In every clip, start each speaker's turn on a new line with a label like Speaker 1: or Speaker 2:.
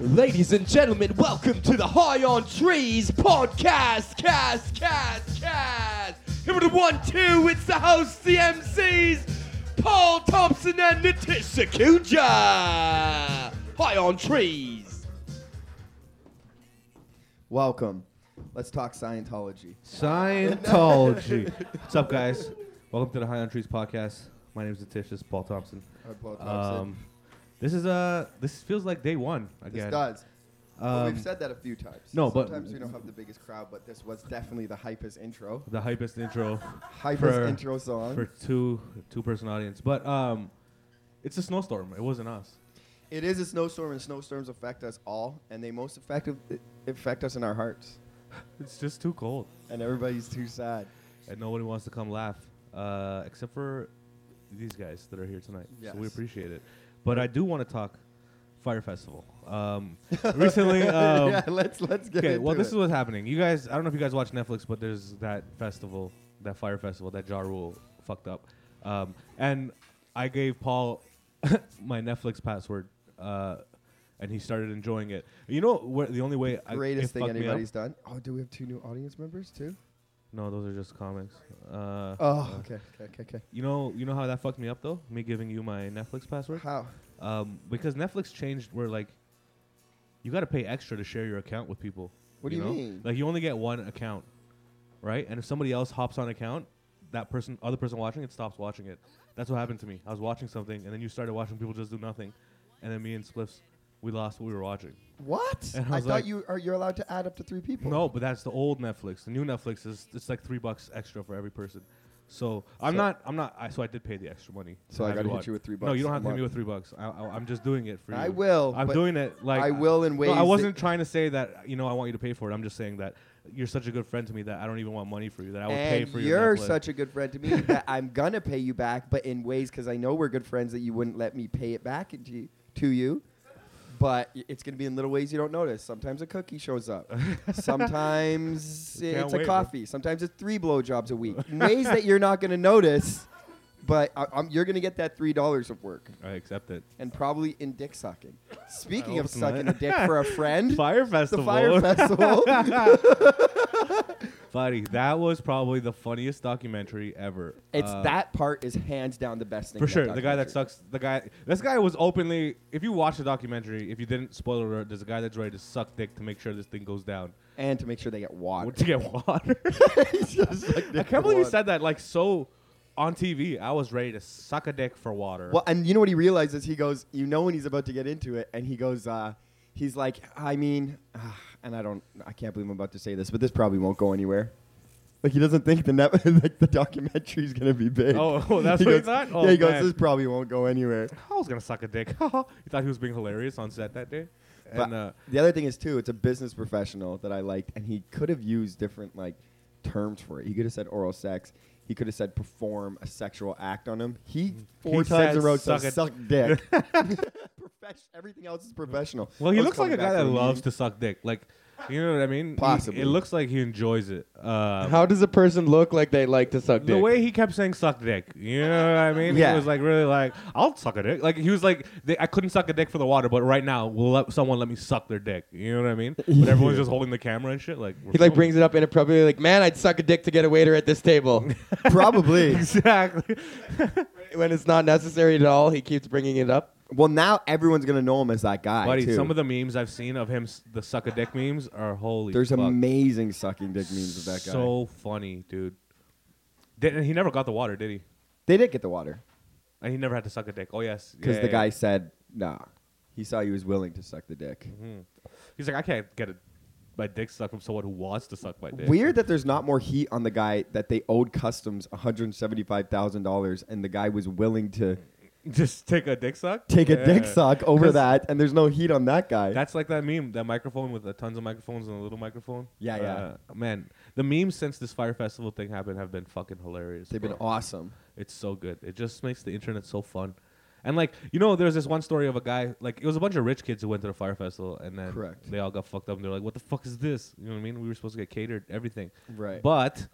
Speaker 1: Ladies and gentlemen, welcome to the High on Trees podcast. Cast, cast, cast. Here with the one, two, it's the host, the MCs, Paul Thompson and Natisha Kuja. High on Trees.
Speaker 2: Welcome. Let's talk Scientology.
Speaker 3: Scientology. What's up, guys? Welcome to the High on Trees podcast. My name is Letitia's Paul Thompson.
Speaker 2: Or Paul Thompson.
Speaker 3: Um, this is uh, this feels like day one
Speaker 2: this
Speaker 3: again.
Speaker 2: does. But
Speaker 3: Um,
Speaker 2: we've said that a few times.
Speaker 3: no, but-
Speaker 2: sometimes we don't have the biggest crowd, but this was definitely the hypest intro,
Speaker 3: the hypest intro
Speaker 2: hypest
Speaker 3: For-
Speaker 2: intro song.
Speaker 3: for two two person audience, but um, it's a snowstorm. It wasn't us.
Speaker 2: it is a snowstorm, and snowstorms affect us all, and they most effective affect us in our hearts.
Speaker 3: It's just too cold,
Speaker 2: And everybody's too sad.
Speaker 3: and nobody wants to come laugh, uh, except for these guys that are here tonight. So we
Speaker 2: Yes.
Speaker 3: appreciate it. But I do want to talk Fire Festival. Um, recently, um,
Speaker 2: yeah, let's let's get
Speaker 3: Okay,
Speaker 2: into
Speaker 3: well, this is
Speaker 2: it.
Speaker 3: what's happening. You guys, I don't know if you guys watch Netflix, but there's that festival, that fire festival, that Ja Rule fucked up. Um, and I gave Paul my Netflix password, uh, and he started enjoying it. You know, where, the only way I, it
Speaker 2: greatest thing
Speaker 3: fucked me up-
Speaker 2: anybody's done. Oh, do we have two new audience members too?
Speaker 3: No, those are just comics. Uh,
Speaker 2: Oh, okay, okay, okay, okay.
Speaker 3: you know, you know how that fucked me up though. Me giving you my Netflix password,
Speaker 2: How?
Speaker 3: um, because Netflix changed where like, you got to pay extra to share your account with people.
Speaker 2: What do you
Speaker 3: know?
Speaker 2: mean?
Speaker 3: Like you only get one account, right? And if somebody else hops on account, that person, other person watching it, stops watching it. That's what happened to me. I was watching something, and then you started watching people just do nothing, and then me and Spliffs, we lost what we were watching.
Speaker 2: What?
Speaker 3: And I
Speaker 2: I,
Speaker 3: was
Speaker 2: thought
Speaker 3: like-
Speaker 2: you are you're allowed to add up to three people.
Speaker 3: No, but that's the old Netflix. The new Netflix is it's like three bucks extra for every person. So I'm
Speaker 2: So-
Speaker 3: not, I'm not. I, so I did pay the extra money. to
Speaker 2: So I
Speaker 3: have
Speaker 2: gotta hit
Speaker 3: watch.
Speaker 2: you with three
Speaker 3: No,
Speaker 2: bucks
Speaker 3: you don't
Speaker 2: a
Speaker 3: have to hit me
Speaker 2: month.
Speaker 3: with three bucks. I, I, I'm just doing it for you.
Speaker 2: I will,
Speaker 3: I'm
Speaker 2: but
Speaker 3: doing it like
Speaker 2: I will in
Speaker 3: no, I
Speaker 2: ways
Speaker 3: wasn't trying to say that you know I want you to pay for it. I'm just saying that you're such a good friend to me that I don't even want money for you. That I would pay
Speaker 2: and
Speaker 3: for your
Speaker 2: you're
Speaker 3: Netflix.
Speaker 2: such a good friend to me that I'm gonna pay you back, but in ways because I know we're good friends that you wouldn't let me pay it back into you, to you. But y- it's gonna be in little ways you don't notice. Sometimes a cookie shows up. Sometimes i-
Speaker 3: Can't
Speaker 2: it's
Speaker 3: wait,
Speaker 2: a
Speaker 3: man.
Speaker 2: coffee. Sometimes it's three blowjobs a week. In ways that you're not gonna notice, but I, I'm, you're gonna get that three dollars of work,
Speaker 3: I accept it.
Speaker 2: and probably in dick sucking. Speaking
Speaker 3: hope
Speaker 2: of sucking a
Speaker 3: not.
Speaker 2: dick for a friend,
Speaker 3: Fire
Speaker 2: the
Speaker 3: festival.
Speaker 2: fire festival.
Speaker 3: Buddy, that was probably the funniest documentary ever.
Speaker 2: It's
Speaker 3: Uh,
Speaker 2: that part is hands down the best thing.
Speaker 3: for
Speaker 2: in
Speaker 3: sure. The guy that
Speaker 2: documentary.
Speaker 3: sucks. The guy. This guy was openly. If you watch the documentary, if you didn't, spoiler alert. There's a guy that's ready to suck dick to make sure this thing goes down
Speaker 2: and to make sure they get water.
Speaker 3: to get water.
Speaker 2: He's just like,
Speaker 3: I can't believe you said that. Like so, on TV, I was ready to suck a dick for water.
Speaker 2: Well, and you know what he realizes? He goes, you know, when he's about to get into it, and he goes, uh, he's like, I mean, ah, and I don't, I can't believe I'm about to say this, but this probably won't go anywhere. Like he doesn't think the net, like the documentary's gonna be big.
Speaker 3: Oh, oh, that's
Speaker 2: he
Speaker 3: what he
Speaker 2: goes-
Speaker 3: thought?
Speaker 2: yeah,
Speaker 3: Oh,
Speaker 2: he goes,
Speaker 3: man.
Speaker 2: this probably won't go anywhere.
Speaker 3: I was gonna suck a dick. you thought he was being hilarious on set that day.
Speaker 2: But
Speaker 3: And uh,
Speaker 2: the other thing is too, it's a business professional that I liked, and he could have used different like terms for it. He could have said oral sex. He could have said perform a sexual act on him. He four
Speaker 3: Mm.
Speaker 2: times
Speaker 3: He said
Speaker 2: in a row said
Speaker 3: suck a-
Speaker 2: suck dick. Profesh- everything else is professional.
Speaker 3: well,
Speaker 2: I
Speaker 3: he
Speaker 2: was
Speaker 3: looks like a
Speaker 2: coming back
Speaker 3: guy that
Speaker 2: from a
Speaker 3: loves
Speaker 2: meeting.
Speaker 3: to suck dick. Like, you know what I mean? He-
Speaker 2: Possibly.
Speaker 3: it looks like he enjoys it. Um,
Speaker 4: How does a person look like they like to suck
Speaker 3: the
Speaker 4: dick?
Speaker 3: way he kept saying "suck dick," you know what I mean?
Speaker 2: Yeah.
Speaker 3: He was like really like, "I'll suck a dick." Like he was like, they, "I couldn't suck a dick for the water, but right now, will let someone let me suck their dick?" You know what I mean? But everyone's just holding the camera and shit. Like we're
Speaker 4: he like
Speaker 3: filming.
Speaker 4: brings it up inappropriately, like, "Man, I'd suck a dick to get a waiter at this table."
Speaker 2: Probably.
Speaker 3: exactly.
Speaker 4: when it's not necessary at all, he keeps bringing it up.
Speaker 2: well, now everyone's gonna know him as that guy.
Speaker 3: Buddy,
Speaker 2: too.
Speaker 3: some of the memes I've seen of him, s- the suck a dick memes, are holy.
Speaker 2: there's
Speaker 3: fuck.
Speaker 2: amazing sucking dick memes of that guy.
Speaker 3: So funny, dude. Didn't, he never got the water, did he?
Speaker 2: they did get the water
Speaker 3: And he never had to suck a dick. Oh yes,
Speaker 2: because
Speaker 3: Yeah,
Speaker 2: the
Speaker 3: yeah,
Speaker 2: guy
Speaker 3: yeah.
Speaker 2: said, "Nah." He saw he was willing to suck the dick.
Speaker 3: He's like, I can't get a, my dick sucked from someone who wants to suck my dick.
Speaker 2: Weird that there's not more heat on the guy that they owed customs $175,000 and the guy was willing to
Speaker 3: Just take a dick suck.
Speaker 2: take a dick
Speaker 3: Yeah.
Speaker 2: suck over
Speaker 3: 'Cause
Speaker 2: that and there's no heat on that guy.
Speaker 3: That's like that meme, that microphone with the tons of microphones and a little microphone.
Speaker 2: Yeah, yeah.
Speaker 3: Uh, man, the memes since this fire festival thing happened have been fucking hilarious.
Speaker 2: They've been
Speaker 3: bro.
Speaker 2: awesome.
Speaker 3: It's so good. It just makes the internet so fun. And like you know, there's this one story of a guy. Like it was a bunch of rich kids who went to the fire festival, and then
Speaker 2: Correct.
Speaker 3: they all got fucked up. And they're like, "What the fuck is this?" You know what I mean? We were supposed to get catered, everything.
Speaker 2: Right.
Speaker 3: But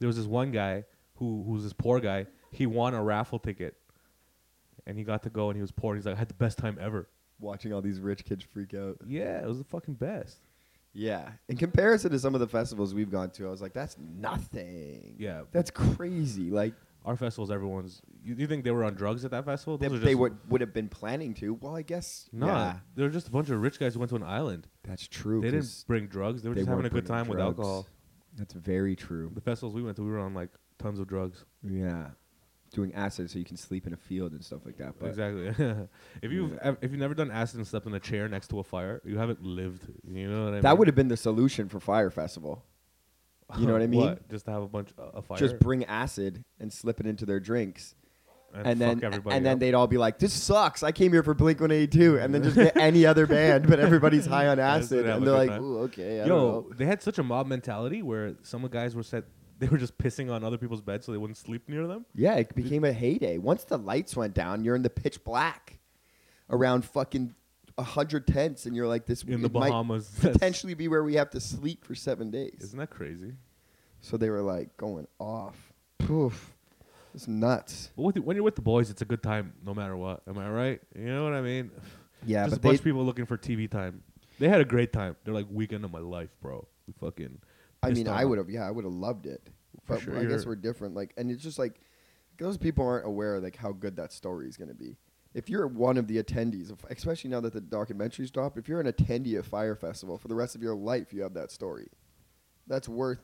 Speaker 3: there was this one guy who who was this poor guy. He won a raffle ticket, and he got to go, and he was poor. And he's like, "I had the best time ever."
Speaker 2: watching all these rich kids freak out.
Speaker 3: Yeah, it was the fucking best.
Speaker 2: Yeah. In comparison to some of the festivals we've gone to, I was like, that's nothing.
Speaker 3: Yeah.
Speaker 2: That's crazy. Like
Speaker 3: Our festivals, everyone's. You, you think they were on drugs at that festival?
Speaker 2: if
Speaker 3: Those are
Speaker 2: they
Speaker 3: just-
Speaker 2: would would have been planning to. Well, I guess
Speaker 3: Nah,
Speaker 2: yeah,
Speaker 3: they were just a bunch of rich guys who went to an island.
Speaker 2: that's true.
Speaker 3: They didn't
Speaker 2: 'cause
Speaker 3: bring drugs. They were
Speaker 2: they
Speaker 3: just having a
Speaker 2: weren't
Speaker 3: good
Speaker 2: bringing
Speaker 3: time with
Speaker 2: drugs.
Speaker 3: alcohol.
Speaker 2: That's very true.
Speaker 3: The festivals we went to, we were on like tons of drugs.
Speaker 2: Yeah. Doing acid so you can sleep in a field and stuff like that. But
Speaker 3: exactly. if you've ev- if you've never done acid and slept in a chair next to a fire, you haven't lived. You know what I mean?
Speaker 2: that would have been the solution for Fire Festival. You know what I mean?
Speaker 3: Just to have a bunch of a fire.
Speaker 2: Just bring acid and slip it into their drinks. And,
Speaker 3: and, fuck
Speaker 2: then
Speaker 3: everybody
Speaker 2: and then
Speaker 3: up.
Speaker 2: they'd all be like, This sucks. I came here for Blink one eighty two and then just get any other band, but everybody's high on
Speaker 3: Yeah, just
Speaker 2: acid.
Speaker 3: have
Speaker 2: And
Speaker 3: a
Speaker 2: they're
Speaker 3: good
Speaker 2: like,
Speaker 3: time.
Speaker 2: Ooh, okay, I
Speaker 3: Yo,
Speaker 2: don't know.
Speaker 3: they had such a mob mentality where some of the guys were set. They were just pissing on other people's beds so they wouldn't sleep near them.
Speaker 2: Yeah, it became a heyday. Once the lights went down, you're in the pitch black around fucking hundred tents and you're like this
Speaker 3: In the
Speaker 2: it might
Speaker 3: Bahamas. That's-
Speaker 2: potentially be where we have to sleep for seven days.
Speaker 3: Isn't that crazy?
Speaker 2: So they were like going off. Poof. It's nuts.
Speaker 3: But with, when you're with the boys, it's a good time no matter what. Am I right? You know what I mean?
Speaker 2: Yeah, but
Speaker 3: just a bunch
Speaker 2: they-
Speaker 3: of people looking for TV time. They had a great time. They're like weekend of my life, bro. We fucking.
Speaker 2: I
Speaker 3: pissed
Speaker 2: mean,
Speaker 3: on
Speaker 2: I
Speaker 3: them.
Speaker 2: would have. Yeah, I would have loved it.
Speaker 3: For
Speaker 2: But
Speaker 3: sure.
Speaker 2: I guess
Speaker 3: You're-
Speaker 2: we're different. Like, and it's just like those people aren't aware like how good that story is going to be. If you're one of the attendees, if- especially now that the documentary's dropped, if you're an attendee at Fire Festival for the rest of your life, you have that story. That's worth.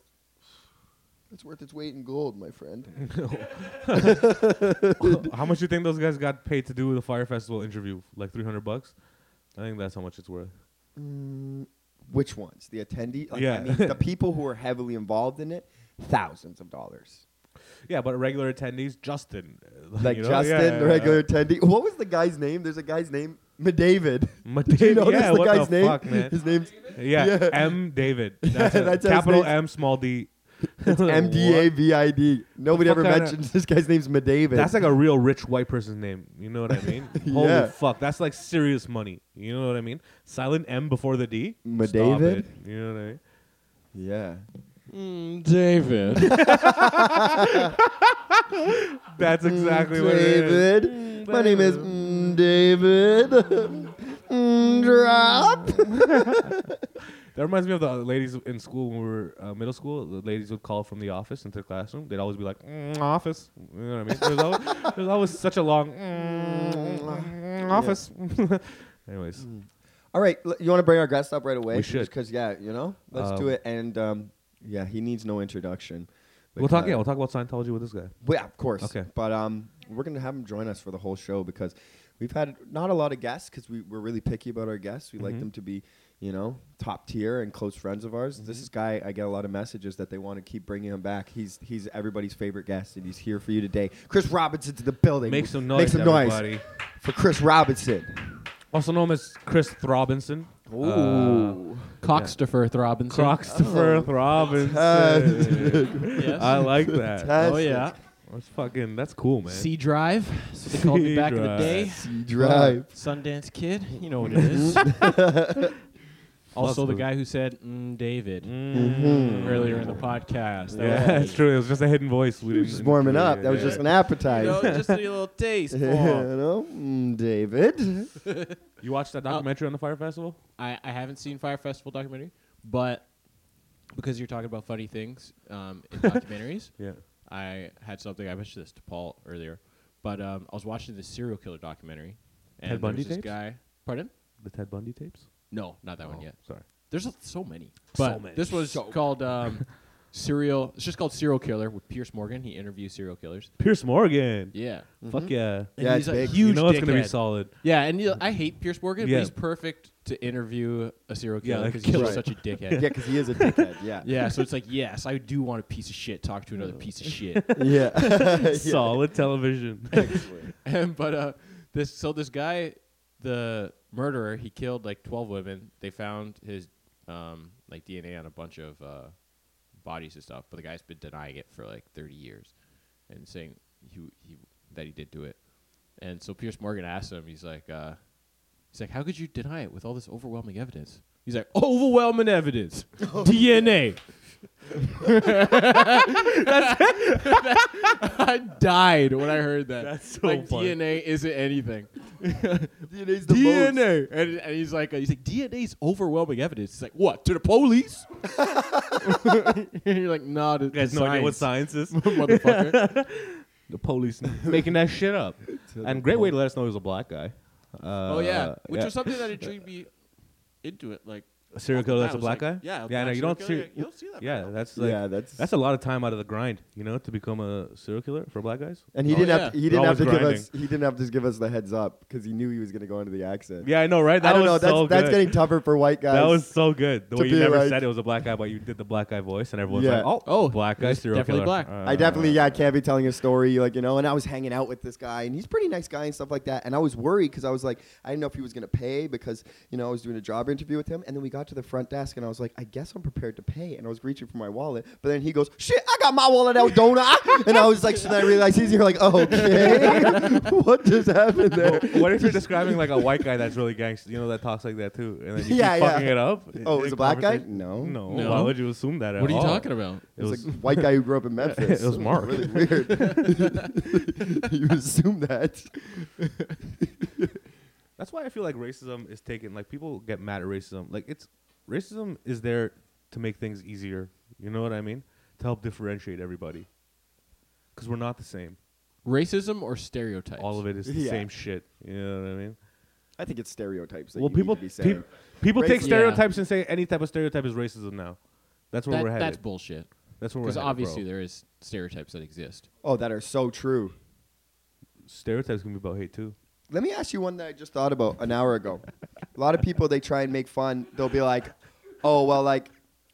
Speaker 2: That's worth its weight in gold, my friend.
Speaker 3: how much do you think those guys got paid to do the fire festival interview? Like three hundred bucks. I think that's how much it's worth.
Speaker 2: Which ones? The attendee? Like,
Speaker 3: Yeah.
Speaker 2: I mean, the people who are heavily involved in it, thousands of dollars.
Speaker 3: Yeah, but regular attendees, Justin, uh,
Speaker 2: Like
Speaker 3: you know?
Speaker 2: Justin,
Speaker 3: Yeah,
Speaker 2: the
Speaker 3: yeah,
Speaker 2: regular
Speaker 3: yeah.
Speaker 2: attendee. What was the guy's name? There's a guy's name, McDavid.
Speaker 3: Ma-
Speaker 2: Did you notice
Speaker 3: yeah,
Speaker 2: the
Speaker 3: what
Speaker 2: guy's
Speaker 3: the
Speaker 2: name?
Speaker 3: fuck, man?
Speaker 2: His name's
Speaker 3: Yeah,
Speaker 2: Yeah.
Speaker 3: M. David. That's it.
Speaker 2: that's how his
Speaker 3: Capital
Speaker 2: name's-
Speaker 3: M, small D.
Speaker 2: M D A V I D. Nobody
Speaker 3: fuck
Speaker 2: ever
Speaker 3: kinda-
Speaker 2: mentions this guy's name's McDavid.
Speaker 3: That's like a real rich white person's name. You know what I mean? Holy
Speaker 2: Yeah.
Speaker 3: fuck, that's like serious money. You know what I mean? Silent M before the D.
Speaker 2: Ma
Speaker 3: Stop
Speaker 2: David?
Speaker 3: it. You know what I mean?
Speaker 2: yeah.
Speaker 3: Mm,
Speaker 4: David.
Speaker 3: That's exactly what it is.
Speaker 2: Mm, David. My name is mm, David. Mm, Drop.
Speaker 3: That reminds me of the ladies in school when we were uh, middle school. The ladies would call from the office into the classroom. They'd always be like, mm, "Office," you know what I mean? There's always, there's always such a long mm, office. Anyways,
Speaker 2: Mm. All right, l- you want to bring our guest up right away?
Speaker 3: We should.
Speaker 2: Because yeah, you know, let's do
Speaker 3: Um,
Speaker 2: it. And um, yeah, he needs no introduction.
Speaker 3: we'll talk.
Speaker 2: Because-
Speaker 3: Yeah, we'll talk about Scientology with this guy.
Speaker 2: Well, yeah, of course.
Speaker 3: Okay.
Speaker 2: But um, we're gonna have him join us for the whole show because we've had not a lot of guests because we we're really picky about our guests. We
Speaker 3: Mm-hmm.
Speaker 2: like them to be, you know, top tier and close friends of ours.
Speaker 3: Mm-hmm.
Speaker 2: This is guy I get a lot of messages that they want to keep bringing him back. He's he's everybody's favorite guest and he's here for you today. Chris Robinson's in the building.
Speaker 3: Make some noise,
Speaker 2: Make some
Speaker 3: everybody.
Speaker 2: noise for Chris Robinson.
Speaker 3: Also known as Chris Throbinson.
Speaker 2: Ooh.
Speaker 5: Cockstifer Robinson.
Speaker 2: Oh.
Speaker 3: Croxtopher Throbinson.
Speaker 5: Yes.
Speaker 3: I like that.
Speaker 5: oh yeah.
Speaker 3: That's fucking. That's cool, man.
Speaker 5: C Drive. That's what they called me back in the day.
Speaker 2: Drive.
Speaker 5: Uh, Sundance Kid. You know what it is. also the
Speaker 3: Plus-
Speaker 5: guy who said mm, David
Speaker 2: Mm-hmm.
Speaker 3: Mm.
Speaker 5: earlier in the podcast. That
Speaker 3: Yeah,
Speaker 5: was
Speaker 3: it's true. It was just a hidden voice. We
Speaker 2: Oh. He
Speaker 3: didn't
Speaker 2: was just warming
Speaker 3: include
Speaker 2: up.
Speaker 3: it.
Speaker 2: That was
Speaker 3: Yeah.
Speaker 2: just an
Speaker 5: me. You know,
Speaker 2: appetizer.
Speaker 5: just a little taste.
Speaker 2: You
Speaker 5: for-
Speaker 2: know, mm, David.
Speaker 3: You watched that documentary on the Fire Festival?
Speaker 5: I, I haven't seen Fire Festival documentary, but because you're talking about funny things um, in documentaries,
Speaker 3: Yeah.
Speaker 5: I had something I mentioned this to Paul earlier, but um, I was watching this serial killer documentary, and
Speaker 3: Ted Bundy
Speaker 5: there was this
Speaker 3: tapes?
Speaker 5: guy. Pardon?
Speaker 3: The Ted Bundy tapes?
Speaker 5: No, not that one
Speaker 3: Oh,
Speaker 5: yet.
Speaker 3: Sorry.
Speaker 5: There's a, so many.
Speaker 3: So
Speaker 5: But
Speaker 3: many.
Speaker 5: this was called um, serial. It's just called serial killer with Pierce Morgan. He interviews serial killers.
Speaker 3: Pierce Morgan.
Speaker 5: Yeah.
Speaker 2: Mm-hmm.
Speaker 3: Fuck yeah.
Speaker 5: And
Speaker 2: Yeah,
Speaker 5: he's
Speaker 2: it's
Speaker 5: a
Speaker 2: big.
Speaker 5: huge.
Speaker 3: you know it's gonna be
Speaker 5: dickhead.
Speaker 3: solid.
Speaker 5: Yeah, and you know, I hate Pierce Morgan,
Speaker 3: Yeah.
Speaker 5: but he's perfect to interview a serial
Speaker 3: Yeah,
Speaker 5: killer
Speaker 3: like
Speaker 5: because
Speaker 3: a
Speaker 5: he's
Speaker 2: killer.
Speaker 5: such a dickhead.
Speaker 2: yeah, because he is a dickhead. Yeah.
Speaker 5: Yeah, so it's like, yes, I do want a piece of shit talk to another piece of shit.
Speaker 2: Yeah.
Speaker 3: Solid television.
Speaker 5: and, but uh, this so this guy, the murderer, he killed like twelve women. They found his um, like DNA on a bunch of uh, bodies and stuff, but the guy's been denying it for like thirty years, and saying he, he that he did do it. And so Pierce Morgan asked him, he's like, uh, he's like, how could you deny it with all this overwhelming evidence? He's like, overwhelming evidence,
Speaker 3: Oh,
Speaker 5: DNA. I died when I heard that.
Speaker 3: That's so
Speaker 5: like
Speaker 3: funny.
Speaker 5: DNA isn't anything.
Speaker 2: DNA's the most.
Speaker 5: DNA, and, and he's like, uh, he's like, DNA's overwhelming evidence. He's like, what to the police? and you're like, nah, to,
Speaker 3: You guys
Speaker 5: to
Speaker 3: no idea what science is.
Speaker 5: motherfucker.
Speaker 3: the police making that shit up. And great way to let us know he was a black guy. Uh,
Speaker 5: oh yeah, which
Speaker 3: yeah.
Speaker 5: was something that intrigued me into it. Like
Speaker 3: A serial killer that's a black guy.
Speaker 5: Yeah,
Speaker 3: yeah. No, you don't see.
Speaker 5: You don't see that.
Speaker 3: Yeah, that's like,
Speaker 2: Yeah, that's
Speaker 3: that's a lot of time out of the grind, you know, to become a serial killer for black guys.
Speaker 2: and he
Speaker 5: Oh,
Speaker 2: didn't
Speaker 5: yeah.
Speaker 2: have to, he didn't have
Speaker 3: Always
Speaker 2: to give
Speaker 3: grinding.
Speaker 2: us he didn't have to give us the heads up because he knew he was gonna go into the accent.
Speaker 3: Yeah, I know, right? That
Speaker 2: I don't
Speaker 3: was
Speaker 2: know. That's
Speaker 3: so
Speaker 2: that's
Speaker 3: good.
Speaker 2: getting tougher for white guys.
Speaker 3: That was so good. The
Speaker 2: to
Speaker 3: way you
Speaker 2: be
Speaker 3: never
Speaker 2: like-
Speaker 3: said it was a black guy, but you did the black guy voice, and everyone's
Speaker 2: Yeah.
Speaker 3: like, "Oh,
Speaker 5: Oh,
Speaker 3: black guy,
Speaker 5: he's
Speaker 3: serial
Speaker 5: definitely
Speaker 3: killer."
Speaker 5: black.
Speaker 3: Uh,
Speaker 2: I definitely, yeah, I can't be telling a story like you know. And I was hanging out with this guy, and he's a pretty nice guy and stuff like that. And I was worried because I was like, I didn't know if he was gonna pay because you know I was doing a job interview with him. And then we got to the front desk, and I was like, I guess I'm prepared to pay. And I was reaching for my wallet, but then he goes, Shit, I got my wallet out, don't I? And I was like, so then I realized he's here, like, okay, what just happened there?
Speaker 3: what if you're describing like a white guy that's really gangster? You know that talks like that too, and then you
Speaker 2: Yeah,
Speaker 3: keep
Speaker 2: yeah.
Speaker 3: fucking it up.
Speaker 2: Oh, it
Speaker 3: in
Speaker 2: was a black guy?
Speaker 3: conversation?
Speaker 2: No,
Speaker 3: No.
Speaker 5: No.
Speaker 3: Why would you assume that? At
Speaker 5: What are you
Speaker 3: all?
Speaker 5: talking about?
Speaker 2: It was, like a white guy who grew up in Memphis.
Speaker 3: It was Mark.
Speaker 2: really weird. you assume that.
Speaker 3: That's why I feel like racism is taken. Like people get mad at racism. Like it's racism is there to make things easier. You know what I mean? To help differentiate everybody, because we're not the same.
Speaker 5: Racism or stereotypes?
Speaker 3: All of it is the
Speaker 2: Yeah.
Speaker 3: same shit. You know what I mean?
Speaker 2: I think it's stereotypes. That
Speaker 3: well,
Speaker 2: you
Speaker 3: people
Speaker 2: need to be saying.
Speaker 3: peop- people take
Speaker 2: Racism.
Speaker 3: stereotypes and say any type of stereotype is racism now. That's where
Speaker 5: That-
Speaker 3: we're headed.
Speaker 5: that's bullshit.
Speaker 3: That's where we're
Speaker 5: Because
Speaker 3: headed.
Speaker 5: obviously
Speaker 3: bro.
Speaker 5: there is stereotypes that exist.
Speaker 2: Oh, that are so true.
Speaker 3: stereotypes can be about hate too.
Speaker 2: Let me ask you one that I just thought about an hour ago. A lot of people they try and make fun. They'll be like, "Oh, well, like,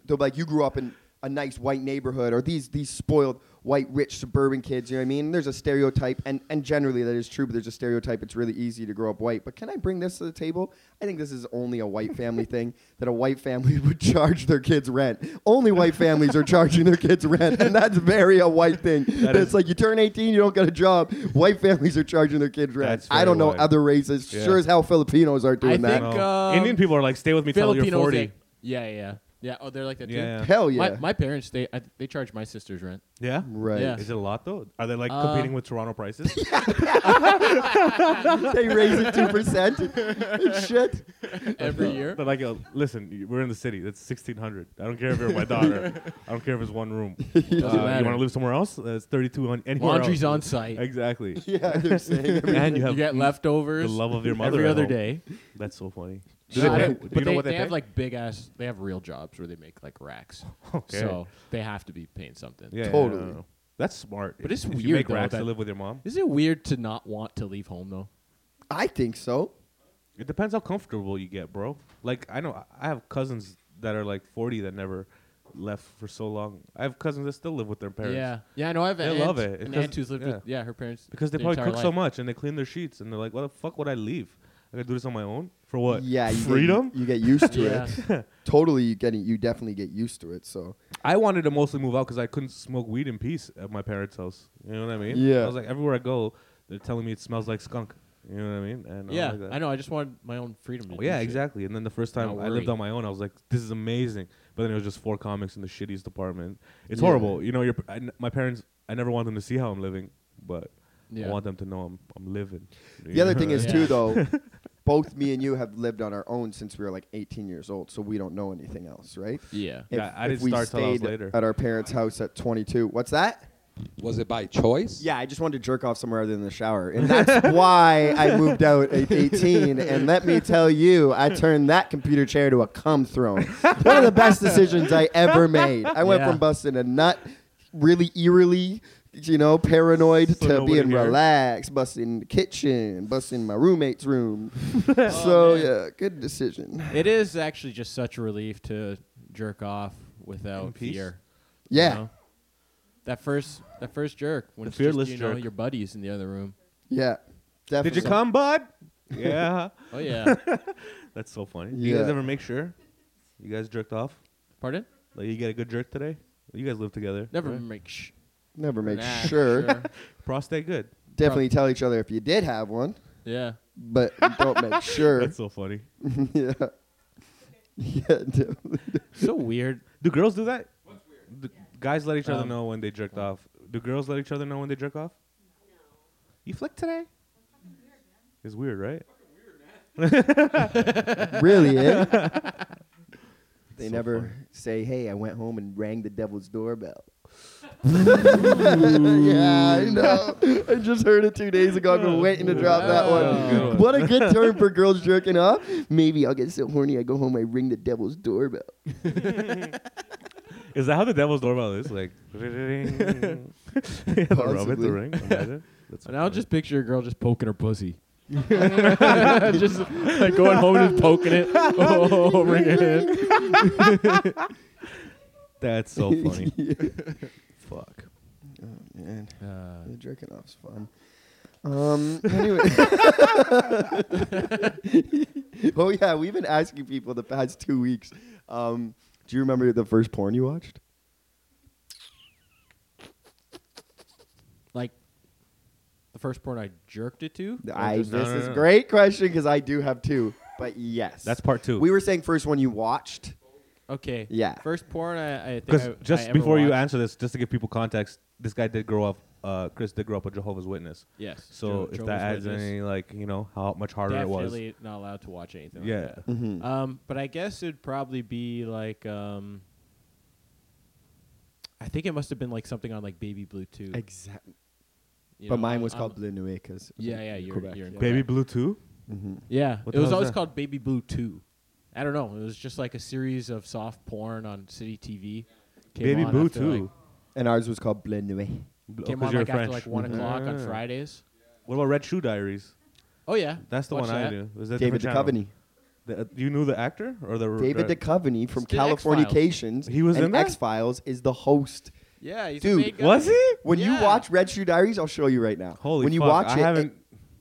Speaker 2: they'll be like, you grew up in a nice white neighborhood, or these these spoiled white rich suburban kids." You know what I mean? There's a stereotype, and and generally that is true. But there's a stereotype. It's really easy to grow up white. But can I bring this to the table? I think this is only a white family thing that a white family would charge their kids rent. Only white families are charging their kids rent, and that's very a white thing.
Speaker 3: That
Speaker 2: it's
Speaker 3: is-
Speaker 2: like you turn 18, you don't get a job. White families are charging their kids rent.
Speaker 3: That's
Speaker 2: I don't know
Speaker 3: very white.
Speaker 2: other races.
Speaker 3: Yeah.
Speaker 2: Sure as hell, Filipinos aren't doing
Speaker 5: I
Speaker 2: that.
Speaker 5: think,
Speaker 3: No.
Speaker 5: um,
Speaker 3: Indian people are like, stay with me till you're
Speaker 5: Filipinos,
Speaker 3: 40.
Speaker 5: they- yeah, yeah, yeah, yeah. Oh, they're like that
Speaker 3: Yeah,
Speaker 5: too.
Speaker 3: yeah.
Speaker 2: Hell yeah.
Speaker 5: My, my parents, they I, they charge my sister's rent.
Speaker 3: yeah.
Speaker 2: right.
Speaker 5: Yeah.
Speaker 3: Is it a lot though? Are they like
Speaker 5: Uh,
Speaker 3: competing with Toronto prices?
Speaker 2: they raise it 2%. Shit.
Speaker 5: every year.
Speaker 3: But like, yo, listen, y- we're in the city. That's sixteen hundred. I don't care if you're my daughter. I don't care if it's one room. Uh, you
Speaker 5: matter.
Speaker 3: want to live somewhere else? Uh, That's thirty two on anywhere
Speaker 5: Laundry's
Speaker 3: else.
Speaker 5: on site.
Speaker 3: Exactly.
Speaker 2: Yeah, they're saying every-
Speaker 3: and you
Speaker 5: You
Speaker 3: have
Speaker 5: get leftovers
Speaker 3: the love of your mother
Speaker 5: every
Speaker 3: at
Speaker 5: other
Speaker 3: home.
Speaker 5: day.
Speaker 3: That's so funny. Do
Speaker 5: No,
Speaker 3: they
Speaker 5: I
Speaker 3: pay?
Speaker 5: don't-
Speaker 3: Do
Speaker 5: but
Speaker 3: you know
Speaker 5: they,
Speaker 3: what they,
Speaker 5: they have
Speaker 3: pay?
Speaker 5: like big ass. They have real jobs where they make like racks.
Speaker 3: Okay.
Speaker 5: So they have to be paying something.
Speaker 3: Yeah, yeah,
Speaker 2: Totally.
Speaker 3: yeah, yeah. That's smart.
Speaker 5: But it's
Speaker 3: If You
Speaker 5: weird,
Speaker 3: make
Speaker 5: though,
Speaker 3: racks to
Speaker 5: that-
Speaker 3: live with your mom.
Speaker 5: Is it weird to not want to leave home though?
Speaker 2: I think so.
Speaker 3: It depends how comfortable you get, bro. Like I know I have cousins that are like forty that never left for so long. I have cousins that still live with their parents.
Speaker 5: Yeah, yeah. I know. I have an
Speaker 3: They love
Speaker 5: aunt,
Speaker 3: it.
Speaker 5: An
Speaker 3: Because-
Speaker 5: aunt who's lived
Speaker 3: yeah.
Speaker 5: with yeah her parents
Speaker 3: Because they
Speaker 5: their
Speaker 3: probably
Speaker 5: entire
Speaker 3: cook so
Speaker 5: life.
Speaker 3: much and they clean their sheets and they're like, "What the fuck would I leave? I gotta do this on my own for what?
Speaker 2: Yeah, you
Speaker 3: freedom."
Speaker 2: Get, you get used to
Speaker 5: Yeah.
Speaker 2: it. totally, you getting you definitely get used to it. So
Speaker 3: I wanted to mostly move out because I couldn't smoke weed in peace at my parents' house. You know what I mean?
Speaker 2: Yeah.
Speaker 3: I was like, everywhere I go, they're telling me it smells like skunk. You know what I mean? And I'm
Speaker 5: Yeah,
Speaker 3: like that.
Speaker 5: I know. I just wanted my own freedom. To
Speaker 3: Oh,
Speaker 5: do
Speaker 3: yeah,
Speaker 5: shit.
Speaker 3: exactly. And then the first time
Speaker 5: Not
Speaker 3: I lived
Speaker 5: worry.
Speaker 3: on my own, I was like, "This is amazing." But then it was just four comics in the shittiest apartment. It's
Speaker 2: Yeah.
Speaker 3: horrible. You know, your I n- my parents. I never want them to see how I'm living, but
Speaker 5: Yeah.
Speaker 3: I want them to know I'm I'm living.
Speaker 2: the other thing is
Speaker 5: Yeah.
Speaker 2: too though, both me and you have lived on our own since we were like 18 years old, so we don't know anything else, right?
Speaker 5: Yeah.
Speaker 2: If-
Speaker 3: Yeah, I
Speaker 2: if
Speaker 3: didn't
Speaker 2: we
Speaker 3: start till I was
Speaker 2: stayed
Speaker 3: later.
Speaker 2: at our parents' house at 22. What's that?
Speaker 4: Was it by choice?
Speaker 2: Yeah, I just wanted to jerk off somewhere other than the shower. And that's why I moved out at 18. And let me tell you, I turned that computer chair to a cum throne. One of the best decisions I ever made. I went
Speaker 5: Yeah.
Speaker 2: from busting a nut really eerily, you know, paranoid
Speaker 3: So
Speaker 2: to
Speaker 3: nobody
Speaker 2: being
Speaker 3: here.
Speaker 2: relaxed, busting the kitchen, busting my roommate's room. so,
Speaker 5: man.
Speaker 2: yeah, good decision.
Speaker 5: It is actually just such a relief to jerk off
Speaker 3: In
Speaker 5: without
Speaker 3: peace?
Speaker 5: fear. you
Speaker 2: Yeah,
Speaker 5: know? That first that first jerk when
Speaker 3: The
Speaker 5: it's
Speaker 3: fearless
Speaker 5: just, you know
Speaker 3: jerk.
Speaker 5: your buddies in the other room.
Speaker 2: yeah.
Speaker 3: Did
Speaker 2: Definitely.
Speaker 3: you come, bud? yeah.
Speaker 5: Oh yeah.
Speaker 3: That's so funny. You guys
Speaker 2: Yeah.
Speaker 3: ever make sure you guys jerked off?
Speaker 5: Pardon?
Speaker 3: Like you get a good jerk today? You guys live together.
Speaker 5: Never
Speaker 3: right?
Speaker 5: make sh-
Speaker 2: Never make
Speaker 5: Nah,
Speaker 2: sure.
Speaker 3: Prostate good.
Speaker 2: Definitely tell each other if you did have one,
Speaker 5: Yeah.
Speaker 2: but don't make sure.
Speaker 3: That's so funny.
Speaker 2: yeah. Yeah, definitely.
Speaker 5: So weird.
Speaker 3: Do girls do that? What's weird? guys let each other
Speaker 5: Um,
Speaker 3: know when they jerked off do girls let each other know when they jerk off? You flicked today? It's weird, right?
Speaker 2: really
Speaker 3: eh?
Speaker 2: is. They never say, "Hey, I went home and rang the devil's doorbell." yeah, I know. I just heard it two days ago. I've been waiting to drop that
Speaker 3: Wow. Good
Speaker 2: one.
Speaker 3: one.
Speaker 2: What a good term for girls jerking off. Maybe I'll get so horny I go home. I ring the devil's doorbell.
Speaker 3: Is that how the devil's doorbell is? Like, ring. the rub it,
Speaker 2: Possibly.
Speaker 3: the ring. Imagine. That's
Speaker 5: And I'll
Speaker 3: funny.
Speaker 5: just picture a girl just poking her pussy. just like going home and just poking it. Oh, ring it in.
Speaker 3: That's so funny. Fuck.
Speaker 2: Oh, Man,
Speaker 5: Uh,
Speaker 2: the jerking off's fun. Um. Anyway. oh yeah, we've been asking people the past two weeks. Um, do you remember the first porn you watched?
Speaker 5: like the first porn I jerked it to. or
Speaker 2: I,
Speaker 5: just-
Speaker 2: this
Speaker 3: no,
Speaker 2: is
Speaker 3: no.
Speaker 2: great question because I do have two, but yes,
Speaker 3: That's part two.
Speaker 2: We were saying first one you watched.
Speaker 5: okay.
Speaker 2: Yeah.
Speaker 5: First porn I, I think.
Speaker 3: Because
Speaker 5: I, I
Speaker 3: just
Speaker 5: ever
Speaker 3: before you
Speaker 5: watched-
Speaker 3: answer this, just to give people context, this guy did grow up. Uh, Chris did grow up a Jehovah's Witness.
Speaker 5: Yes.
Speaker 3: So
Speaker 5: Jehovah's
Speaker 3: if that adds
Speaker 5: Witness,
Speaker 3: any, like, you know, how much harder
Speaker 5: definitely
Speaker 3: it
Speaker 5: not allowed to watch anything.
Speaker 3: was. Yeah.
Speaker 5: Like that.
Speaker 2: Mm-hmm.
Speaker 5: Um, but I guess it'd probably be like. Um, I think it must have been like something on like Baby Blue too.
Speaker 2: Exactly.
Speaker 5: you
Speaker 2: but
Speaker 5: know,
Speaker 2: mine
Speaker 5: I'm-
Speaker 2: was
Speaker 5: I'm-
Speaker 2: called Blue Nuit because
Speaker 5: Yeah, yeah, you're, you're in
Speaker 3: Baby
Speaker 5: Quebec.
Speaker 3: Blue too.
Speaker 5: Yeah,
Speaker 3: What
Speaker 5: it
Speaker 3: the
Speaker 5: was
Speaker 3: hell's
Speaker 5: always
Speaker 3: that?
Speaker 5: called Baby Blue Two. I don't know. It was just like a series of soft porn on city TV. Came
Speaker 3: Baby
Speaker 5: on
Speaker 3: Blue
Speaker 5: after, like-
Speaker 3: too.
Speaker 2: and ours was called Blue Nuit.
Speaker 3: Bl-
Speaker 5: came
Speaker 3: 'cause
Speaker 5: on
Speaker 3: you're
Speaker 5: like after
Speaker 3: French.
Speaker 5: like one o'clock on
Speaker 2: Mm-hmm.
Speaker 3: Yeah.
Speaker 5: Fridays.
Speaker 3: What about Red Shoe Diaries?
Speaker 5: Oh yeah,
Speaker 3: That's the
Speaker 5: watch
Speaker 3: one I
Speaker 5: that.
Speaker 3: knew. Was that
Speaker 2: David
Speaker 3: different channel?
Speaker 2: Duchovny.
Speaker 3: The- uh, you knew the actor or the
Speaker 2: David
Speaker 3: the
Speaker 2: Duchovny from
Speaker 5: It's the X-Files.
Speaker 2: Californications.
Speaker 3: He was
Speaker 2: and
Speaker 3: in that?
Speaker 2: X Files is the host.
Speaker 5: Yeah, he's
Speaker 2: Dude,
Speaker 5: a big guy.
Speaker 3: was he?
Speaker 2: When
Speaker 5: Yeah.
Speaker 2: you watch Red Shoe Diaries, I'll show you right now.
Speaker 3: Holy
Speaker 2: when you
Speaker 3: fuck,
Speaker 2: watch
Speaker 3: I
Speaker 2: it, it,
Speaker 3: haven't-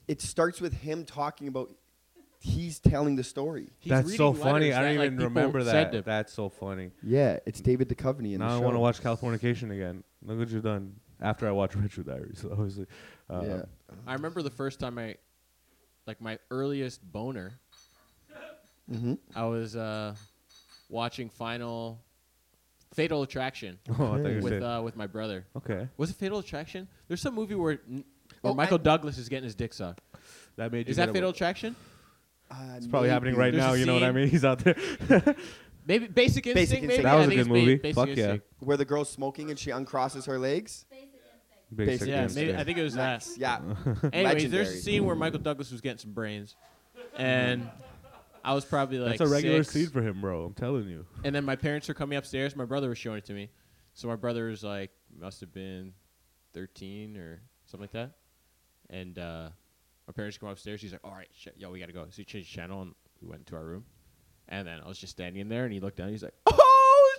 Speaker 2: it starts with him talking about he's telling the story.
Speaker 5: He's
Speaker 3: That's so
Speaker 5: reading
Speaker 3: funny.
Speaker 5: letters
Speaker 3: I don't
Speaker 5: that, like,
Speaker 3: even
Speaker 5: people
Speaker 3: remember
Speaker 5: said to
Speaker 3: that.
Speaker 5: him.
Speaker 3: That's so funny.
Speaker 2: Yeah, it's David Duchovny in the
Speaker 3: Now I
Speaker 2: show.
Speaker 3: want to watch Californication again. Look what you've done. After I watch Red Shoe Diaries, obviously. Uh,
Speaker 2: Yeah.
Speaker 5: I remember the first time I, like my earliest boner.
Speaker 3: Mm-hmm.
Speaker 5: I was uh, watching Final, Fatal Attraction
Speaker 3: Oh, I thought you
Speaker 5: with
Speaker 3: said.
Speaker 5: uh, with my brother.
Speaker 3: okay.
Speaker 5: Was it Fatal Attraction? There's some movie where, n- where
Speaker 2: Oh,
Speaker 5: Michael
Speaker 2: I-
Speaker 5: Douglas is getting his dick sucked.
Speaker 3: That made you
Speaker 5: Is that
Speaker 3: get a-
Speaker 5: Fatal Attraction?
Speaker 2: Uh,
Speaker 3: It's probably happening right
Speaker 5: There's a
Speaker 3: now. You know what I
Speaker 5: scene-
Speaker 3: mean? He's out there.
Speaker 5: Maybe Basic Instinct.
Speaker 2: Basic
Speaker 5: maybe
Speaker 2: Instinct.
Speaker 3: That
Speaker 5: I
Speaker 3: was a
Speaker 5: think
Speaker 3: good
Speaker 5: it's ba-
Speaker 3: movie.
Speaker 5: Basic
Speaker 3: Fuck yeah.
Speaker 5: Instinct.
Speaker 2: where the girl's smoking and she uncrosses her legs.
Speaker 3: Big
Speaker 2: Basic
Speaker 3: sick
Speaker 5: Yeah,
Speaker 3: dude.
Speaker 5: maybe I think it was that.
Speaker 2: Nice. Yeah.
Speaker 5: Anyways, there's a
Speaker 2: Legendary.
Speaker 5: scene where Michael Douglas was getting some brains, and I was probably like
Speaker 3: That's a regular
Speaker 5: six,
Speaker 3: seed for him, bro. I'm telling you.
Speaker 5: And then my parents were coming upstairs. My brother was showing it to me, so my brother was like, must have been thirteen or something like that. And uh, my parents come upstairs. He's like, all right, sh- yo, we gotta go. So he changed the channel, and we went to our room. And then I was just standing in there, and he looked down. And he's like, oh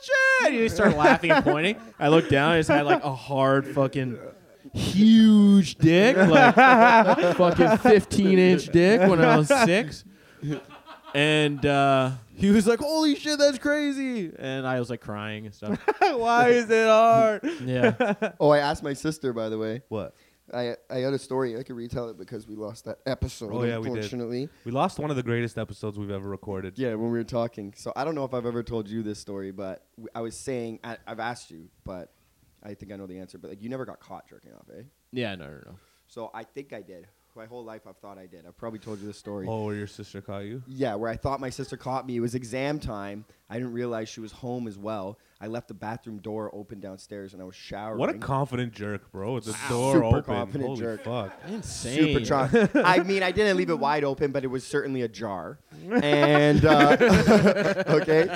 Speaker 5: shit! And he started laughing and pointing. I looked down. I just had like a hard fucking. Huge dick, like fucking 15 inch dick when I was six. And uh, he was like, "Holy shit, that's crazy!" And I was like crying and stuff.
Speaker 3: Why is it hard?
Speaker 5: yeah,
Speaker 2: Oh, I asked my sister, by the way.
Speaker 3: What?
Speaker 2: I I had a story. I could retell it because we lost that episode,
Speaker 3: Oh, yeah, we did.
Speaker 2: unfortunately.
Speaker 3: We lost one of the greatest episodes we've ever recorded.
Speaker 2: Yeah, when we were talking. So I don't know if I've ever told you this story, but w- I was saying, I, I've asked you, but I think I know the answer. But like, you never got caught jerking off, eh?
Speaker 5: yeah, no, no, no.
Speaker 2: So I think I did. My whole life I've thought I did. I've probably told you this story.
Speaker 3: Oh, where your sister caught you?
Speaker 2: Yeah, where I thought my sister caught me. It was exam time. I didn't realize she was home as well. I left the bathroom door open downstairs and I was showering.
Speaker 3: What a confident jerk, bro. The
Speaker 2: Wow.
Speaker 3: door
Speaker 2: Super
Speaker 3: open.
Speaker 2: confident
Speaker 3: Holy
Speaker 2: jerk.
Speaker 3: fuck.
Speaker 5: Insane.
Speaker 2: Super drunk. I mean, I didn't leave it wide open, but it was certainly ajar. And uh, okay,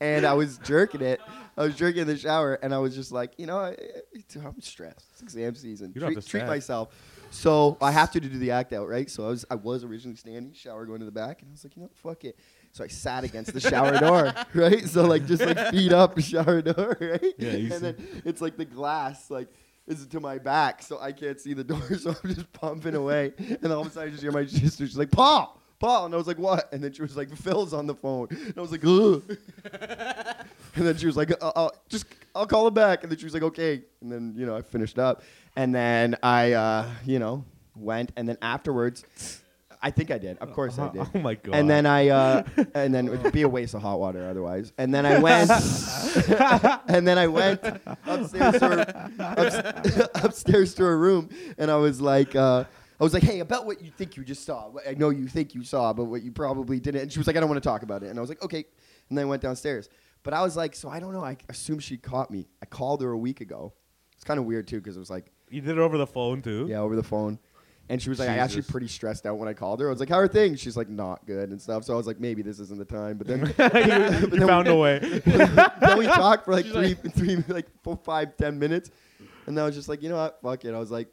Speaker 2: and I was jerking it. I was jerking in the shower, and I was just like, you know, I, I- I'm stressed. It's exam season.
Speaker 3: You don't
Speaker 2: treat,
Speaker 3: have to
Speaker 2: treat
Speaker 3: stand.
Speaker 2: myself. So I have to do the act out, right? So I was I was originally standing, shower going to the back, and I was like, you know, fuck it. So I sat against the shower door, right? So like just like feet up, shower door, right?
Speaker 3: Yeah, you
Speaker 2: and
Speaker 3: see.
Speaker 2: then it's like the glass like is to my back, so I can't see the door, so I'm just pumping away. And all of a sudden, I just hear my sister. She's like, "Paul, Paul," and I was like, "What?" And then she was like, "Phil's on the phone," and I was like, "Ugh." and then she was like, "I'll- "I'll just, I'll call him back." And then she was like, "Okay." And then you know, I finished up, and then I, uh, you know, went, and then afterwards. I think I did. Of course I did.
Speaker 3: Oh my god.
Speaker 2: And then I, uh, and then it'd be a waste of hot water otherwise. And then I went, and then I went upstairs to, her, ups- upstairs to her room, and I was like, uh, I was like, hey, about what you think you just saw. What I know you think you saw, but what you probably didn't. And she was like, I don't want to talk about it. And I was like, okay. And then I went downstairs. But I was like, so I don't know. I assume she caught me. I called her a week ago. It's kind of weird too, because it was like
Speaker 5: uh,
Speaker 3: you did it over the phone too.
Speaker 2: yeah, over the phone. And she was like, I actually
Speaker 3: Jesus.
Speaker 2: pretty stressed out when I called her. I was like, how are things? She's like, not good and stuff. So I was like, maybe this isn't the time. But then,
Speaker 3: you
Speaker 2: then
Speaker 3: found
Speaker 2: we,
Speaker 3: a way.
Speaker 2: then we talked for like three, three, like four, five, ten minutes. And then I was just like, you know what? Fuck it. I was like,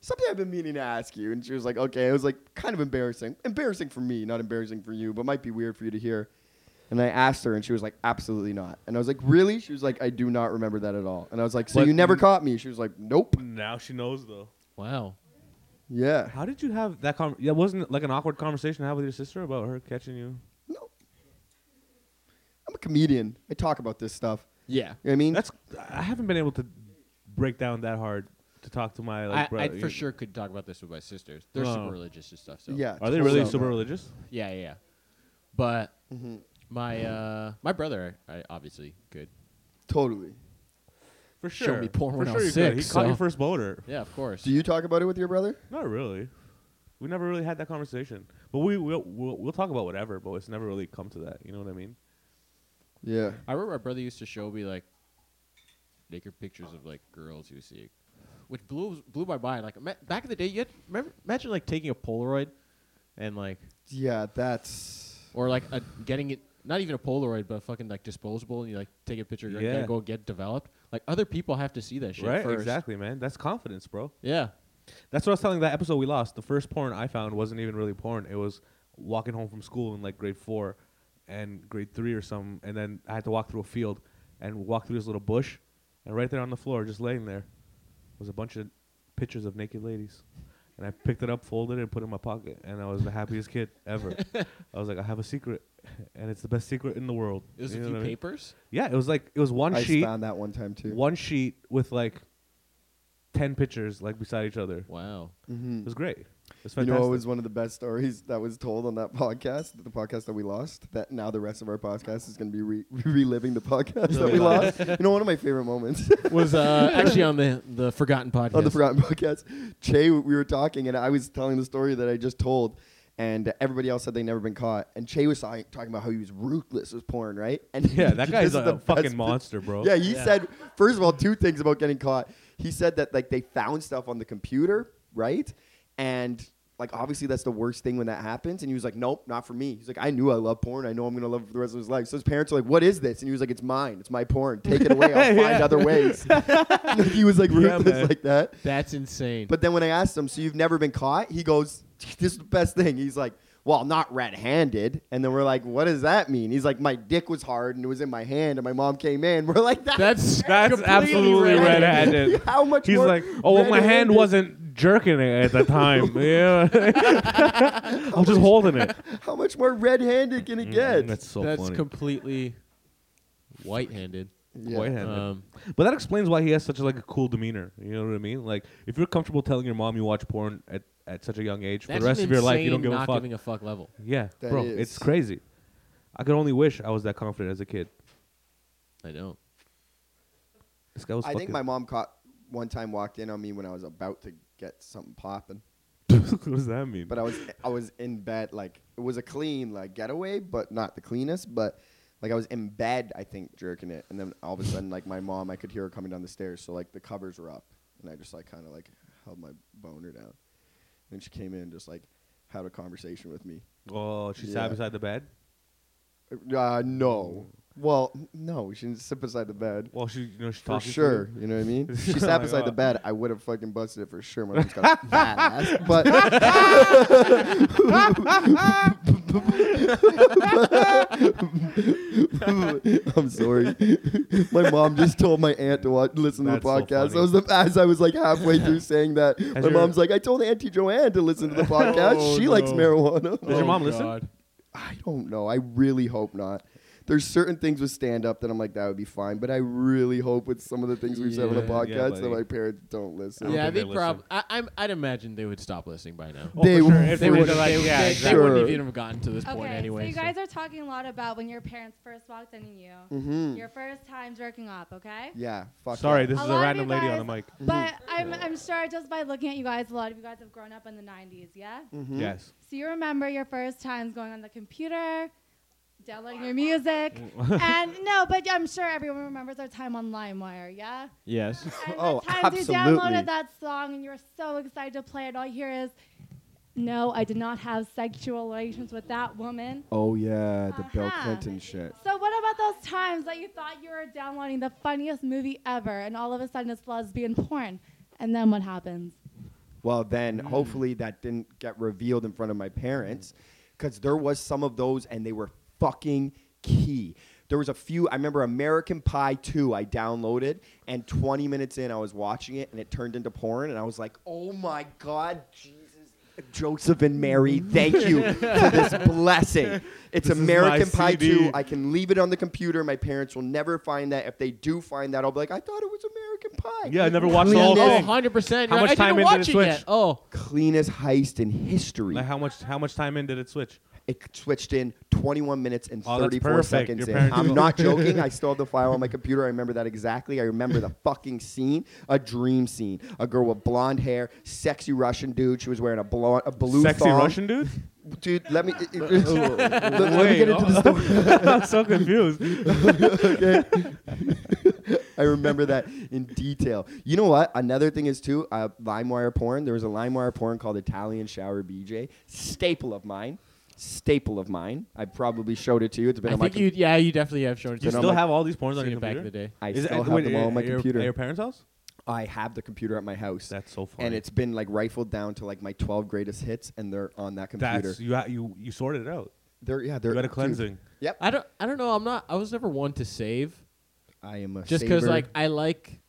Speaker 2: something I've been meaning to ask you. And she was like, okay. It was like kind of embarrassing. Embarrassing for me, not embarrassing for you, but might be weird for you to hear. And I asked her, and she was like, absolutely not. And I was like, really? She was like, I do not remember that at all. And I was like, so
Speaker 3: But
Speaker 2: you never
Speaker 3: you-
Speaker 2: caught me? She was like, nope.
Speaker 3: now she knows though.
Speaker 5: Wow.
Speaker 2: Yeah.
Speaker 3: How did you have that con? Yeah, wasn't it like an awkward conversation to have with your sister about her catching you?
Speaker 2: No. I'm a comedian. I talk about this stuff.
Speaker 5: Yeah.
Speaker 2: You know what I mean?
Speaker 3: That's I haven't been able to break down that hard to talk to my like
Speaker 5: I,
Speaker 3: brother.
Speaker 5: I for sure could talk about this with my sisters. They're
Speaker 3: Oh.
Speaker 5: super religious and stuff. So
Speaker 2: yeah.
Speaker 3: Are they really
Speaker 2: totally.
Speaker 3: super religious?
Speaker 5: yeah, yeah. yeah. But my uh, my brother, I obviously could.
Speaker 2: Totally.
Speaker 3: For
Speaker 5: Showed
Speaker 3: sure.
Speaker 5: me porn
Speaker 3: for
Speaker 5: when I
Speaker 3: sure
Speaker 5: was
Speaker 3: you could. He
Speaker 5: six,
Speaker 3: caught your
Speaker 5: so-
Speaker 3: first boater.
Speaker 5: Yeah, of course.
Speaker 2: Do you talk about it with your brother?
Speaker 3: Not really. We never really had that conversation. But we we'll, we'll we'll talk about whatever. But it's never really come to that. You know what I mean?
Speaker 2: Yeah.
Speaker 5: I remember my brother used to show me like naked pictures of like girls he was seeing, which blew blew my mind. Like ima- back in the day, you had remember, imagine like taking a Polaroid and like
Speaker 2: Yeah, that's.
Speaker 5: or like a, getting it not even a Polaroid but fucking like disposable and you like take a picture and
Speaker 3: Yeah.
Speaker 5: yeah. go get developed. Like other people have to see that shit
Speaker 3: right.
Speaker 5: first.
Speaker 3: Exactly, man. That's confidence, bro.
Speaker 5: Yeah.
Speaker 3: That's what I was telling that episode we lost. The first porn I found wasn't even really porn. It was walking home from school in like grade four and grade three or something. And then I had to walk through a field and walk through this little bush. And right there on the floor, just laying there, was a bunch of pictures of naked ladies. And I picked it up, folded it, and put it in my pocket. And I was the happiest kid ever. I was like, I have a secret. And it's the best secret in the world.
Speaker 5: It was
Speaker 3: You
Speaker 5: a
Speaker 3: know
Speaker 5: few
Speaker 3: what I mean?
Speaker 5: papers.
Speaker 3: Yeah, it was like, it was one
Speaker 2: I
Speaker 3: sheet.
Speaker 2: found that one time too.
Speaker 3: One sheet with like 10 pictures like beside each other.
Speaker 5: Wow.
Speaker 2: Mm-hmm.
Speaker 3: It was great. It was
Speaker 2: You
Speaker 3: fantastic.
Speaker 2: know, it was one of the best stories that was told on that podcast, the podcast that we lost. That now the rest of our podcast is going to be re- reliving the podcast that we lost. You know, one of my favorite moments.
Speaker 5: was uh, actually on the the Forgotten podcast.
Speaker 2: on the Forgotten Podcast. Che, we were talking, and I was telling the story that I just told, and everybody else said they never been caught. And Che was talking talking about how he was ruthless with porn, right? And
Speaker 3: Yeah, that
Speaker 2: this
Speaker 3: guy's
Speaker 2: is
Speaker 3: a,
Speaker 2: the
Speaker 3: a fucking
Speaker 2: best-
Speaker 3: monster, bro.
Speaker 2: Yeah, he said first of all two things about getting caught. He said that like they found stuff on the computer, right? And like obviously that's the worst thing when that happens. And he was like, nope, not for me. He's like, I knew I love porn. I know I'm gonna love it for the rest of his life. So his parents were like, what is this? And he was like, it's mine. It's my porn. Take it away. I'll find
Speaker 3: Yeah.
Speaker 2: other ways. he was like
Speaker 3: Yeah,
Speaker 2: ruthless
Speaker 3: man.
Speaker 2: like that.
Speaker 5: That's insane.
Speaker 2: But then when I asked him, so you've never been caught? He goes, this is the best thing. He's like, well, not red-handed. And then we're like, what does that mean? He's like, my dick was hard and it was in my hand, and my mom came in. We're like, that.
Speaker 5: that's
Speaker 3: That's
Speaker 5: completely
Speaker 3: absolutely
Speaker 5: red-handed.
Speaker 3: red-handed.
Speaker 2: How much?
Speaker 3: He's
Speaker 2: more
Speaker 3: like, oh, well, my hand
Speaker 2: red-handed?"
Speaker 3: wasn't jerking it at the time. yeah, I'm just holding it.
Speaker 2: How much more red-handed can it get?
Speaker 3: Mm, That's so
Speaker 5: That's
Speaker 3: funny.
Speaker 5: completely white-handed.
Speaker 2: Yeah.
Speaker 3: White-handed.
Speaker 5: Um,
Speaker 3: but that explains why he has such like a cool demeanor. You know what I mean? Like, if you're comfortable telling your mom you watch porn at, at such a young age for
Speaker 5: that's
Speaker 3: the rest
Speaker 5: an
Speaker 3: of your life, you don't
Speaker 5: insane
Speaker 3: give
Speaker 5: not
Speaker 3: a fuck.
Speaker 5: giving a fuck level.
Speaker 3: yeah,
Speaker 2: That
Speaker 3: bro,
Speaker 2: is.
Speaker 3: it's crazy. I could only wish I was that confident as a kid.
Speaker 5: I don't.
Speaker 3: This guy was.
Speaker 2: I think
Speaker 3: fucking-
Speaker 2: my mom caught one time walked in on me when I was about to get something popping.
Speaker 3: what does that mean?
Speaker 2: but I was I was in bed like it was a clean like getaway, but not the cleanest. But like I was in bed, I think jerking it, and then all of a sudden like my mom, I could hear her coming down the stairs. So like the covers were up, and I just like kind of like held my boner down, and she came in and just like had a conversation with me.
Speaker 3: oh, she
Speaker 2: Yeah.
Speaker 3: sat beside the bed.
Speaker 2: Uh, no, well no, she didn't sit beside the bed.
Speaker 3: Well, she, you know, she's
Speaker 2: For
Speaker 3: talking to
Speaker 2: sure,
Speaker 3: you.
Speaker 2: you know what I mean. If She
Speaker 3: Oh
Speaker 2: sat
Speaker 3: my
Speaker 2: beside the
Speaker 3: God.
Speaker 2: bed. I would have fucking busted it for sure. My mom's got a fat ass, but I'm sorry. my mom just told my aunt to watch, listen to
Speaker 3: That's so
Speaker 2: the podcast.
Speaker 3: funny.
Speaker 2: I was the, as I was like halfway through saying that,
Speaker 3: Has
Speaker 2: my
Speaker 3: your-
Speaker 2: mom's like, I told Auntie Joanne to listen to the podcast.
Speaker 3: Oh,
Speaker 2: she likes
Speaker 3: no.
Speaker 2: marijuana.
Speaker 3: Does your mom listen?
Speaker 2: I don't know. I really hope not. There's certain things with stand up that I'm like that would be fine, but I really hope with some of the things we've said on the
Speaker 3: Yeah, yeah,
Speaker 2: podcast that
Speaker 3: buddy.
Speaker 2: my parents don't listen.
Speaker 3: don't
Speaker 5: yeah,
Speaker 3: think
Speaker 5: they
Speaker 3: they listen.
Speaker 5: probably. I'm. I'd imagine they would stop listening by now.
Speaker 3: Oh, for sure. If
Speaker 5: They
Speaker 3: we're
Speaker 5: would.
Speaker 3: just like,
Speaker 5: they,
Speaker 3: yeah,
Speaker 5: they,
Speaker 3: exactly.
Speaker 5: they wouldn't
Speaker 2: Sure.
Speaker 5: have even gotten to this point
Speaker 6: Okay,
Speaker 5: anyway.
Speaker 6: so you
Speaker 5: so-
Speaker 6: guys are talking a lot about when your parents first walked in on you,
Speaker 2: Mhm.
Speaker 6: your first times jerking off, okay?
Speaker 2: Yeah, fuck.
Speaker 3: Sorry,
Speaker 2: yeah.
Speaker 3: this
Speaker 6: A
Speaker 3: is
Speaker 6: lot
Speaker 3: a
Speaker 6: of
Speaker 3: random
Speaker 6: you
Speaker 3: lady on
Speaker 6: guys-
Speaker 3: the mic.
Speaker 2: Mm-hmm.
Speaker 6: But I'm, I'm sure just by looking at you guys, a lot of you guys have grown up in the 90s, yeah?
Speaker 2: Mhm.
Speaker 3: Yes.
Speaker 6: So you remember your first times going on the computer, downloading your music,
Speaker 2: Mm.
Speaker 6: and no, but I'm sure everyone remembers their time on LimeWire, yeah?
Speaker 5: yes.
Speaker 6: And
Speaker 2: Oh,
Speaker 6: the times
Speaker 2: absolutely.
Speaker 6: you downloaded that song and you were so excited to play it, all you hear is, no, I did not have sexual relations with that woman.
Speaker 2: Oh yeah, the Bill
Speaker 6: Uh-huh.
Speaker 2: Clinton shit.
Speaker 6: So what about those times that you thought you were downloading the funniest movie ever and all of a sudden it's lesbian porn? And then what happens?
Speaker 2: Well,
Speaker 3: Hmm.
Speaker 2: then hopefully that didn't get revealed in front of my parents because there was some of those and they were fucking key. There was a few, I remember American Pie 2 I downloaded and 20 minutes in I was watching it and it turned into porn and I was like, oh my God, Jesus. Joseph and Mary, thank you for this blessing. It's
Speaker 3: Hmm. This is my
Speaker 2: American Pie
Speaker 3: CD.
Speaker 2: 2. I can leave it on the computer. My parents will never find that. If they do find that, I'll be like, I thought it was American Pie.
Speaker 3: Yeah, I never watched the
Speaker 2: Clean
Speaker 3: whole
Speaker 2: as-
Speaker 5: Oh,
Speaker 3: thing.
Speaker 5: 100%.
Speaker 3: How
Speaker 5: You're
Speaker 3: much
Speaker 5: like, I
Speaker 3: time
Speaker 5: didn't
Speaker 3: in
Speaker 5: watch
Speaker 3: did it
Speaker 5: it
Speaker 3: switch?
Speaker 5: yet. Oh.
Speaker 2: Cleanest heist in history.
Speaker 3: Like how much? How much time in did it switch?
Speaker 2: It switched in 21 minutes and
Speaker 3: Oh, that's
Speaker 2: 34
Speaker 3: perfect.
Speaker 2: seconds
Speaker 3: Your
Speaker 2: in.
Speaker 3: parents
Speaker 2: I'm
Speaker 3: will-
Speaker 2: not joking. I still have the file on my computer. I remember that exactly. I remember the fucking scene, a dream scene. A girl with blonde hair, sexy Russian dude. She was wearing a, blonde, a blue
Speaker 3: Sexy
Speaker 2: thong.
Speaker 3: Russian dude.
Speaker 2: Dude, let me, let, let me
Speaker 3: Wait,
Speaker 2: get into the story.
Speaker 3: I'm so confused.
Speaker 2: I remember that in detail. You know what? Another thing is too, uh, LimeWire porn. There was a LimeWire porn called Italian Shower BJ. Staple of mine. Staple of mine. I probably showed it to you. It's been
Speaker 5: I
Speaker 2: on my
Speaker 5: think you, yeah, you definitely have shown it
Speaker 3: You
Speaker 5: to
Speaker 2: Then I'm
Speaker 3: still
Speaker 2: like-
Speaker 3: have all these porns on
Speaker 5: seen
Speaker 3: your
Speaker 5: it back
Speaker 3: computer?
Speaker 5: in the day.
Speaker 2: I
Speaker 3: Is it-
Speaker 2: still have
Speaker 3: wait,
Speaker 2: them all on my
Speaker 3: at your-
Speaker 2: computer.
Speaker 3: At your parents' house?
Speaker 2: I have the computer at my house.
Speaker 3: That's so funny.
Speaker 2: and it's been like rifled down to like my 12 greatest hits, and they're on that computer.
Speaker 3: that's you. ha- You you sorted it out.
Speaker 2: they're yeah, they're
Speaker 3: You had a
Speaker 2: dude,
Speaker 3: cleansing.
Speaker 2: yep.
Speaker 5: I don't, I don't know. I'm not, I was never one to save.
Speaker 2: I am a
Speaker 5: Just because,
Speaker 2: saver.
Speaker 5: like, I like,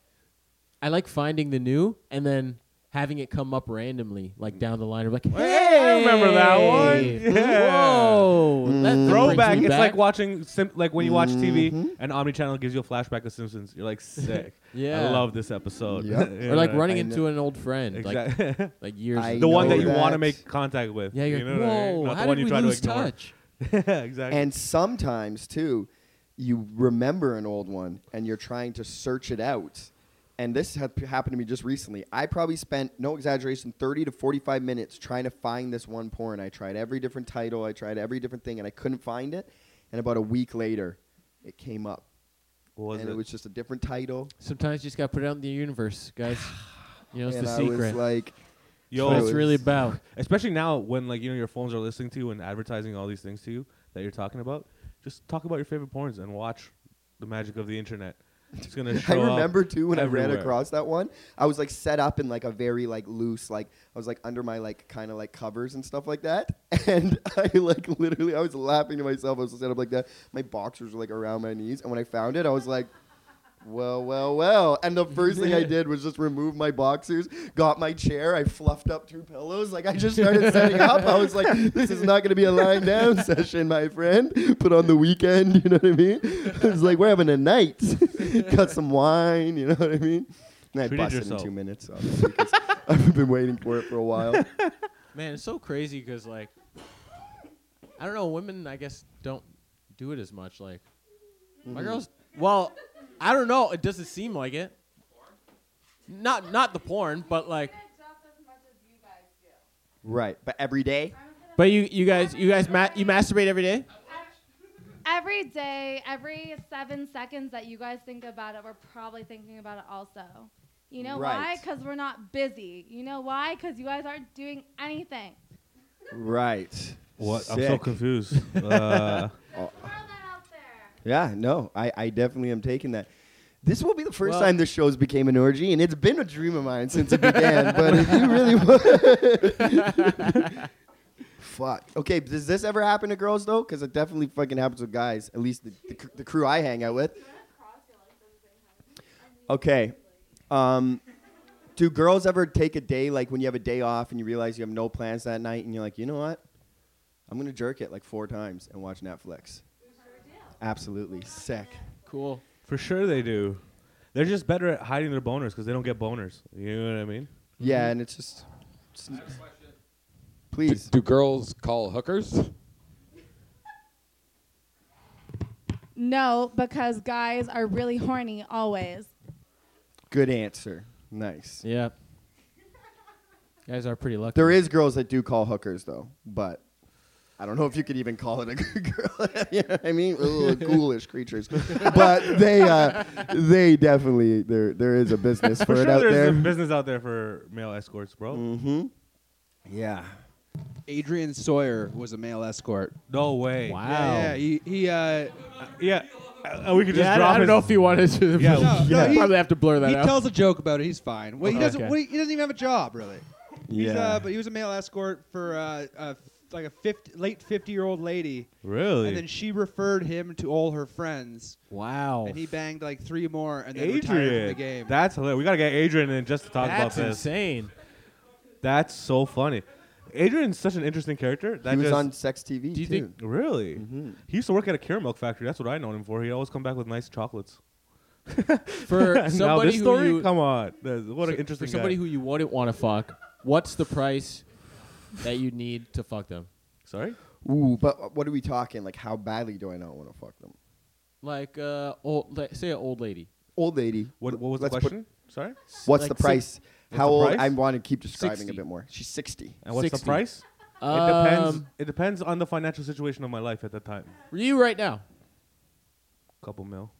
Speaker 5: I like finding the new and then having it come up randomly, like down the line. I'm like,
Speaker 3: Hey, I remember that one.
Speaker 5: hey,
Speaker 3: Yeah.
Speaker 5: Whoa. that- that brings
Speaker 3: Throwback.
Speaker 5: me
Speaker 3: It's like
Speaker 5: back.
Speaker 3: watching sim- like when you watch
Speaker 2: Mm-hmm.
Speaker 3: TV and Omnichannel gives you a flashback of Simpsons. You're like sick.
Speaker 5: Yeah.
Speaker 3: I love this episode.
Speaker 2: Yep.
Speaker 5: Or like
Speaker 3: Yeah.
Speaker 5: running
Speaker 2: I
Speaker 5: into an old friend, like
Speaker 3: Exactly.
Speaker 5: like years.
Speaker 2: I
Speaker 5: ago.
Speaker 3: the one that
Speaker 2: know
Speaker 3: you want
Speaker 2: that.
Speaker 3: to make contact with.
Speaker 5: Yeah, you're
Speaker 3: you
Speaker 5: like,
Speaker 3: know what I mean?
Speaker 5: whoa.
Speaker 3: Not
Speaker 5: How
Speaker 3: the one
Speaker 5: did
Speaker 3: you
Speaker 5: we
Speaker 3: try to
Speaker 5: lose
Speaker 3: ignore.
Speaker 5: touch?
Speaker 3: yeah, exactly.
Speaker 2: And sometimes too, you remember an old one and you're trying to search it out. And this had happened to me just recently. I probably spent, no exaggeration, 30 to 45 minutes trying to find this one porn. I tried every different title, I tried every different thing, and I couldn't find it. And about a week later, it came up.
Speaker 3: what was
Speaker 2: and
Speaker 3: it?
Speaker 2: it was just a different title.
Speaker 5: Sometimes you just got to put it out in the universe, guys. You know, it's
Speaker 2: and
Speaker 5: the
Speaker 2: I was
Speaker 5: secret.
Speaker 2: like,
Speaker 5: That's what
Speaker 3: Yo,
Speaker 5: it's really about.
Speaker 3: especially now when like you know your phones are listening to you and advertising all these things to you that you're talking about. Just talk about your favorite porns and watch the magic of the internet. It's gonna.
Speaker 2: I
Speaker 3: show up
Speaker 2: remember too when I ran
Speaker 3: everywhere.
Speaker 2: across that one. I was like set up in like a very like loose like I was like under my like kind of like covers and stuff like that. And I like literally I was laughing to myself. I was set up like that. My boxers were like around my knees, and when I found it, I was like. Well, well, well. And the first thing I did was just remove my boxers, got my chair, I fluffed up two pillows. Like, I just started setting up. I was like, this is not going to be a lying down session, my friend. Put on the weekend, you know what I mean? I was like, we're having a night. got some wine, you know what I mean? And I
Speaker 3: Treated
Speaker 2: busted
Speaker 3: yourself.
Speaker 2: in two minutes, obviously, 'cause I've been waiting for it for a while.
Speaker 5: Man, it's so crazy because like, I don't know, women I guess don't do it as much. Like, my
Speaker 7: Mm-hmm.
Speaker 5: girls. Well, I don't know. It doesn't seem like it. Not not the porn, but like,
Speaker 2: Right. But every day?
Speaker 5: but you you guys you guys ma- you masturbate every day.
Speaker 6: Every day, every seven seconds that you guys think about it, we're probably thinking about it also. You know why?
Speaker 2: Right.
Speaker 6: Because we're not busy. You know why? Because you guys aren't doing anything.
Speaker 2: Right.
Speaker 3: What? I'm so
Speaker 2: Sick.
Speaker 3: confused. Uh,
Speaker 6: Throw that out there.
Speaker 2: Yeah, no, I, I definitely am taking that. This will be the first
Speaker 5: Well-
Speaker 2: time this show's became an orgy, and it's been a dream of mine since it began. but if you really wa- fuck. Okay, does this ever happen to girls though? Because it definitely fucking happens with guys. At least the, the, cr- the crew I hang out with. Okay, um, do girls ever take a day like when you have a day off and you realize you have no plans that night, and you're like, you know what? I'm gonna jerk it like four times and watch Netflix. Absolutely sick.
Speaker 5: Cool.
Speaker 3: For sure they do. They're just better at hiding their boners because they don't get boners. You know what I mean?
Speaker 2: Yeah,
Speaker 3: Mm-hmm.
Speaker 2: and it's just. it's- please.
Speaker 4: Do girls call hookers?
Speaker 6: No, because guys are really horny always.
Speaker 2: Good answer. Nice.
Speaker 5: Yeah. Guys are pretty lucky.
Speaker 2: There is girls that do call hookers though, but I don't know if you could even call it a good girl. you know what I mean? Ugh, ghoulish creatures. But they uh, they definitely there there is a business for,
Speaker 3: For
Speaker 2: it
Speaker 3: sure
Speaker 2: out
Speaker 3: there's
Speaker 2: there.
Speaker 3: a business out there for male escorts, bro.
Speaker 2: mm-hmm. Yeah.
Speaker 7: Adrian Sawyer was a male escort.
Speaker 3: No way.
Speaker 5: Wow.
Speaker 7: Yeah, yeah, he, he uh,
Speaker 3: Yeah. Uh, we could just
Speaker 5: Yeah,
Speaker 3: drop
Speaker 5: I, don't- I don't
Speaker 3: his-
Speaker 5: know if he wanted to.
Speaker 3: Yeah,
Speaker 5: but
Speaker 3: No,
Speaker 7: no,
Speaker 5: I'd
Speaker 7: he-
Speaker 5: probably have to blur that
Speaker 7: he
Speaker 5: out.
Speaker 7: tells a joke about it. He's fine. Well, he
Speaker 5: Okay.
Speaker 7: doesn't. Well, he, he doesn't even have a job really. He's,
Speaker 2: Yeah.
Speaker 7: uh, but he was a male escort for uh, uh, like a 50, late fifty-year-old lady,
Speaker 3: Really?
Speaker 7: and then she referred him to all her friends,
Speaker 5: wow.
Speaker 7: and he banged like three more, and then retired from
Speaker 3: Adrian.
Speaker 7: the game.
Speaker 3: That's hilarious. We gotta get Adrian in just to talk
Speaker 5: That's
Speaker 3: about this.
Speaker 5: insane.
Speaker 3: That's so funny. Adrian's such an interesting character. That
Speaker 2: he was
Speaker 3: just,
Speaker 2: on Mm-hmm. Sex TV
Speaker 5: Do
Speaker 2: too.
Speaker 5: you think-
Speaker 3: Really? He used to work at a Keurig milk factory. That's what I known him for. He'd always come back with nice chocolates.
Speaker 5: For somebody
Speaker 3: now this
Speaker 5: who
Speaker 3: story,
Speaker 5: you,
Speaker 3: come on, That's- what
Speaker 5: so-
Speaker 3: an interesting
Speaker 5: for somebody
Speaker 3: guy.
Speaker 5: who you wouldn't want to fuck, what's the price that you need to fuck them?
Speaker 3: Sorry,
Speaker 2: Ooh, but what are we talking? Like, how badly do I not want to fuck them?
Speaker 5: Like uh, old, like, say an old lady.
Speaker 2: Old lady.
Speaker 3: what, what was
Speaker 2: Let's
Speaker 3: the
Speaker 2: put-
Speaker 3: question? Sorry,
Speaker 2: what's the
Speaker 5: Like six-
Speaker 2: price? how
Speaker 3: the
Speaker 2: old?
Speaker 3: price?
Speaker 2: I want to keep describing
Speaker 5: 60.
Speaker 2: a bit more. She's sixty.
Speaker 3: and what's the
Speaker 5: 60.
Speaker 3: price? it depends. It depends on the financial situation of my life at that time.
Speaker 5: Um, You right now.
Speaker 3: Couple mil.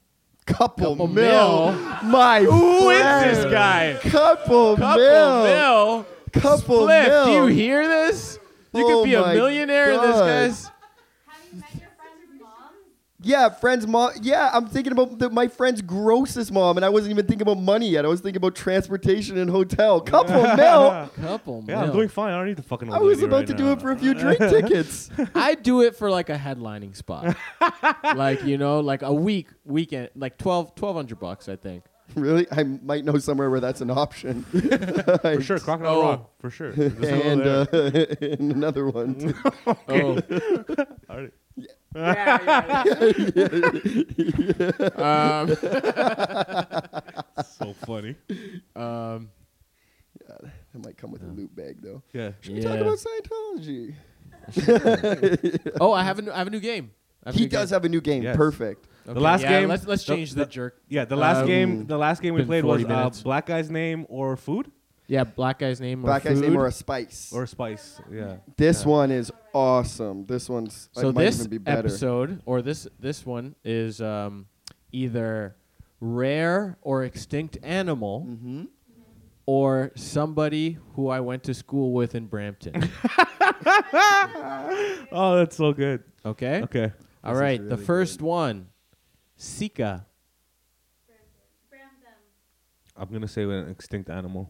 Speaker 2: Couple,
Speaker 5: Couple
Speaker 2: mil.
Speaker 5: mil.
Speaker 2: My
Speaker 5: Who is
Speaker 2: friend.
Speaker 5: this guy?
Speaker 2: Couple,
Speaker 5: Couple
Speaker 2: mil.
Speaker 5: mil.
Speaker 2: Couple
Speaker 5: Cliff,
Speaker 2: mil.
Speaker 5: do you hear this? You
Speaker 2: Oh
Speaker 5: could be a
Speaker 2: my
Speaker 5: millionaire in
Speaker 2: God.
Speaker 5: this, guys.
Speaker 6: Have you met your friend's mom?
Speaker 2: Yeah, friend's mom. Yeah, I'm thinking about the, my friend's grossest mom, and I wasn't even thinking about money yet. I was thinking about transportation and hotel. Couple mil.
Speaker 5: Couple
Speaker 3: Yeah, I'm
Speaker 5: mil.
Speaker 3: doing fine. I don't need the fucking.
Speaker 2: I
Speaker 3: Old
Speaker 2: was
Speaker 3: lady
Speaker 2: about
Speaker 3: right
Speaker 2: to do
Speaker 3: now.
Speaker 2: it for a few drink tickets.
Speaker 5: I'd do it for like a headlining spot. like, you know, like a week, weekend, like 12, 1200 bucks, I think.
Speaker 2: really? I might know somewhere where that's an option.
Speaker 3: for sure. Crocodile
Speaker 5: Oh.
Speaker 3: Rock for sure. Just go
Speaker 2: and,
Speaker 3: there.
Speaker 2: uh, and another one. too.
Speaker 5: Oh.
Speaker 3: uh, All right.
Speaker 5: um,
Speaker 3: so funny.
Speaker 5: um,
Speaker 2: That might come with a loot bag, though.
Speaker 3: Yeah.
Speaker 2: Should we talk
Speaker 5: Yeah.
Speaker 2: about Scientology?
Speaker 5: oh, I have a new, I have a new game. I have a
Speaker 2: He
Speaker 5: new
Speaker 2: does
Speaker 5: game.
Speaker 2: have a new game.
Speaker 3: Yes.
Speaker 2: Perfect.
Speaker 5: have
Speaker 3: The last game-
Speaker 5: Let's, let's
Speaker 3: the-
Speaker 5: change the,
Speaker 3: the-
Speaker 5: jerk.
Speaker 3: Yeah, the last
Speaker 5: Um,
Speaker 3: game. The last game we
Speaker 5: been
Speaker 3: played was
Speaker 5: 40
Speaker 3: uh,
Speaker 5: minutes.
Speaker 3: black guy's name or food
Speaker 5: Yeah, black guy's name.
Speaker 2: Black
Speaker 5: or
Speaker 2: guy's name
Speaker 5: food.
Speaker 2: or a spice.
Speaker 3: or spice. Yeah.
Speaker 2: this one is awesome. This one's it
Speaker 5: So
Speaker 2: might
Speaker 5: this
Speaker 2: even be better.
Speaker 5: episode or this this one is um, either rare or extinct animal
Speaker 2: Mm-hmm.
Speaker 5: or somebody who I went to school with in Brampton.
Speaker 3: Oh, that's so good.
Speaker 5: Okay.
Speaker 3: Okay.
Speaker 5: All right. the first one, Sika.
Speaker 3: I'm gonna say with an extinct animal.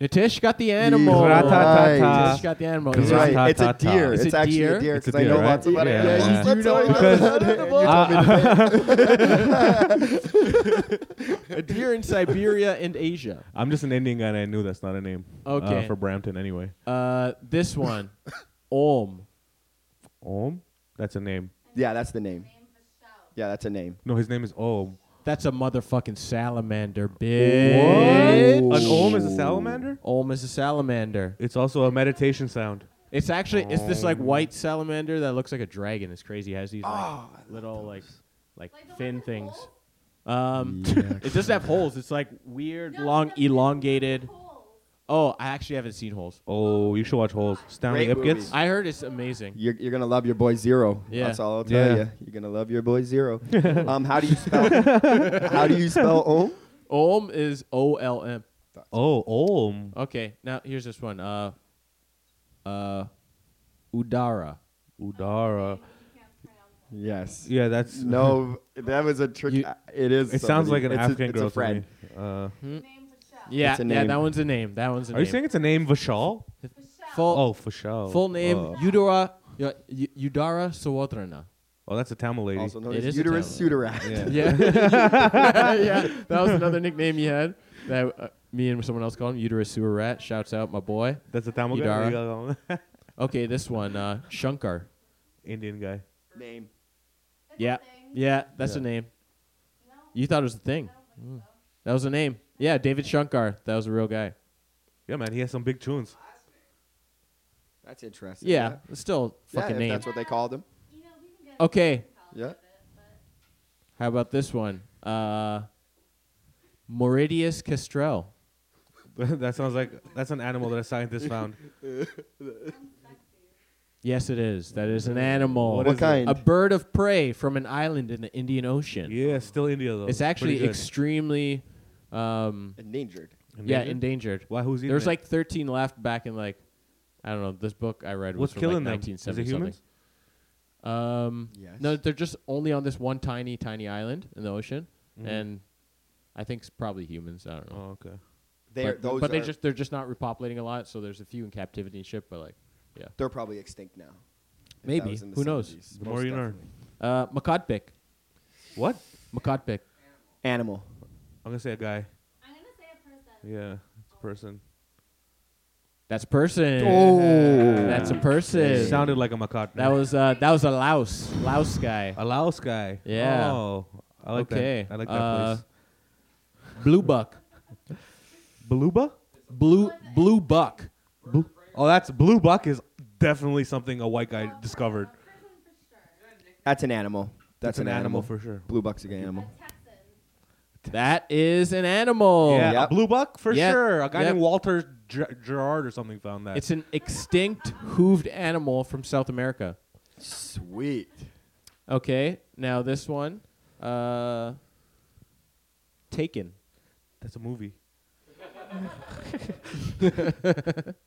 Speaker 5: Natish got the animal.
Speaker 2: Right.
Speaker 5: Nitish got the animal.
Speaker 2: It's,
Speaker 3: It's right.
Speaker 2: right. it's a
Speaker 3: Ta, ta, ta.
Speaker 2: deer.
Speaker 5: It's
Speaker 2: It's,
Speaker 5: a
Speaker 2: actually
Speaker 5: deer?
Speaker 2: a deer
Speaker 3: It's a
Speaker 2: because I
Speaker 3: dear,
Speaker 2: know
Speaker 3: right?
Speaker 2: lots about it.
Speaker 3: Yeah.
Speaker 2: Yeah,
Speaker 3: Yeah.
Speaker 2: you- that's how I know
Speaker 3: Because-
Speaker 2: about it.
Speaker 5: Uh, a deer in Siberia and Asia.
Speaker 3: I'm just an Indian guy, and I knew that's not a name.
Speaker 5: Okay.
Speaker 3: Uh, for Brampton, anyway.
Speaker 5: Uh, this one, Om.
Speaker 3: Om. That's a name.
Speaker 2: Yeah, that's the name. Yeah, that's a name.
Speaker 3: No, his name is Om.
Speaker 5: That's a motherfucking salamander,
Speaker 3: An
Speaker 5: bitch.
Speaker 3: Om is a salamander.
Speaker 5: Om is a salamander.
Speaker 3: It's also a meditation sound.
Speaker 5: It's actually it's this like white salamander that looks like a dragon. It's crazy. It has these like,
Speaker 3: Ah,
Speaker 5: little like like fin things. Um, it doesn't have holes. It's like weird, long, elongated. Oh, I actually haven't seen holes.
Speaker 3: Oh, you should watch Holes. Stanley
Speaker 2: Great
Speaker 3: Ipkiss.
Speaker 5: I heard it's amazing.
Speaker 2: You're, you're gonna love your boy Zero.
Speaker 5: Yeah.
Speaker 2: That's all I'll tell
Speaker 3: Yeah.
Speaker 2: you. You're gonna love your boy Zero. um, how do you spell? how do you spell Om?
Speaker 5: Om is O L M.
Speaker 3: Oh, Om.
Speaker 5: Okay, now here's this one. Uh, uh, Udara.
Speaker 3: Udara.
Speaker 2: Yes.
Speaker 3: Yeah, that's
Speaker 2: No, that was a trick.
Speaker 5: You-
Speaker 2: it is.
Speaker 3: It sounds like
Speaker 2: somebody.
Speaker 3: an
Speaker 2: It's a-
Speaker 3: African
Speaker 2: it's
Speaker 3: girl
Speaker 2: a friend.
Speaker 3: to me. Uh,
Speaker 5: Yeah,
Speaker 2: It's a
Speaker 5: yeah,
Speaker 2: name.
Speaker 5: that one's a name. That one's a
Speaker 3: are
Speaker 5: name.
Speaker 3: you saying it's a name Vishal?
Speaker 5: full
Speaker 3: Oh, for sure.
Speaker 5: full name?
Speaker 3: Oh.
Speaker 5: Udara Udara Y- Udara Sawadrana.
Speaker 3: Oh, that's a Tamil lady.
Speaker 2: Also known
Speaker 5: It
Speaker 2: as
Speaker 5: is a
Speaker 2: uterus sudorat.
Speaker 3: Yeah.
Speaker 5: Yeah, yeah, that was another nickname he had. That uh, me and someone else called him Udara Sewer Rat. Shouts out my boy.
Speaker 3: That's a Tamil guy.
Speaker 5: Okay, this one uh, Shankar.
Speaker 3: Indian guy.
Speaker 2: Name.
Speaker 5: Yeah. Yeah, that's the name. You thought it was the thing. Mm. That was the name. Yeah, David Shankar. That was a real guy.
Speaker 3: Yeah, man, he has some big tunes.
Speaker 2: That's interesting.
Speaker 5: Yeah, it's still a
Speaker 2: Yeah,
Speaker 5: fucking
Speaker 2: if
Speaker 5: name.
Speaker 2: That's what they called him.
Speaker 5: Okay,
Speaker 2: Yeah.
Speaker 5: how about this one? Uh, Mauritius Castrell.
Speaker 3: that sounds like that's an animal that a scientist found.
Speaker 5: Yes, it is. That is an animal.
Speaker 2: What, kind?
Speaker 5: A bird of prey from an island in the Indian Ocean.
Speaker 3: Yeah, still India though.
Speaker 5: It's
Speaker 3: Pretty
Speaker 5: actually
Speaker 3: good.
Speaker 5: extremely, um,
Speaker 2: Endangered.
Speaker 5: yeah,
Speaker 3: Endangered?
Speaker 5: endangered.
Speaker 3: Why? Who's eating
Speaker 5: There's
Speaker 3: it?
Speaker 5: like 13 left back in like, I don't know. This book I read
Speaker 3: what's
Speaker 5: was
Speaker 3: killing
Speaker 5: from like
Speaker 3: them?
Speaker 5: 1970
Speaker 3: Is it humans?
Speaker 5: something. Um,
Speaker 2: Yes.
Speaker 5: No, they're just only on this one tiny, tiny island in the ocean,
Speaker 3: Mhm.
Speaker 5: and I think it's probably humans. I don't know.
Speaker 3: Oh, okay.
Speaker 2: They're,
Speaker 5: but
Speaker 2: those
Speaker 5: but they
Speaker 2: are-
Speaker 5: just they're just not repopulating a lot. So there's a few in captivity and shit. But like, yeah,
Speaker 2: they're probably extinct now. If that
Speaker 5: Maybe.
Speaker 2: was in the
Speaker 5: Who knows?
Speaker 2: 70s,
Speaker 3: The
Speaker 2: most
Speaker 3: more you
Speaker 2: definitely.
Speaker 3: learn.
Speaker 5: uh, Makatpik.
Speaker 3: What?
Speaker 5: Makatpik.
Speaker 2: Animal.
Speaker 3: I'm gonna say a guy. Yeah, it's a person.
Speaker 5: That's a person.
Speaker 2: Oh,
Speaker 5: That's a person.
Speaker 3: Oh. It sounded like a macaque.
Speaker 5: that was uh, that was a louse louse guy.
Speaker 3: a Laos guy.
Speaker 5: Yeah.
Speaker 3: Oh, I like
Speaker 5: Okay,
Speaker 3: that. I like that
Speaker 5: uh,
Speaker 3: place.
Speaker 5: Blue buck.
Speaker 3: Beluba?
Speaker 5: Blue blue buck.
Speaker 3: Oh, that's blue buck is definitely something a white guy discovered.
Speaker 2: That's an animal. That's
Speaker 3: It's an animal for sure.
Speaker 2: Blue buck's an animal.
Speaker 5: That is an animal.
Speaker 3: yeah,
Speaker 2: Yep.
Speaker 3: a blue buck for
Speaker 5: Oh, Yep.
Speaker 3: sure. A guy
Speaker 5: Yep.
Speaker 3: named Walter Ger- Gerard or something found that.
Speaker 5: It's an extinct hooved animal from South America.
Speaker 2: Sweet.
Speaker 5: Okay, now this one, uh, Taken.
Speaker 3: that's a movie.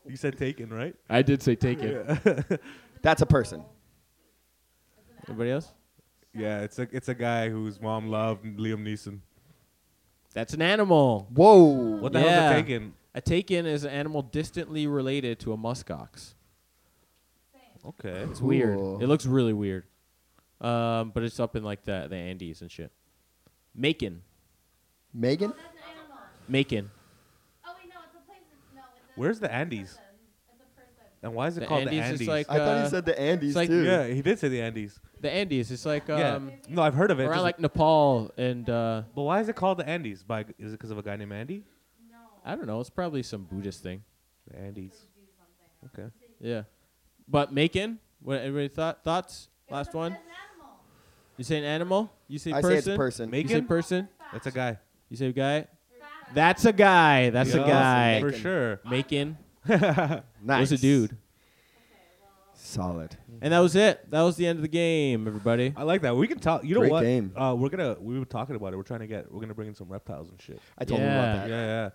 Speaker 3: you said Taken, right?
Speaker 5: I did say Taken.
Speaker 2: That's a person.
Speaker 5: Everybody else?
Speaker 3: Yeah, it's a it's a guy whose mom loved Liam Neeson.
Speaker 5: That's an animal.
Speaker 2: Whoa.
Speaker 3: What the hell
Speaker 5: Yeah.
Speaker 3: hell's a Taken?
Speaker 5: A taken is an animal distantly related to a muskox.
Speaker 3: Okay.
Speaker 5: It's weird.
Speaker 2: Cool.
Speaker 5: It looks really weird. Um, but it's up in like the, the Andes and shit. Macon.
Speaker 2: Megan?
Speaker 5: Macon.
Speaker 3: Oh, Where's the Andes? And why is it
Speaker 5: The
Speaker 3: called
Speaker 5: Andes
Speaker 3: the
Speaker 5: is
Speaker 3: Andes?
Speaker 5: like-
Speaker 2: I thought
Speaker 5: Uh,
Speaker 2: he said the Andes
Speaker 5: it's like-
Speaker 2: too.
Speaker 3: yeah, he did say the Andes.
Speaker 5: The Andes. It's like
Speaker 3: Yeah.
Speaker 5: um,
Speaker 3: no, I've heard of it.
Speaker 5: around
Speaker 3: just-
Speaker 5: like Nepal and uh,
Speaker 3: but why is it called the Andes? By is it because of a guy named Andy?
Speaker 5: I don't know. It's probably some Buddhist thing.
Speaker 3: The Andes. Okay.
Speaker 5: Yeah. But Macon. What everybody thought thoughts? Last one. You say an animal. You say
Speaker 2: I
Speaker 5: person.
Speaker 2: say it's a person.
Speaker 5: You say
Speaker 3: Macon?
Speaker 5: person.
Speaker 3: That's a guy.
Speaker 5: You say guy. That's a guy. That's
Speaker 3: Yeah.
Speaker 5: a guy.
Speaker 3: for sure.
Speaker 5: Macon
Speaker 2: Nice.
Speaker 5: was a dude.
Speaker 2: Solid.
Speaker 5: And that was it. That was the end of the game, everybody.
Speaker 3: I like that. We can talk. You know
Speaker 2: Great
Speaker 3: what?
Speaker 2: game.
Speaker 3: Uh, we're gonna. We were talking about it. We're trying to get. We're gonna bring in some reptiles and shit.
Speaker 2: I told him
Speaker 5: Yeah.
Speaker 2: about
Speaker 3: Yeah,
Speaker 2: that.
Speaker 3: yeah, yeah.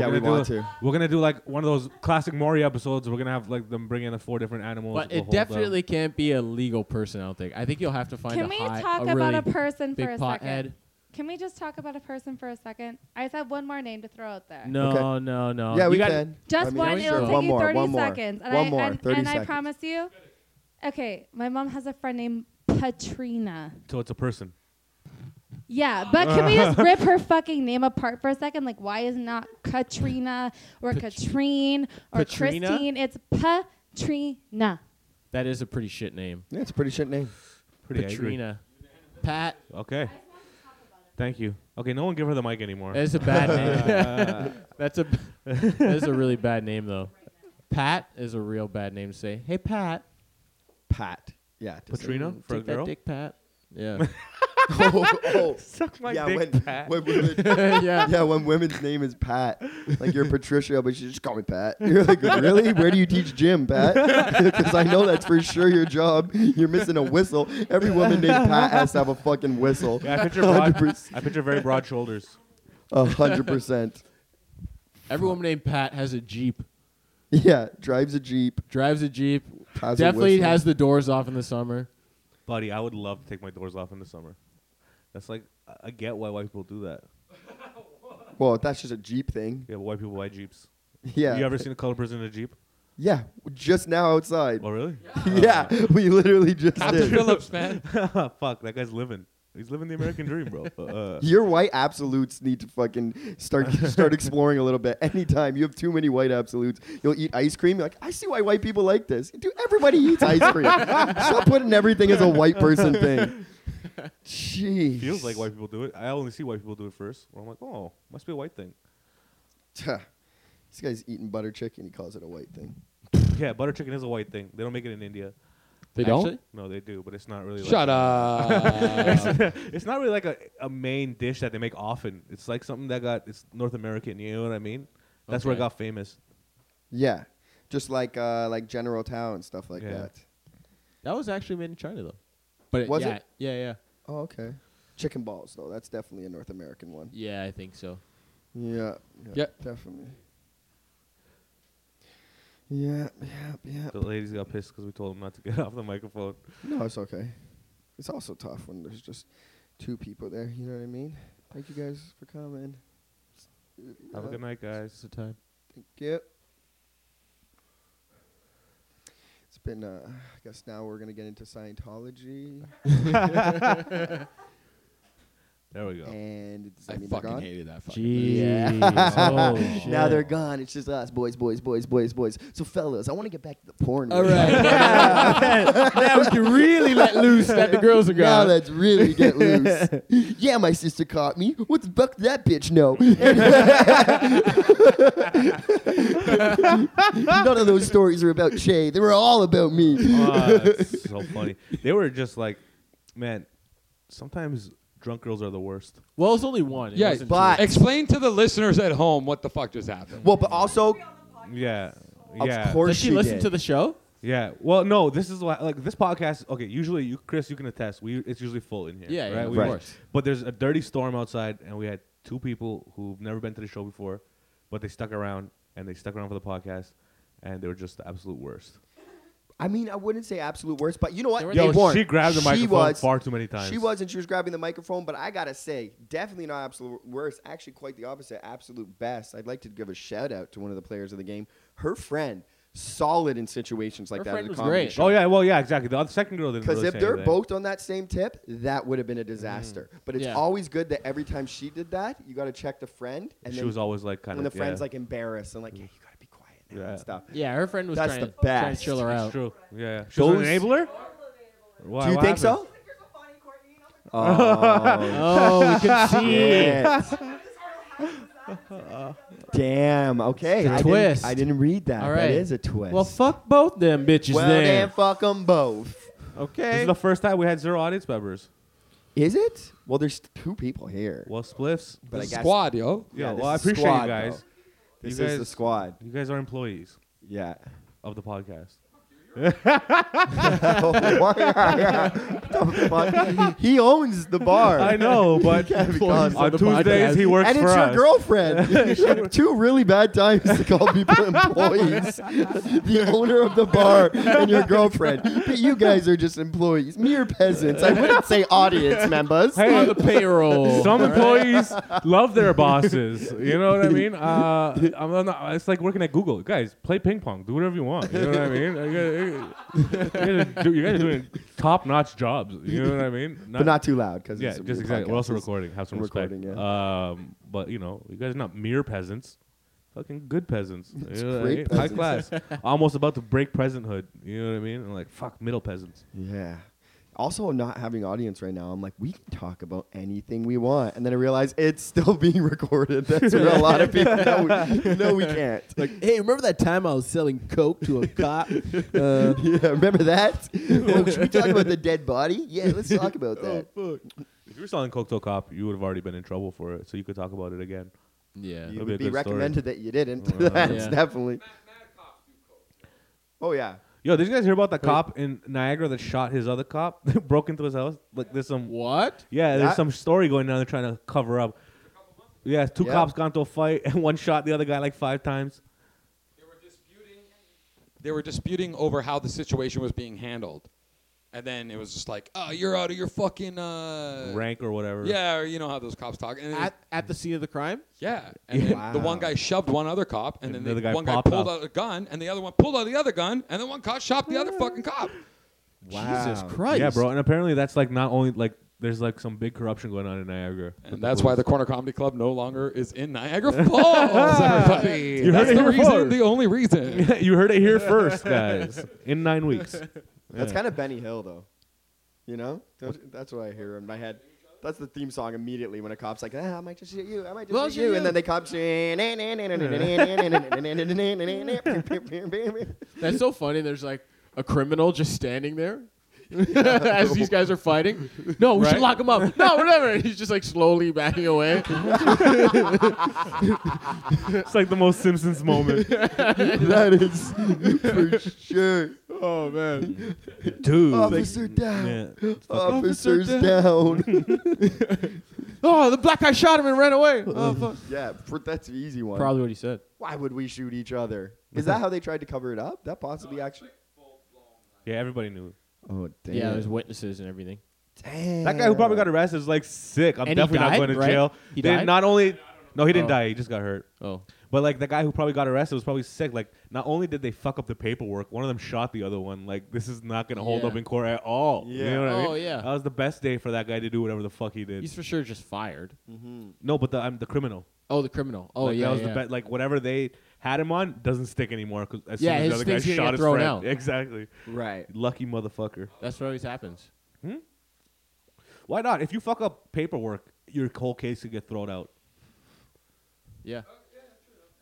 Speaker 2: Yeah,
Speaker 3: we're
Speaker 2: we
Speaker 3: gonna do.
Speaker 2: want to.
Speaker 3: We're gonna do like one of those classic Maury episodes. We're gonna have like them bring in the four different animals.
Speaker 5: But
Speaker 3: We'll
Speaker 5: it
Speaker 3: hold them.
Speaker 5: definitely can't be a legal person. I don't think. I think you'll have to find.
Speaker 6: Can
Speaker 5: a
Speaker 6: we
Speaker 5: high,
Speaker 6: talk
Speaker 5: a
Speaker 6: about
Speaker 5: really
Speaker 6: a person
Speaker 5: big
Speaker 6: for a
Speaker 5: pothead?
Speaker 6: second? Can we just talk about a person for a second? I just have one more name to throw out there.
Speaker 5: No,
Speaker 2: Okay.
Speaker 5: no, no.
Speaker 2: Yeah,
Speaker 5: You
Speaker 2: we
Speaker 5: gotta-
Speaker 2: can.
Speaker 6: Just
Speaker 2: I mean,
Speaker 6: one.
Speaker 5: we
Speaker 6: It'll
Speaker 5: should.
Speaker 6: take
Speaker 2: One
Speaker 6: you
Speaker 2: more,
Speaker 6: 30
Speaker 2: one more,
Speaker 6: seconds. And
Speaker 2: one
Speaker 6: I,
Speaker 2: more,
Speaker 6: and,
Speaker 2: 30
Speaker 6: and I
Speaker 2: seconds.
Speaker 6: promise you. Okay, my mom has a friend named Katrina.
Speaker 3: So it's a person.
Speaker 6: Yeah, but can we just rip her fucking name apart for a second? Like, why is not Katrina or Katrine or
Speaker 5: Katrina?
Speaker 6: Christine? It's Patrina.
Speaker 5: That is a pretty shit name.
Speaker 2: Yeah, it's a pretty shit name.
Speaker 3: Pretty angry.
Speaker 5: Katrina. Pat
Speaker 3: Okay. Thank you. Okay, no one give her the mic anymore.
Speaker 5: That is a bad name. That's a that is a really bad name though. Pat is a real bad name to say. Hey Pat.
Speaker 2: Pat. Yeah. to say-
Speaker 3: Patrina for a
Speaker 5: Take that
Speaker 3: girl.
Speaker 5: dick, Pat. Yeah.
Speaker 2: oh, oh.
Speaker 3: Suck my
Speaker 2: yeah,
Speaker 3: dick,
Speaker 2: when,
Speaker 3: Pat.
Speaker 2: when women,
Speaker 5: yeah.
Speaker 2: yeah, when women's name is Pat, like you're Patricia, but she just call me Pat. You're like, really? Where do you teach gym, Pat? Because I know that's for sure your job. You're missing a whistle. Every woman named Pat has to have a fucking whistle.
Speaker 3: Yeah, I picture broad,
Speaker 2: 100%.
Speaker 3: I picture very broad shoulders.
Speaker 2: A hundred percent.
Speaker 5: Every woman named Pat has a Jeep.
Speaker 2: Yeah, drives a jeep.
Speaker 5: Drives a Jeep.
Speaker 2: Has a
Speaker 5: Definitely
Speaker 2: whistle.
Speaker 5: has the doors off in the summer.
Speaker 3: Buddy, I would love to take my doors off in the summer. That's like I- I get why white people do that.
Speaker 2: Well, that's just a jeep thing.
Speaker 3: Yeah, but white people buy jeeps.
Speaker 2: Yeah.
Speaker 3: You ever seen a colored person in a jeep?
Speaker 2: Yeah, just now outside.
Speaker 3: Oh, really?
Speaker 2: yeah,
Speaker 3: uh,
Speaker 2: we literally just did.
Speaker 5: Phillips, man.
Speaker 3: Oh, Fuck, that guy's living. He's living the American dream, bro. Uh,
Speaker 2: Your white absolutes need to fucking start start exploring a little bit. Anytime you have too many white absolutes, you'll eat ice cream. You're like, I see why white people like this. Dude, everybody eats ice cream. Stop putting everything as a white person thing. Jeez.
Speaker 3: Feels like white people do it. I only see white people do it first. Where I'm like, oh, must be a white thing.
Speaker 2: Tuh. This guy's eating butter chicken. He calls it a white thing.
Speaker 3: Yeah, butter chicken is a white thing. They don't make it in India.
Speaker 4: They
Speaker 5: Actually?
Speaker 3: No, they do, but it's not really.
Speaker 4: don't. Shut
Speaker 3: like
Speaker 4: up.
Speaker 3: It's not really like a, a main dish that they make often. It's like something that got it's North American. You know what I mean? That's where it
Speaker 5: Okay.
Speaker 3: got famous.
Speaker 2: Yeah, just like uh, like General Tao and stuff like
Speaker 3: Yeah.
Speaker 2: that.
Speaker 5: That was actually made in China though. But it,
Speaker 2: Was
Speaker 5: yeah,
Speaker 2: it?
Speaker 5: Yeah, yeah,
Speaker 2: Oh, okay. Chicken balls though. That's definitely a North American one.
Speaker 5: yeah. I think so.
Speaker 2: Yeah.
Speaker 5: Yep.
Speaker 2: Definitely. Yeah. Yeah. Yeah.
Speaker 3: The ladies got pissed because we told them not to get off the microphone.
Speaker 2: No, it's okay. It's also tough when there's just two people there. You know what I mean? Thank you guys for coming.
Speaker 3: Have a
Speaker 2: Uh,
Speaker 3: good night, guys.
Speaker 5: It's the time.
Speaker 2: Thank you. It's been. Uh, I guess now we're gonna get into Scientology,
Speaker 3: There we go.
Speaker 2: and does that
Speaker 4: I
Speaker 2: mean they're
Speaker 4: fucking
Speaker 2: gone?
Speaker 4: hated that. Fucking movie.
Speaker 2: Yeah.
Speaker 5: Jeez.
Speaker 2: Now they're gone. It's just us, boys, boys, boys, boys, boys. So, fellas, I want to get back to the porn.
Speaker 4: All
Speaker 2: room.
Speaker 4: right. now we can really let loose that the girls are
Speaker 2: Now
Speaker 4: gone.
Speaker 2: let's really get loose. yeah, my sister caught me. What the fuck did that bitch know? None of those stories are about Che. They were all about me.
Speaker 3: Ah, that's so funny. They were just like, man. Sometimes drunk girls are the worst.
Speaker 5: Well, it's only one. It
Speaker 4: yeah,
Speaker 5: wasn't
Speaker 2: but-
Speaker 5: two.
Speaker 4: explain to the listeners at home what the fuck just happened.
Speaker 2: Well, but also,
Speaker 3: Yeah.
Speaker 2: of
Speaker 3: yeah.
Speaker 2: course,
Speaker 5: does she, listen
Speaker 2: did.
Speaker 5: to the show?
Speaker 3: Yeah. Well, no. This is why, like, this podcast. Okay, usually, you, Chris, you can attest. We it's usually full in here.
Speaker 5: Yeah, yeah,
Speaker 3: right.
Speaker 5: of
Speaker 3: We-
Speaker 5: course.
Speaker 3: But there's a dirty storm outside, and we had two people who've never been to the show before, but they stuck around and they stuck around for the podcast, and they were just the absolute worst.
Speaker 2: I mean, I wouldn't say absolute worst, but you know what?
Speaker 5: They were
Speaker 3: Yo,
Speaker 5: Yo,
Speaker 2: They weren't.
Speaker 3: she grabbed the
Speaker 2: She
Speaker 3: microphone
Speaker 2: was-
Speaker 3: far too many times.
Speaker 2: She was, and she was grabbing the microphone. But I gotta say, definitely not absolute worst. Actually, quite the opposite. Absolute best. I'd like to give a shout out to one of the players of the game. Her friend, solid in situations like
Speaker 5: Her
Speaker 2: that.
Speaker 5: friend
Speaker 2: at a
Speaker 5: was
Speaker 2: comedy
Speaker 5: great.
Speaker 2: show.
Speaker 3: Oh yeah. Well yeah. Exactly. The other second girl didn't.
Speaker 2: Because
Speaker 3: really eh?
Speaker 2: if
Speaker 3: say
Speaker 2: they're
Speaker 3: anything.
Speaker 2: both on that same tip, that would have been a disaster.
Speaker 3: Mm.
Speaker 2: But it's
Speaker 5: Yeah.
Speaker 2: always good that every time she did that, you got to check the friend. And
Speaker 3: she
Speaker 2: then
Speaker 3: was always like kind
Speaker 2: when the
Speaker 3: of.
Speaker 2: friend's
Speaker 3: yeah.
Speaker 2: like embarrassed and like, yeah, you got to be quiet now
Speaker 3: Yeah.
Speaker 2: and stuff.
Speaker 5: Yeah, her friend was
Speaker 2: That's
Speaker 5: trying,
Speaker 2: the
Speaker 5: trying
Speaker 2: best.
Speaker 5: to chill her
Speaker 3: It's
Speaker 5: out.
Speaker 3: true. Yeah. She was an
Speaker 2: Those-
Speaker 3: enabler. Why,
Speaker 2: Do you
Speaker 3: what
Speaker 2: think
Speaker 3: happened?
Speaker 2: so? Oh,
Speaker 5: Oh, we can see.
Speaker 2: shit. Damn. Okay. I
Speaker 5: twist.
Speaker 2: Didn't, I didn't read that.
Speaker 5: All
Speaker 2: That
Speaker 5: right.
Speaker 2: is a twist.
Speaker 5: Well, fuck both them bitches
Speaker 2: Well,
Speaker 5: then.
Speaker 2: then fuck them both.
Speaker 3: This
Speaker 5: okay.
Speaker 3: is the first time we had zero audience members.
Speaker 2: Is it? Well, there's two people here.
Speaker 3: Well, spliffs.
Speaker 2: but I guess
Speaker 4: Squad, yo.
Speaker 3: Yeah.
Speaker 2: Yeah,
Speaker 3: well, I
Speaker 2: this is
Speaker 3: appreciate
Speaker 2: squad,
Speaker 3: you guys.
Speaker 2: though. this
Speaker 3: you
Speaker 2: is the
Speaker 3: guys-
Speaker 2: squad.
Speaker 3: You guys are employees
Speaker 2: Yeah.
Speaker 3: of the podcast.
Speaker 2: The fuck? he owns the bar.
Speaker 3: I know, but
Speaker 2: gone.
Speaker 3: on Tuesdays he works
Speaker 2: And
Speaker 3: for
Speaker 2: it's your
Speaker 3: us.
Speaker 2: girlfriend. You have Two really bad times to call people employees. the owner of the bar and your girlfriend. But you guys are just employees, mere peasants. I wouldn't say audience members.
Speaker 5: on
Speaker 3: Hey,
Speaker 5: the payroll.
Speaker 3: some employees love their bosses. You know what I mean? Uh, I'm not, it's like working at Google. Guys, play ping pong. Do whatever you want. You know what I mean? You guys, you guys are, do- you guys are doing top-notch jobs. You know what I mean?
Speaker 2: But not too loud because
Speaker 3: Yeah, just exactly. We're also recording. Have some
Speaker 2: We're
Speaker 3: respect.
Speaker 2: recording,
Speaker 3: Um, but you know, you guys are not mere peasants. Fucking good peasants. You know what I
Speaker 2: great
Speaker 3: mean? High class. Almost about to break peasanthood. You know what I mean? And like fuck middle peasants.
Speaker 2: Yeah. Also, not having audience right now, I'm like, we can talk about anything we want, and then I realize it's still being recorded. That's where a lot of people know we, know we can't.
Speaker 4: Like, hey, remember that time I was selling coke to a cop?
Speaker 2: yeah, remember that? Oh, should we talk about the dead body? Yeah, let's talk about that.
Speaker 3: If you were selling coke to a cop, you would have already been in trouble for it, so you could talk about it again.
Speaker 5: yeah.
Speaker 4: Uh,
Speaker 2: you
Speaker 3: be a
Speaker 2: would be,
Speaker 3: good story.
Speaker 2: recommended that you didn't.
Speaker 3: Uh,
Speaker 2: That's
Speaker 5: yeah.
Speaker 2: definitely. Oh yeah,
Speaker 3: Yo, did you guys hear about the cop in Niagara that shot his other cop, broke into his house? Like there's some
Speaker 5: What?
Speaker 3: yeah, there's
Speaker 2: That-
Speaker 3: some story going on. They're trying to cover up. Yeah, two
Speaker 2: Yeah.
Speaker 3: cops got into a fight, and one shot the other guy like five times.
Speaker 4: they were disputing over how the situation was being handled. And then it was just like, oh, you're out of your fucking. Uh,
Speaker 3: Rank or whatever.
Speaker 4: Yeah, or you know how those cops talk. And it was-
Speaker 5: At, at the scene of the crime?
Speaker 4: yeah. And then the one
Speaker 2: Wow.
Speaker 4: guy shoved one other cop, and,
Speaker 3: And
Speaker 4: then
Speaker 3: the
Speaker 4: the
Speaker 3: other guy
Speaker 4: one guy
Speaker 3: popped
Speaker 4: pulled
Speaker 3: out.
Speaker 4: out a gun, and the other one pulled out the other gun, and then one cop shot the other fucking cop.
Speaker 2: wow.
Speaker 5: Jesus Christ.
Speaker 3: Yeah, bro. And apparently that's like not only like there's like some big corruption going on in Niagara. with
Speaker 4: And that's why the
Speaker 3: police.
Speaker 4: Corner Comedy Club no longer is in Niagara Falls, everybody.
Speaker 3: You heard
Speaker 4: That's
Speaker 3: it
Speaker 4: the
Speaker 3: here
Speaker 4: reason,
Speaker 3: first.
Speaker 4: the only reason.
Speaker 3: you heard it here first, guys. In nine weeks.
Speaker 2: That's
Speaker 3: Yeah.
Speaker 2: kind of Benny Hill though. You know, Don't you- that's what I hear in my head. That's the theme song immediately when a cop's like, ah, I might just shoot you. I might just
Speaker 5: Well,
Speaker 2: shoot
Speaker 5: shoot
Speaker 2: you.
Speaker 5: you.
Speaker 2: And then they cop shoot.
Speaker 5: That's so funny. There's like a criminal just standing there as these guys are fighting. No, we should
Speaker 4: Right?
Speaker 5: lock him up. No, whatever. He's just like slowly backing away.
Speaker 3: It's like the most Simpsons moment.
Speaker 2: that is for sure.
Speaker 5: Oh man.
Speaker 3: Dude.
Speaker 2: Officer down.
Speaker 3: yeah.
Speaker 2: Officers down.
Speaker 5: Oh, the black guy shot him and ran away. Oh fuck.
Speaker 2: yeah, for, that's an easy one.
Speaker 5: Probably what he said.
Speaker 2: Why would we shoot each other? Is that how they tried to cover it up? That possibly actually.
Speaker 3: yeah, everybody knew.
Speaker 2: Oh damn.
Speaker 5: Yeah, there's witnesses and everything.
Speaker 2: damn.
Speaker 3: That guy who probably got arrested is like sick. I'm
Speaker 5: And he
Speaker 3: definitely
Speaker 5: died,
Speaker 3: not going to
Speaker 5: right?
Speaker 3: jail.
Speaker 5: He
Speaker 3: They
Speaker 5: died?
Speaker 3: Not only, no, he didn't
Speaker 5: Oh.
Speaker 3: die. He just got hurt.
Speaker 5: Oh.
Speaker 3: But like the guy who probably got arrested was probably sick. Like not only did they fuck up the paperwork, one of them shot the other one. Like this is not gonna hold
Speaker 5: Yeah.
Speaker 3: up in court at all. You
Speaker 2: Yeah.
Speaker 3: know what I mean?
Speaker 5: Oh, yeah.
Speaker 3: That was the best day for that guy to do whatever the fuck he did.
Speaker 5: He's for sure just fired. Mm-hmm.
Speaker 3: no, but the, I'm the criminal.
Speaker 5: Oh, the criminal. Oh
Speaker 3: Like,
Speaker 5: yeah.
Speaker 3: that was
Speaker 5: yeah.
Speaker 3: the best. Like whatever they had him on doesn't stick anymore because as
Speaker 5: Yeah,
Speaker 3: soon as
Speaker 5: his
Speaker 3: the other guy
Speaker 5: thing's gonna
Speaker 3: shot
Speaker 5: get
Speaker 3: his
Speaker 5: thrown
Speaker 3: friend.
Speaker 5: out.
Speaker 3: Exactly.
Speaker 2: right.
Speaker 3: Lucky motherfucker.
Speaker 5: That's what always happens.
Speaker 3: Why not? If you fuck up paperwork, your whole case could get thrown out.
Speaker 5: Yeah.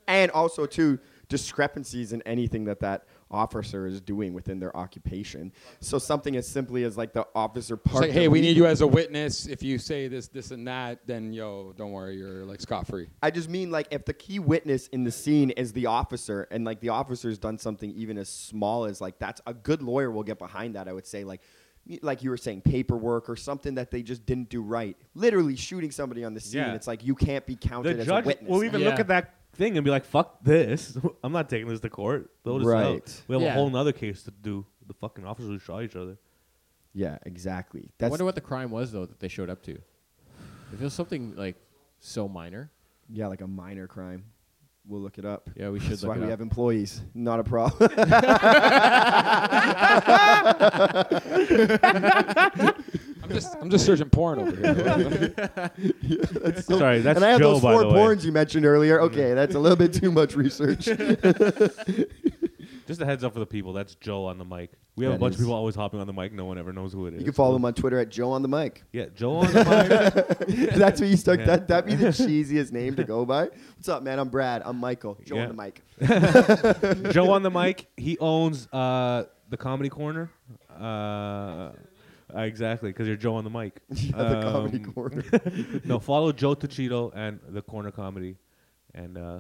Speaker 2: and also too discrepancies in anything that that officer is doing within their occupation. So something as simply as like the officer
Speaker 4: It's
Speaker 2: parked.
Speaker 4: like, hey, we need
Speaker 2: illegal-
Speaker 4: you as a witness. If you say this, this, and that, then yo, don't worry, you're like scot free.
Speaker 2: I just mean like if the key witness in the scene is the officer, and like the officer's done something even as small as like that's a good lawyer will get behind that. I would say like. y- Like you were saying, paperwork or something that they just didn't do right. Literally shooting somebody on the scene.
Speaker 3: Yeah.
Speaker 2: It's like you can't be counted
Speaker 3: the
Speaker 2: as
Speaker 3: judge
Speaker 2: a witness.
Speaker 3: will even look
Speaker 5: Yeah.
Speaker 3: at that thing and be like, "Fuck this! I'm not taking this to court." They'll just
Speaker 2: Right.
Speaker 3: out. We have
Speaker 5: Yeah.
Speaker 3: a whole nother case to do. The fucking officers who shot each other.
Speaker 2: yeah, exactly.
Speaker 5: I
Speaker 2: That's
Speaker 5: wonder what the crime was though that they showed up to. If it was something like so minor.
Speaker 2: yeah, like a minor crime. We'll look it up.
Speaker 5: Yeah, we should
Speaker 2: That's
Speaker 5: look
Speaker 2: why
Speaker 5: it
Speaker 2: we
Speaker 5: up.
Speaker 2: have employees. Not a problem.
Speaker 4: I'm just, I'm just searching porn over here.
Speaker 3: Sorry, that's
Speaker 2: and I have
Speaker 3: Joe.
Speaker 2: those
Speaker 3: by
Speaker 2: four
Speaker 3: the way,
Speaker 2: porns you mentioned earlier. Okay, that's a little bit too much research.
Speaker 3: just a heads up for the people. That's Joe on the mic. We have
Speaker 2: That
Speaker 3: a bunch
Speaker 2: is.
Speaker 3: of people always hopping on the mic. No one ever knows who it is.
Speaker 2: you can follow him on Twitter at Joe on the mic.
Speaker 3: Yeah, Joe on the mic.
Speaker 2: That's what you stuck.
Speaker 3: Yeah.
Speaker 2: That that'd be the cheesiest name to go by. What's up, man? I'm Brad. I'm Michael. Joe
Speaker 3: Yeah.
Speaker 2: on the mic.
Speaker 3: Joe on the mic. He owns uh, the comedy corner. Uh, uh, exactly, because you're Joe on the mic.
Speaker 2: Yeah, the comedy
Speaker 3: Um,
Speaker 2: corner.
Speaker 3: no, follow Joe Tuchito and the corner comedy, and uh,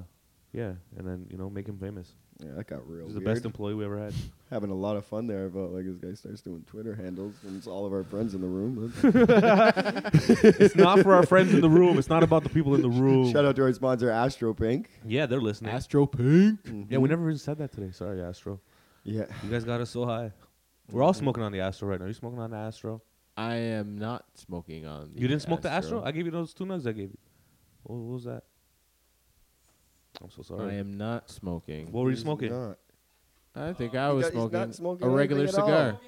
Speaker 3: yeah, and then you know make him famous.
Speaker 2: Yeah, that got real.
Speaker 3: He's
Speaker 2: weird.
Speaker 3: the best employee we ever had.
Speaker 2: Having a lot of fun there about like this guy starts doing Twitter handles and it's all of our friends in the room.
Speaker 3: it's not for our friends in the room. It's not about the people in the room.
Speaker 2: Shout out to our sponsor Astro Pink.
Speaker 3: Yeah, they're listening.
Speaker 5: Astro Pink.
Speaker 2: Mm-hmm.
Speaker 3: yeah, we never even said that today. Sorry, Astro.
Speaker 2: Yeah.
Speaker 3: You guys got us so high. We're all smoking on the Astro right now. You smoking on the Astro?
Speaker 5: I am not smoking on. The
Speaker 3: You didn't smoke the Astro? I gave you those two nugs I gave you. What, what was that? I'm so sorry. uh,
Speaker 5: I am not smoking.
Speaker 3: what were you smoking?
Speaker 2: Not.
Speaker 5: I think I
Speaker 2: He
Speaker 5: was
Speaker 2: does- he's
Speaker 5: smoking,
Speaker 2: not smoking
Speaker 5: a
Speaker 2: anything
Speaker 5: regular
Speaker 2: at all.
Speaker 5: cigar.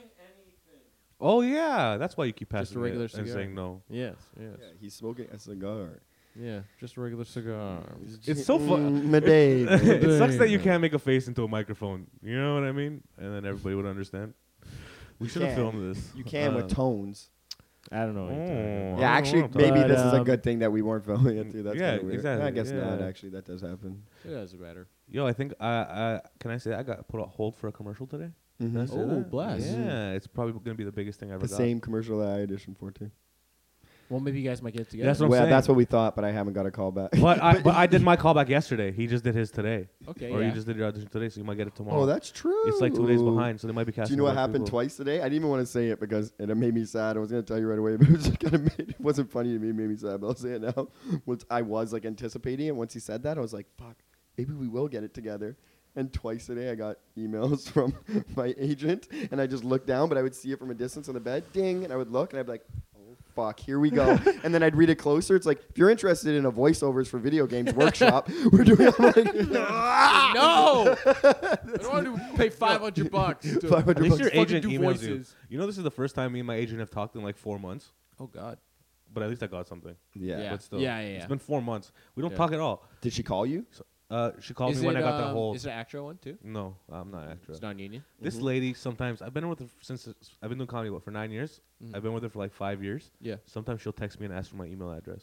Speaker 3: Oh yeah, that's why you keep passing
Speaker 5: Just a regular
Speaker 3: it and
Speaker 5: cigar.
Speaker 3: saying no.
Speaker 5: Yes, yes,
Speaker 2: Yeah, he's smoking a cigar.
Speaker 5: yeah. just a regular cigar.
Speaker 3: It's so fun.
Speaker 2: Mm, my day, man.
Speaker 3: it sucks that you can't make a face into a microphone. You know what I mean? And then everybody would understand. We should have
Speaker 2: can.
Speaker 3: filmed this.
Speaker 2: You can with
Speaker 3: Uh,
Speaker 2: tones.
Speaker 5: I don't know. What you're talking about.
Speaker 3: Oh,
Speaker 2: Yeah,
Speaker 3: I don't
Speaker 2: actually,
Speaker 3: wanna talk-
Speaker 2: maybe
Speaker 5: But,
Speaker 2: this is a
Speaker 5: um,
Speaker 2: good thing that we weren't filming it too. That's
Speaker 3: Yeah,
Speaker 2: kinda weird.
Speaker 3: exactly,
Speaker 2: I guess not.
Speaker 3: yeah.
Speaker 2: Actually, that does happen.
Speaker 3: Oh.
Speaker 5: It doesn't matter.
Speaker 3: Yo, I think uh, uh, can I say I got put on hold for a commercial today?
Speaker 2: Mm-hmm.
Speaker 3: Can I say
Speaker 5: Oh,
Speaker 3: that?
Speaker 5: bless.
Speaker 3: Yeah, it's probably gonna be the biggest thing I ever.
Speaker 2: The
Speaker 3: got.
Speaker 2: same commercial that I auditioned for too.
Speaker 5: Well, maybe you guys might get together.
Speaker 3: That's what I'm
Speaker 2: well,
Speaker 3: saying.
Speaker 2: that's what we thought, but I haven't got a call back.
Speaker 3: But I but I did my callback yesterday. He just did his today.
Speaker 5: Okay,
Speaker 3: Or
Speaker 5: yeah.
Speaker 3: you just did your audition today, so you might get it tomorrow.
Speaker 2: oh, that's true.
Speaker 3: It's like two days behind, so they might be
Speaker 2: Do
Speaker 3: casting.
Speaker 2: you know what
Speaker 3: other
Speaker 2: happened
Speaker 3: people.
Speaker 2: twice today? I didn't even want to say it because and it made me sad. I was gonna tell you right away, but it was kind of made, it wasn't funny to me. It made me sad, but I'll say it now. Once I was like anticipating it. Once he said that, I was like, "Fuck, maybe we will get it together." And twice today, I got emails from my agent, and I just looked down, but I would see it from a distance on the bed, ding, and I would look, and I'd be like, "Oh fuck, here we go." and then I'd read it closer. It's like, if you're interested in a voiceovers for video games workshop, we're doing. I'm like,
Speaker 5: Ah, no. I don't want to pay 500 bucks. to-
Speaker 2: 500
Speaker 3: At least your
Speaker 5: Fucking
Speaker 3: agent
Speaker 5: do
Speaker 3: emails
Speaker 5: voices.
Speaker 3: you. You know, this is the first time me and my agent have talked in like four months.
Speaker 5: Oh God.
Speaker 3: But at least I got something.
Speaker 2: yeah.
Speaker 5: Yeah.
Speaker 3: But still,
Speaker 5: Yeah, yeah, yeah.
Speaker 3: It's been four months. We don't
Speaker 5: Yeah.
Speaker 3: talk at all.
Speaker 2: Did she call you?
Speaker 3: Uh, she called
Speaker 5: is
Speaker 3: me when
Speaker 5: it,
Speaker 3: I got that
Speaker 5: um,
Speaker 3: whole.
Speaker 5: Is it an actual one too?
Speaker 3: no, I'm not extra.
Speaker 5: It's mm-hmm. non-union.
Speaker 3: This lady sometimes I've been with her since I've been doing comedy what for nine years.
Speaker 5: Mhm.
Speaker 3: I've been with her for like five years.
Speaker 5: Yeah.
Speaker 3: Sometimes she'll text me and ask for my email address.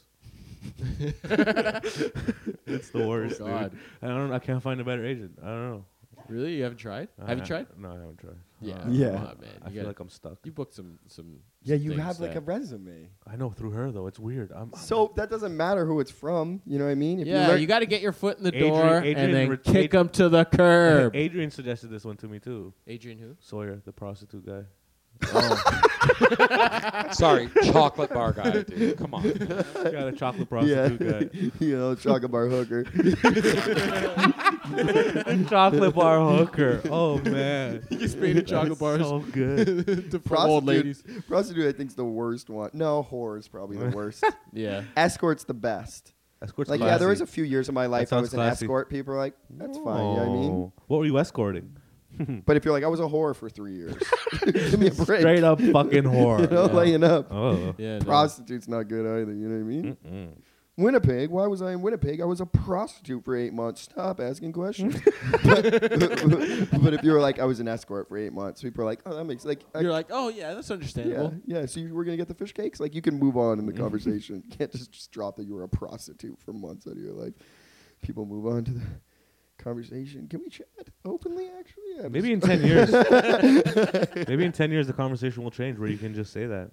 Speaker 3: it's the worst,
Speaker 5: Oh, God.
Speaker 3: dude. I don't. I can't find a better agent. I don't know.
Speaker 5: Really? You haven't tried?
Speaker 3: I
Speaker 5: Have you
Speaker 3: ha-
Speaker 5: tried?
Speaker 3: No, I haven't tried. Uh,
Speaker 5: Yeah.
Speaker 2: Yeah.
Speaker 5: Come on, man. You
Speaker 3: I feel
Speaker 5: gotta-
Speaker 3: like I'm stuck.
Speaker 5: you booked some some.
Speaker 2: Yeah, you
Speaker 5: things
Speaker 2: have like a
Speaker 5: that-
Speaker 2: resume.
Speaker 3: I know through her though. It's weird. I'm I'm-
Speaker 2: So that doesn't matter who it's from. You know what I mean?
Speaker 5: yeah, you,
Speaker 2: learn-
Speaker 5: got to get your foot in the
Speaker 3: Adrian-
Speaker 5: door
Speaker 3: Adrian
Speaker 5: and then
Speaker 3: ret-
Speaker 5: kick
Speaker 3: Ad-
Speaker 5: them to the curb.
Speaker 3: Adrian suggested this one to me too.
Speaker 5: Adrian who?
Speaker 3: Sawyer, the prostitute guy. Oh,
Speaker 4: Sorry, chocolate bar guy, dude. Come on.
Speaker 3: got a chocolate prostitute guy.
Speaker 2: you know, chocolate bar hooker.
Speaker 3: chocolate bar hooker. Oh man.
Speaker 5: He's made chocolate bars
Speaker 3: So good.
Speaker 5: to from
Speaker 2: Prostitute,
Speaker 5: old ladies.
Speaker 2: prostitute, I think's the worst one. No, whore is probably the worst.
Speaker 5: Yeah.
Speaker 2: Escort's the best.
Speaker 3: Escort's
Speaker 2: Like,
Speaker 3: classy.
Speaker 2: yeah, there was a few years of my life I
Speaker 3: sounds
Speaker 2: was an
Speaker 3: classy.
Speaker 2: escort. People were like, that's fine. You know what I mean?
Speaker 3: Oh. What were you escorting?
Speaker 2: But if you're like, I was a whore for three years, give me a break.
Speaker 3: Oh. Straight up fucking whore.
Speaker 2: You know,
Speaker 5: Yeah.
Speaker 2: laying up.
Speaker 3: Oh.
Speaker 5: Yeah. No.
Speaker 2: Prostitute's not good either. You know what I mean?
Speaker 3: Mm.
Speaker 2: Winnipeg. Why was I in Winnipeg? I was a prostitute for eight months. Stop asking questions. but, but if you were like, I was an escort for eight months, people are like, oh, that makes like, I-
Speaker 5: You're like, oh yeah, that's
Speaker 2: yeah,
Speaker 5: understandable.
Speaker 2: yeah. So you were gonna get the fish cakes. Like you can move on in the conversation. You can't just, just drop that you were a prostitute for months out of your life. People move on to the conversation. Can we chat openly? Actually, Yeah,
Speaker 3: Maybe
Speaker 2: just-
Speaker 3: in ten years. maybe in ten years the conversation will change where you can just say that.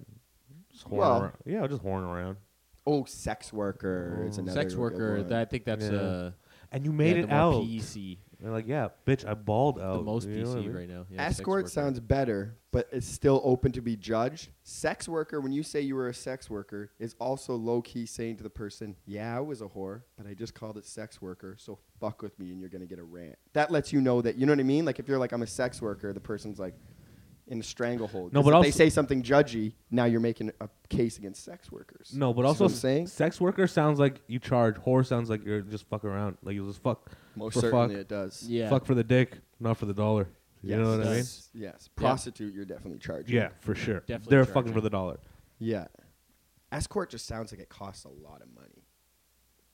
Speaker 3: Just horn
Speaker 2: Well.
Speaker 3: around. Yeah, I'll just horn around.
Speaker 2: Oh, sex worker. is another
Speaker 5: Oh, Sex
Speaker 2: good
Speaker 5: worker.
Speaker 2: one.
Speaker 5: That, I think that's
Speaker 3: Yeah.
Speaker 5: uh,
Speaker 3: And you made
Speaker 5: yeah,
Speaker 3: it
Speaker 5: the more
Speaker 3: out. Oh,
Speaker 5: PC,
Speaker 3: They're like, yeah, bitch, I balled out.
Speaker 5: the most
Speaker 3: You know what I
Speaker 5: PC
Speaker 3: mean?
Speaker 5: right now. Yeah, sex
Speaker 2: Escort
Speaker 5: worker.
Speaker 2: sounds better, but it's still open to be judged. Sex worker, when you say you were a sex worker, is also low key saying to the person, Yeah, I was a whore, but I just called it sex worker, so fuck with me and you're gonna get a rant. That lets you know that, you know what I mean? Like if you're like, I'm a sex worker, the person's like in a stranglehold.
Speaker 3: No,
Speaker 2: 'Cause
Speaker 3: but
Speaker 2: if
Speaker 3: also-
Speaker 2: they say something judgy, now you're making a case against sex workers.
Speaker 3: No, but
Speaker 2: See
Speaker 3: also
Speaker 2: what I'm saying?
Speaker 3: sex worker sounds like you charge. Whore sounds like you're just fuck around. Like you just fuck.
Speaker 2: Most
Speaker 3: for
Speaker 2: certainly
Speaker 3: fuck.
Speaker 2: it does.
Speaker 5: Yeah.
Speaker 3: Fuck for the dick, not for the dollar. You know what I mean?
Speaker 2: yes, Yes. Prostitute, you're definitely charging.
Speaker 3: Yeah, for sure.
Speaker 5: Definitely
Speaker 3: They're
Speaker 5: charging.
Speaker 3: fucking for the dollar.
Speaker 2: Yeah. Escort just sounds like it costs a lot of money.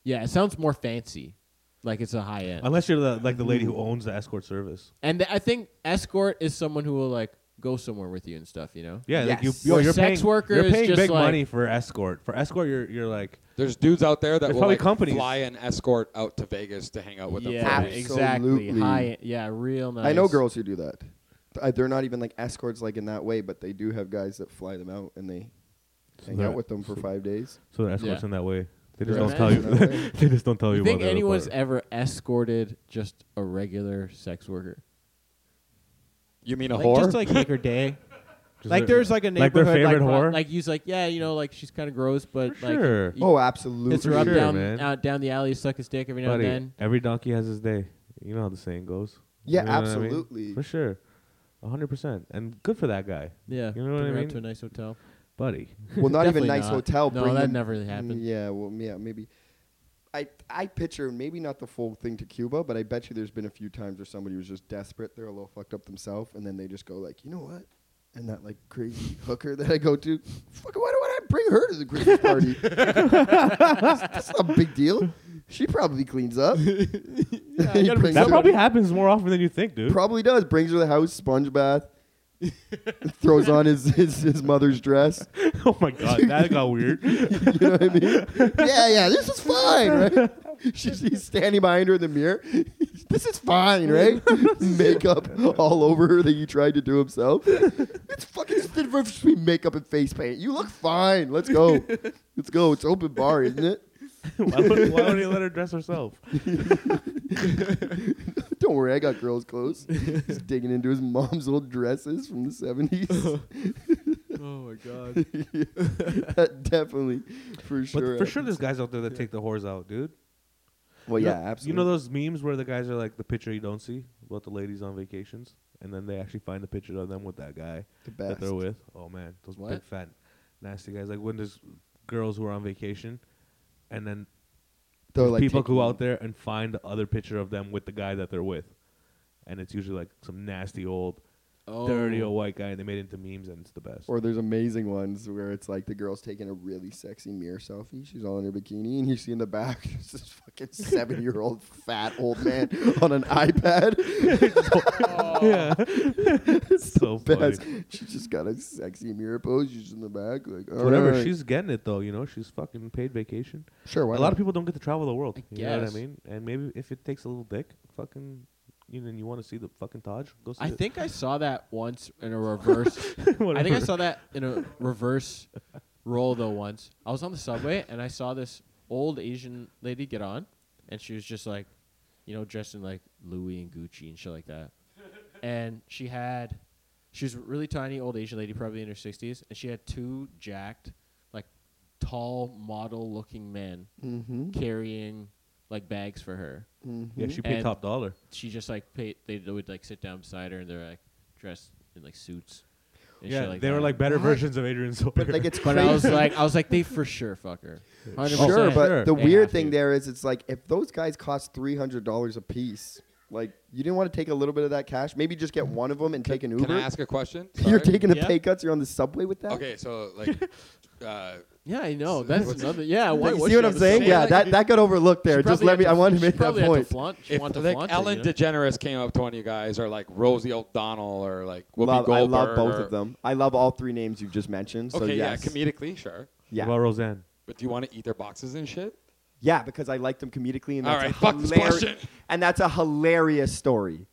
Speaker 5: Yeah, it sounds more fancy, like it's a high end.
Speaker 3: Unless you're the like the lady who owns the escort service.
Speaker 5: And th- I think escort is someone who will like go somewhere with you and stuff. You know.
Speaker 3: Yeah, like you,
Speaker 2: Yes.
Speaker 3: yo,
Speaker 5: Where
Speaker 3: you're
Speaker 5: sex
Speaker 3: paying,
Speaker 5: worker
Speaker 3: you're
Speaker 5: is
Speaker 3: paying
Speaker 5: just
Speaker 3: big
Speaker 5: like-
Speaker 3: money for escort. For escort, you're you're like
Speaker 4: There's dudes out there that
Speaker 3: There's
Speaker 4: will
Speaker 3: probably
Speaker 4: like,
Speaker 3: companies.
Speaker 4: fly an escort out to Vegas to hang out with them.
Speaker 5: yeah,
Speaker 4: for
Speaker 2: Absolutely.
Speaker 4: weeks.
Speaker 5: exactly. High. e, Yeah, real nice.
Speaker 2: I know girls who do that. I, they're not even like escorts, like in that way, but they do have guys that fly them out and they hang
Speaker 3: they're-
Speaker 2: out with them for five days.
Speaker 3: so the escorts
Speaker 5: Yeah.
Speaker 3: in that way. They just don't
Speaker 5: Right.
Speaker 3: tell you.
Speaker 2: Imagine.
Speaker 3: they just don't tell you.
Speaker 5: You think
Speaker 3: about the other
Speaker 5: anyone's
Speaker 3: part.
Speaker 5: ever escorted just a regular sex worker?
Speaker 4: You mean a
Speaker 7: Like,
Speaker 4: whore?
Speaker 7: just like make her day.
Speaker 3: Just
Speaker 7: like, there's, like, a
Speaker 3: like their
Speaker 7: neighborhood, like,
Speaker 3: favorite
Speaker 5: Pro-
Speaker 3: whore.
Speaker 5: Like he's like, yeah, you know, like she's kind of gross, but
Speaker 3: For
Speaker 5: like,
Speaker 3: sure.
Speaker 5: he
Speaker 2: Oh, absolutely.
Speaker 5: hits her up
Speaker 3: sure,
Speaker 5: down
Speaker 3: man.
Speaker 5: out down the alley, suck his dick every now
Speaker 3: Buddy,
Speaker 5: and
Speaker 3: every donkey has his day. You know how the saying goes.
Speaker 2: Yeah,
Speaker 3: You know what I mean?
Speaker 2: absolutely.
Speaker 3: For sure. a 100%. And good for that guy.
Speaker 5: then. Yeah,
Speaker 3: You know what
Speaker 5: bring
Speaker 3: I
Speaker 5: her out
Speaker 3: mean?
Speaker 5: to a nice hotel.
Speaker 3: Buddy.
Speaker 2: Well, not even
Speaker 5: Definitely
Speaker 2: nice
Speaker 5: not.
Speaker 2: hotel.
Speaker 5: No,
Speaker 2: bring
Speaker 5: that
Speaker 2: them-
Speaker 5: never
Speaker 2: Mm,
Speaker 5: happened.
Speaker 2: Yeah, well, yeah, maybe. I I picture maybe not the full thing to Cuba, but I bet you there's been a few times where somebody was just desperate. They're a little fucked up themselves, and then they just go like, you know what? And that like crazy hooker that I go to, fuck, why do I bring her to the Christmas party? That's not a big deal. She probably cleans up. He
Speaker 5: gotta
Speaker 2: brings
Speaker 3: That
Speaker 2: her-
Speaker 3: probably happens more often than you think, dude.
Speaker 2: Probably does. Brings her to the house, sponge bath, throws on his, his, his mother's dress.
Speaker 3: oh my god, that got weird.
Speaker 2: you know what I mean? yeah, yeah, this is fine, right? She's, he's standing behind her in the mirror. This is fine, right? makeup all over her that he tried to do himself. It's fucking it's the difference between makeup and face paint. You look fine. Let's go. Let's go. It's open bar, isn't it?
Speaker 3: why, would, why would he let her dress herself?
Speaker 2: Don't worry, I got girls' clothes. He's digging into his mom's old dresses from the 70s.
Speaker 5: Oh my god.
Speaker 2: That definitely, for
Speaker 3: But
Speaker 2: sure.
Speaker 3: for sure,
Speaker 2: happens.
Speaker 3: there's guys out there that take the whores out, dude.
Speaker 2: Well,
Speaker 3: You know-
Speaker 2: yeah, absolutely.
Speaker 3: You know those memes where the guys are like the picture you don't see about the ladies on vacations, and then they actually find the picture of them with that guy
Speaker 2: The
Speaker 3: that
Speaker 2: best.
Speaker 3: they're with. Oh man, those big
Speaker 5: What?
Speaker 3: fat nasty guys. Like when there's girls who are on vacation, and then
Speaker 2: They're, like,
Speaker 3: people go
Speaker 2: taking-
Speaker 3: out there and find the other picture of them with the guy that they're with, and it's usually like some nasty old dirty old white guy, and they made it into memes, and it's the best.
Speaker 2: Oh. Or there's amazing ones where it's like the girl's taking a really sexy mirror selfie. She's all in her bikini, and you see in the back there's this fucking seven year old fat old man on an iPad.
Speaker 3: yeah, it's so funny.
Speaker 2: Best. She just got a sexy mirror pose. She's in the back, like all
Speaker 3: Whatever,
Speaker 2: right.
Speaker 3: she's getting it though. You know, she's fucking paid vacation.
Speaker 2: sure. Why
Speaker 3: a lot of people don't get to travel the world.
Speaker 5: I
Speaker 3: you know what I
Speaker 5: guess.
Speaker 3: mean? And maybe if it takes a little dick, fucking, you know, and you want to see the fucking Taj, go see
Speaker 5: I
Speaker 3: it.
Speaker 5: think I saw that once in a reverse. I think I
Speaker 3: Whatever.
Speaker 5: saw that in a reverse roll though once. I was on the subway and I saw this old Asian lady get on, and she was just like, you know, dressed in like Louis and Gucci and shit like that. And she had, she was a really tiny old Asian lady, probably in her sixties, and she had two jacked, like, tall model looking men
Speaker 2: Mm-hmm. Mm.
Speaker 5: carrying like bags for her
Speaker 3: Yeah, she paid
Speaker 5: And-
Speaker 3: top dollar.
Speaker 5: she just like paid, they, they would like sit down beside her and they're like dressed in like suits. And
Speaker 3: Yeah,
Speaker 5: shit like
Speaker 3: they were
Speaker 5: that.
Speaker 3: like better
Speaker 2: What?
Speaker 3: versions of Adrian Sawyer.
Speaker 2: But like it's
Speaker 5: But
Speaker 2: crazy.
Speaker 5: I was like, I was like, they for sure fuck her. 100%.
Speaker 2: sure, but
Speaker 3: Sure.
Speaker 2: the
Speaker 5: They
Speaker 2: weird
Speaker 5: have
Speaker 2: thing
Speaker 5: to.
Speaker 2: there is it's like if those guys cost three hundred dollars a piece, like you didn't want to take a little bit of that cash. Maybe just get one of them and take an Uber.
Speaker 4: Can I ask a question?
Speaker 2: You're
Speaker 4: Sorry.
Speaker 2: taking the
Speaker 5: Yeah.
Speaker 2: pay cuts. You're on the subway with that.
Speaker 4: Okay, so like, uh,
Speaker 5: yeah, I
Speaker 4: So
Speaker 5: know. That's
Speaker 4: what's-
Speaker 5: another. Yeah,
Speaker 2: Like,
Speaker 5: why,
Speaker 2: you
Speaker 5: was
Speaker 2: see what
Speaker 5: she
Speaker 2: I'm
Speaker 5: on the
Speaker 2: saying?
Speaker 5: subway?
Speaker 2: Yeah,
Speaker 4: like,
Speaker 2: that, that got overlooked there.
Speaker 5: She
Speaker 2: Just
Speaker 5: probably
Speaker 2: let me.
Speaker 5: had
Speaker 2: I wanted
Speaker 5: she
Speaker 2: to make that
Speaker 5: probably had
Speaker 2: point.
Speaker 5: flaunt, she
Speaker 4: if
Speaker 5: wanted to
Speaker 4: like
Speaker 5: flaunt it,
Speaker 4: Ellen
Speaker 5: you know?
Speaker 4: DeGeneres came up to one of you guys, or like Rosie O'Donnell, or like Whoopi
Speaker 2: Love, I
Speaker 4: Goldberg,
Speaker 2: love both
Speaker 4: or-
Speaker 2: of them. I love all three names you've just mentioned. So
Speaker 4: Okay,
Speaker 2: yes.
Speaker 4: yeah, comedically, sure.
Speaker 3: yeah.
Speaker 2: yeah.
Speaker 3: About Roseanne.
Speaker 4: But do you want to eat their boxes and shit?
Speaker 2: Yeah, because I liked them comedically, and
Speaker 4: All
Speaker 2: that's
Speaker 4: right,
Speaker 2: a
Speaker 4: fuck this
Speaker 2: hilarious
Speaker 4: question.
Speaker 2: and that's a hilarious story.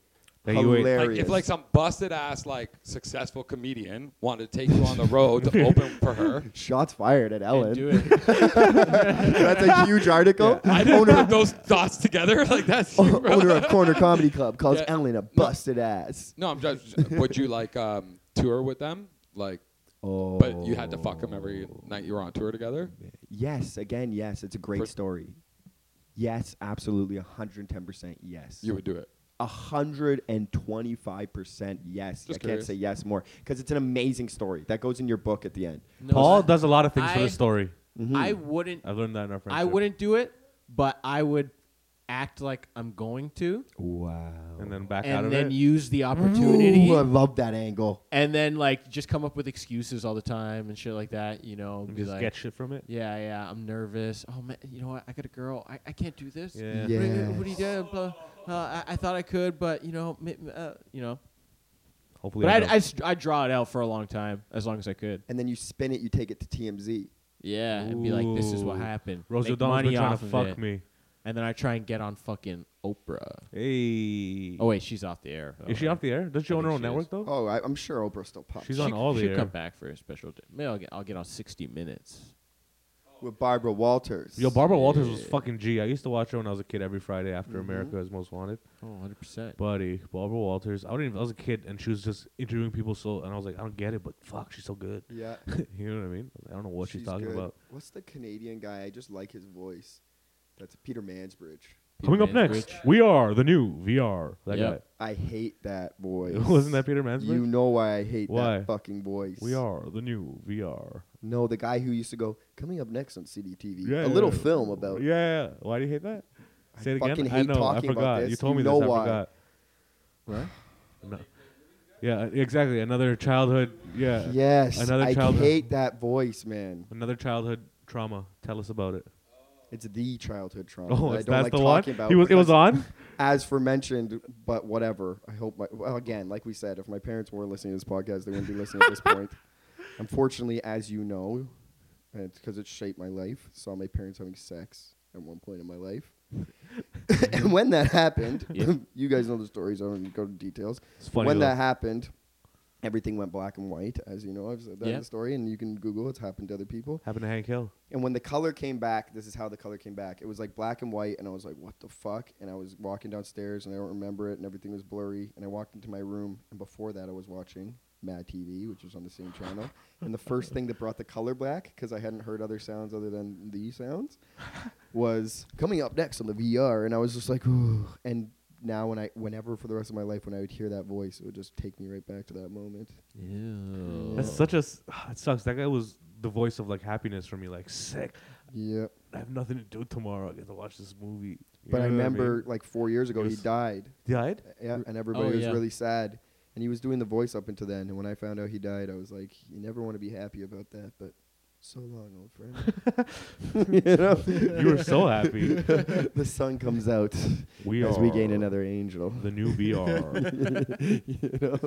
Speaker 3: That you ate-
Speaker 4: Like
Speaker 2: Hilarious.
Speaker 4: if like some busted ass like successful comedian wanted to take you on the road to open for her.
Speaker 2: Shots fired at
Speaker 5: And do
Speaker 2: Ellen.
Speaker 5: it.
Speaker 2: That's a huge article.
Speaker 4: I didn't put those dots together. Like that's
Speaker 2: O- owner of Corner Comedy Club calls
Speaker 4: Yeah.
Speaker 2: Ellen a busted ass.
Speaker 4: no. I'm just. Would you like um, tour with them? Like,
Speaker 2: Oh,
Speaker 4: but you had to fuck them every night you were on tour together.
Speaker 2: Yes, again, yes. It's a great
Speaker 4: For-
Speaker 2: story. Yes, absolutely, 110% yes.
Speaker 4: You would do it.
Speaker 2: 125% yes.
Speaker 4: Just
Speaker 2: I can't
Speaker 4: curious.
Speaker 2: say yes more because it's an amazing story that goes in your book at the end. Mm-hmm.
Speaker 5: No,
Speaker 3: Paul
Speaker 5: that-
Speaker 3: does a lot of things for
Speaker 5: I-
Speaker 3: the story.
Speaker 2: Hmm.
Speaker 5: I wouldn't.
Speaker 3: I've learned that in our friendship.
Speaker 5: I wouldn't do it, but I would act like I'm going to,
Speaker 2: Wow.
Speaker 3: And then back out
Speaker 5: and
Speaker 3: of
Speaker 5: then
Speaker 3: it.
Speaker 5: use the opportunity,
Speaker 2: Ooh, I love that angle.
Speaker 5: and then like just come up with excuses all the time and shit like that. You know,
Speaker 3: and
Speaker 5: be
Speaker 3: just
Speaker 5: like,
Speaker 3: get shit from it.
Speaker 5: Yeah, yeah. I'm nervous. Oh man, you know what? I got a girl. I, I can't do this.
Speaker 3: Yeah.
Speaker 5: What, do you,
Speaker 2: Yes.
Speaker 5: what do you do? Blah, uh, I, I thought I could, but you know, mi- mi- uh, you know.
Speaker 3: Hopefully,
Speaker 5: But
Speaker 3: I
Speaker 5: I
Speaker 3: don't.
Speaker 5: I s- I draw it out for a long time, as long as I could.
Speaker 2: And then you spin it, you take it to TMZ.
Speaker 5: Yeah, and be like, this is what
Speaker 3: Ooh.
Speaker 5: happened.
Speaker 3: Rosie
Speaker 5: Make
Speaker 3: O'Donnell's been
Speaker 5: money
Speaker 3: trying
Speaker 5: off
Speaker 3: to
Speaker 5: of
Speaker 3: fuck
Speaker 5: it.
Speaker 3: me.
Speaker 5: And then I try and get on fucking Oprah.
Speaker 3: Hey.
Speaker 5: Oh wait, she's off the air.
Speaker 3: Is she off the air? Does she
Speaker 5: I
Speaker 3: own her
Speaker 5: think
Speaker 3: own
Speaker 5: she is.
Speaker 3: network though?
Speaker 2: Oh, I, I'm sure Oprah still pops.
Speaker 3: She's
Speaker 5: She,
Speaker 3: on all the
Speaker 5: she'll
Speaker 3: air.
Speaker 5: come back for a special. Day. Maybe I'll get I'll get on 60 Minutes.
Speaker 2: with Barbara Walters.
Speaker 3: Yo, Barbara Walters was fucking G. I used to watch her when I was a kid every Friday after
Speaker 2: Mm-hmm.
Speaker 3: America is Most Wanted.
Speaker 5: Oh, 100 percent.
Speaker 3: Buddy, Barbara Walters. I, don't even, I was a kid and she was just interviewing people so, and I was like, I don't get it, but fuck, she's so good.
Speaker 2: Yeah.
Speaker 3: you know what I mean? I don't know what she's, talking
Speaker 2: good.
Speaker 3: about.
Speaker 2: What's the Canadian guy? I just like his voice. That's Peter Mansbridge.
Speaker 3: Coming up next, we are the new VR. That
Speaker 5: Yep.
Speaker 2: I hate that
Speaker 3: guy.
Speaker 2: voice.
Speaker 3: Wasn't that Peter Mansbridge?
Speaker 2: You know why I hate
Speaker 3: Why?
Speaker 2: that fucking voice.
Speaker 3: we are the new VR.
Speaker 2: No, the guy who used to go, coming up next on CDTV, a
Speaker 3: Yeah,
Speaker 2: little
Speaker 3: yeah.
Speaker 2: film about.
Speaker 3: Yeah. Why do you hate that?
Speaker 2: I
Speaker 3: Say it again.
Speaker 2: fucking
Speaker 3: I
Speaker 2: hate
Speaker 3: know. I
Speaker 2: talking about
Speaker 3: forgot.
Speaker 2: this.
Speaker 3: You told
Speaker 2: You
Speaker 3: me
Speaker 2: know
Speaker 3: this. I
Speaker 2: why.
Speaker 3: forgot.
Speaker 2: What?
Speaker 3: No. Yeah. Exactly. Another childhood. Yeah.
Speaker 2: Yes.
Speaker 3: Another
Speaker 2: I
Speaker 3: childhood.
Speaker 2: hate that voice, man.
Speaker 3: Another childhood trauma. Tell us about it.
Speaker 2: It's the childhood trauma.
Speaker 3: Oh,
Speaker 2: that I
Speaker 3: is
Speaker 2: don't
Speaker 3: that
Speaker 2: like
Speaker 3: the
Speaker 2: talking
Speaker 3: one?
Speaker 2: about.
Speaker 3: He was. It was
Speaker 2: because-
Speaker 3: on.
Speaker 2: as for mentioned, but whatever. I hope my well again, like we said, if my parents were listening to this podcast, they wouldn't be listening at this point. Unfortunately, as you know, and it's because it shaped my life. Saw my parents having sex at one point in my life, and when that happened, you guys know the stories. I don't need to go to details.
Speaker 3: It's funny.
Speaker 2: when
Speaker 3: though.
Speaker 2: that happened, everything went black and white, as you know. I've said that in
Speaker 5: Yeah.
Speaker 2: the story, and you can Google. It's happened to other people.
Speaker 3: happened to Hank Hill.
Speaker 2: And when the color came back, this is how the color came back. It was like black and white, and I was like, "What the fuck?" And I was walking downstairs, and I don't remember it, and everything was blurry. And I walked into my room, and before that, I was watching Mad TV, which was on the same channel. And the first thing that brought the color black, because I hadn't heard other sounds other than these sounds, was coming up next on the VR. And I was just like, Ooh. and now when I, whenever for the rest of my life, when I would hear that voice, it would just take me right back to that moment.
Speaker 5: Ew.
Speaker 2: Oh.
Speaker 3: That's such a. s- ah, It sucks. That guy was the voice of like happiness for me. Like sick.
Speaker 2: Yeah.
Speaker 3: I have nothing to do tomorrow. I get to watch this movie. You
Speaker 2: But I
Speaker 3: know what
Speaker 2: remember
Speaker 3: mean?
Speaker 2: like four years ago, he
Speaker 3: It was-
Speaker 2: died.
Speaker 3: died.
Speaker 2: yeah, and everybody
Speaker 5: Oh,
Speaker 2: was
Speaker 5: yeah.
Speaker 2: really sad. and he was doing the voice up until then. And when I found out he died, I was like, you never want to be happy about that, but so long, old friend. you know,
Speaker 3: You were so happy.
Speaker 2: the sun comes out
Speaker 3: We
Speaker 2: as
Speaker 3: are
Speaker 2: we gain another angel.
Speaker 3: the new VR.
Speaker 2: you know?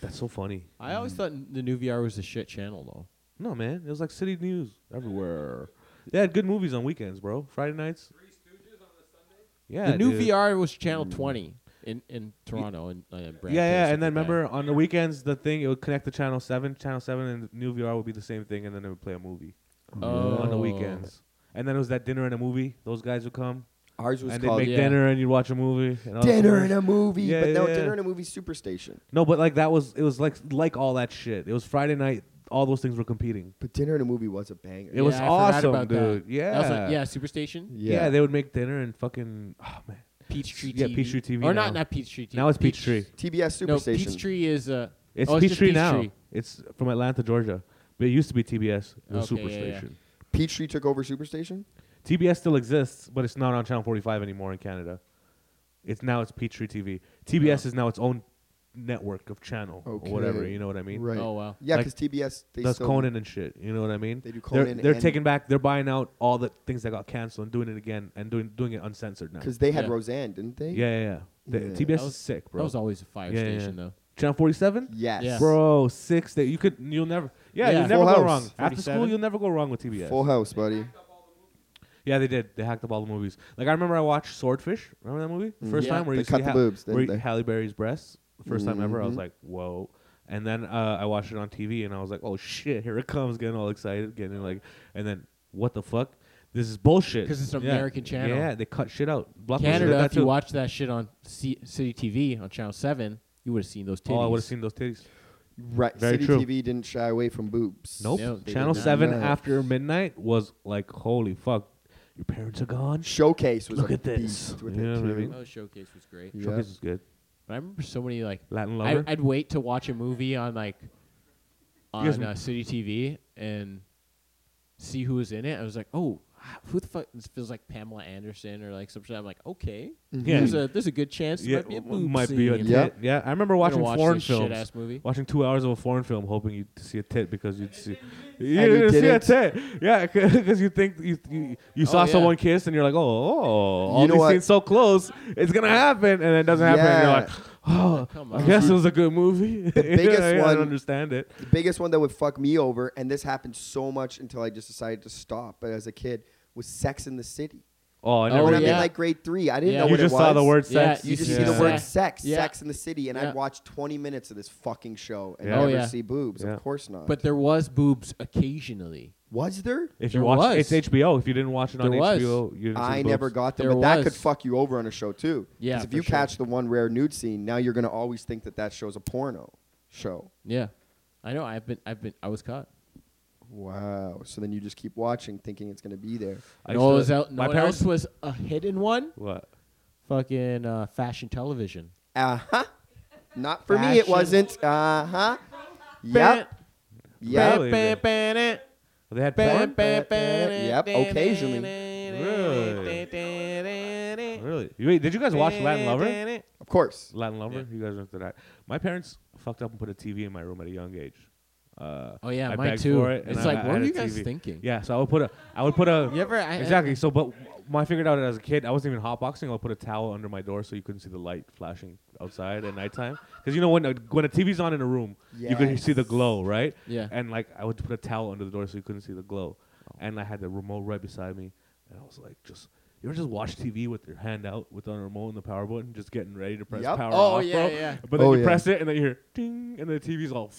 Speaker 3: That's so funny.
Speaker 5: I always thought the new VR was the shit channel though.
Speaker 3: No, man. It was like city news everywhere. They had good movies on weekends, bro. Friday nights. Yeah,
Speaker 5: the new
Speaker 3: dude.
Speaker 5: VR was channel 20 in in Toronto and uh, Brad
Speaker 3: yeah,
Speaker 5: Pitt
Speaker 3: yeah,
Speaker 5: or
Speaker 3: and then
Speaker 5: something like that.
Speaker 3: remember on the weekends the thing it would connect to channel seven, channel seven, and new VR would be the same thing, and then it would play a movie on the
Speaker 5: Oh.
Speaker 3: weekends. And then it was that dinner and a movie. Those guys would come
Speaker 2: Ours was
Speaker 3: and they
Speaker 2: called
Speaker 3: make
Speaker 5: yeah.
Speaker 3: dinner, and you'd watch a movie. And all that
Speaker 2: Dinner
Speaker 3: stuff.
Speaker 2: in a Movie,
Speaker 3: Yeah,
Speaker 2: but no,
Speaker 3: yeah, yeah.
Speaker 2: Dinner in a Movie Superstation.
Speaker 3: No, but like that was it was like like all that shit. It was Friday night. All those things were competing.
Speaker 2: But Dinner in a Movie was a banger.
Speaker 3: It was
Speaker 5: I forgot
Speaker 3: awesome,
Speaker 5: about that.
Speaker 3: dude. Yeah.
Speaker 5: That was like- yeah, Superstation,
Speaker 3: Yeah. they would make dinner and fucking oh man.
Speaker 5: Peachtree
Speaker 3: Yeah,
Speaker 5: TV.
Speaker 3: Peachtree TV
Speaker 5: Or
Speaker 3: now.
Speaker 5: not, not Peachtree TV.
Speaker 3: Now it's
Speaker 5: Peach-
Speaker 3: Peachtree.
Speaker 2: TBS
Speaker 5: No,
Speaker 2: Superstation.
Speaker 5: Peachtree is uh,
Speaker 3: It's
Speaker 5: oh, just
Speaker 3: Peachtree now.
Speaker 5: Peachtree.
Speaker 3: It's from Atlanta, Georgia. But it used to be TBS, the
Speaker 5: Okay, yeah, yeah.
Speaker 3: Superstation.
Speaker 2: Peachtree took over Superstation.
Speaker 3: TBS still exists, but it's not on Channel 45 anymore in Canada. It's now it's Peachtree TV. TBS is now its own network of channel
Speaker 2: Okay.
Speaker 3: or whatever. You know what I mean?
Speaker 2: Right.
Speaker 5: Oh wow.
Speaker 2: Yeah,
Speaker 3: Like,
Speaker 2: because TBS they
Speaker 3: That's
Speaker 2: still
Speaker 3: Conan and shit. You know what I mean?
Speaker 2: They do
Speaker 3: They're,
Speaker 2: Conan
Speaker 3: they're
Speaker 2: and-
Speaker 3: taking back. They're buying out all the things that got canceled and doing it again and doing doing it uncensored now.
Speaker 2: because they had
Speaker 5: Yeah.
Speaker 2: Roseanne, didn't they?
Speaker 3: yeah, yeah, yeah. The-
Speaker 2: Yeah.
Speaker 3: TBS
Speaker 5: That
Speaker 3: is
Speaker 5: was-
Speaker 3: sick, bro.
Speaker 5: That was always a fire
Speaker 3: Yeah, yeah,
Speaker 5: station
Speaker 3: yeah.
Speaker 5: though.
Speaker 3: Channel 47.
Speaker 2: Yes.
Speaker 5: Yeah.
Speaker 3: Bro, six that you could you'll never yeah,
Speaker 5: Yeah.
Speaker 3: you'll
Speaker 2: Full
Speaker 3: never go
Speaker 2: House.
Speaker 3: wrong. After school
Speaker 7: 47?
Speaker 3: you'll never go wrong with TBS.
Speaker 2: Full House, buddy.
Speaker 3: Yeah, they did. They hacked up all the movies. Like I remember I watched Swordfish. Remember that movie? First
Speaker 5: Yeah.
Speaker 3: time
Speaker 2: Mm-hmm.
Speaker 3: where
Speaker 2: They
Speaker 3: you
Speaker 2: cut
Speaker 3: see
Speaker 2: the
Speaker 3: Ha-
Speaker 2: boobs,
Speaker 3: where
Speaker 2: didn't
Speaker 3: you-
Speaker 2: they?
Speaker 3: Halle Berry's breasts. 1st time ever. I was
Speaker 2: Mhm.
Speaker 3: like, whoa. And then uh, I watched it on TV and I was like, oh shit, here it comes, getting all excited, getting like, and then what the fuck? This is bullshit.
Speaker 5: 'Cause it's an American channel.
Speaker 3: Yeah, they cut shit out. Blockbuster did
Speaker 5: Canada,
Speaker 3: that
Speaker 5: if you
Speaker 3: too.
Speaker 5: watched that shit on C- City TV on Channel Seven, you would have seen those titties.
Speaker 3: oh, I would have seen those titties.
Speaker 2: Right.
Speaker 3: Very
Speaker 2: City
Speaker 3: true.
Speaker 2: TV didn't shy away from boobs.
Speaker 3: Nope.
Speaker 5: No, they
Speaker 3: Channel
Speaker 5: did not.
Speaker 3: Seven
Speaker 2: No.
Speaker 3: after midnight was like, holy fuck, your parents are gone.
Speaker 2: Showcase was
Speaker 3: Look
Speaker 2: a
Speaker 3: at this.
Speaker 2: beast with
Speaker 3: You
Speaker 2: it,
Speaker 3: know what I
Speaker 2: too.
Speaker 3: mean?
Speaker 5: Oh, Showcase was great.
Speaker 2: Yeah.
Speaker 3: Showcase is good.
Speaker 5: But I remember so many like
Speaker 3: Latin
Speaker 5: I,
Speaker 3: lover.
Speaker 5: I'd wait to watch a movie on like
Speaker 3: guys
Speaker 5: on
Speaker 3: m-
Speaker 5: uh, City TV and see who was in it. I was like, oh, h- who the fuck? This feels like Pamela Anderson or like some shit. I'm like, okay,
Speaker 3: Yeah.
Speaker 5: there's a there's a good chance there might be a
Speaker 3: w-
Speaker 5: boob
Speaker 3: might be a
Speaker 5: scene.
Speaker 2: Yeah.
Speaker 3: tit. Yeah, I remember
Speaker 5: I'm
Speaker 3: watching
Speaker 5: gonna watch
Speaker 3: foreign
Speaker 5: this shit
Speaker 3: films.
Speaker 5: ass movie.
Speaker 3: Watching two hours of a foreign film, hoping you to see a tit because you'd see, you
Speaker 2: And you
Speaker 3: didn't see a
Speaker 2: didn't.
Speaker 3: tit. Yeah, because you think you you, you saw
Speaker 5: Oh, yeah.
Speaker 3: someone kiss and you're like, oh, oh all
Speaker 2: You know
Speaker 3: these
Speaker 2: what?
Speaker 3: things so close, it's gonna happen, and it doesn't happen. And you're like, oh,
Speaker 5: Come
Speaker 3: I
Speaker 5: on.
Speaker 3: guess it was a good movie. The
Speaker 2: biggest
Speaker 3: I,
Speaker 2: one-
Speaker 3: don't understand it.
Speaker 2: The biggest one that would fuck me over, and this happened so much until I just decided to stop. But as a kid, was Sex in the City.
Speaker 3: Oh, I
Speaker 5: Oh,
Speaker 3: never.
Speaker 2: when
Speaker 3: did
Speaker 2: I'm
Speaker 5: yeah.
Speaker 2: in like grade three, I didn't
Speaker 5: Yeah.
Speaker 2: know
Speaker 3: that. You
Speaker 2: what
Speaker 3: just
Speaker 2: it
Speaker 3: saw the
Speaker 2: was.
Speaker 3: word
Speaker 5: Yeah,
Speaker 3: sex.
Speaker 2: You just
Speaker 5: Yeah.
Speaker 2: see the word
Speaker 5: Sex.
Speaker 2: sex,
Speaker 5: Yeah.
Speaker 2: sex in the city, and
Speaker 5: Yeah.
Speaker 2: I'd watch 20 minutes of this fucking show and
Speaker 3: Yeah.
Speaker 5: Oh,
Speaker 2: never
Speaker 5: yeah.
Speaker 2: see boobs.
Speaker 3: Yeah.
Speaker 2: Of course not.
Speaker 5: But there was boobs occasionally.
Speaker 2: was there?
Speaker 3: If you
Speaker 5: There
Speaker 3: watch,
Speaker 5: was.
Speaker 3: it's HBO. If you didn't watch it on
Speaker 5: There was.
Speaker 3: HBO, you didn't see
Speaker 2: I
Speaker 3: the
Speaker 2: never
Speaker 3: boobs.
Speaker 2: got them,
Speaker 5: There
Speaker 2: but that could
Speaker 5: was.
Speaker 2: fuck you over on a show too. 'Cause
Speaker 5: Yeah,
Speaker 2: if
Speaker 5: for
Speaker 2: you
Speaker 5: sure.
Speaker 2: catch the one rare nude scene, now you're gonna always think that that show's a porno show.
Speaker 5: Yeah, I know. I've been I've been I was caught.
Speaker 2: Wow. So then you just keep watching, thinking it's gonna be there.
Speaker 3: I
Speaker 5: no,
Speaker 3: used
Speaker 5: was
Speaker 3: to-
Speaker 5: out, no
Speaker 3: my
Speaker 5: one
Speaker 3: parents.
Speaker 5: else was a hidden one.
Speaker 3: What?
Speaker 5: Fucking uh, fashion television.
Speaker 2: Uh huh. Not for me. It
Speaker 5: Fashion.
Speaker 2: wasn't. Uh huh. Yep. Yep.
Speaker 3: Really?
Speaker 5: Bam, bam, bam,
Speaker 3: They had
Speaker 5: bam,
Speaker 3: porn?
Speaker 5: bam, bam,
Speaker 2: Yep, occasionally.
Speaker 5: Really?
Speaker 3: Really? You- Wait, did you guys watch Latin Lover?
Speaker 2: Of course.
Speaker 3: Latin Lover? You guys went to that. My parents fucked up and put a TV in my room at a young age. Uh,
Speaker 5: Oh yeah,
Speaker 3: I
Speaker 5: mine
Speaker 3: begged
Speaker 5: too.
Speaker 3: for it, and
Speaker 5: it's
Speaker 3: I-
Speaker 5: like,
Speaker 3: I
Speaker 5: what
Speaker 3: had
Speaker 5: are
Speaker 3: a
Speaker 5: you guys
Speaker 3: TV.
Speaker 5: thinking?
Speaker 3: Yeah, so I would put a, I would put a.
Speaker 5: You ever- I- I-
Speaker 3: exactly. so, but when I figured out as a kid, I wasn't even hotboxing. I would put a towel under my door so you couldn't see the light flashing outside at nighttime. Because you know when a, when a TV's on in a room, you could see the
Speaker 2: Yes.
Speaker 3: glow, right?
Speaker 5: Yeah.
Speaker 3: And like I would put a towel under the door so you couldn't see the glow, and I had the remote right beside me, and I was like, just. You ever just watch TV with your hand out with the remote and the power button, just getting ready to press
Speaker 2: Yep.
Speaker 3: power
Speaker 5: Oh,
Speaker 3: off,
Speaker 5: yeah,
Speaker 3: bro?
Speaker 5: yeah.
Speaker 3: But then
Speaker 2: Oh,
Speaker 3: you
Speaker 2: yeah.
Speaker 3: press it and then you hear ding, and the TV's all,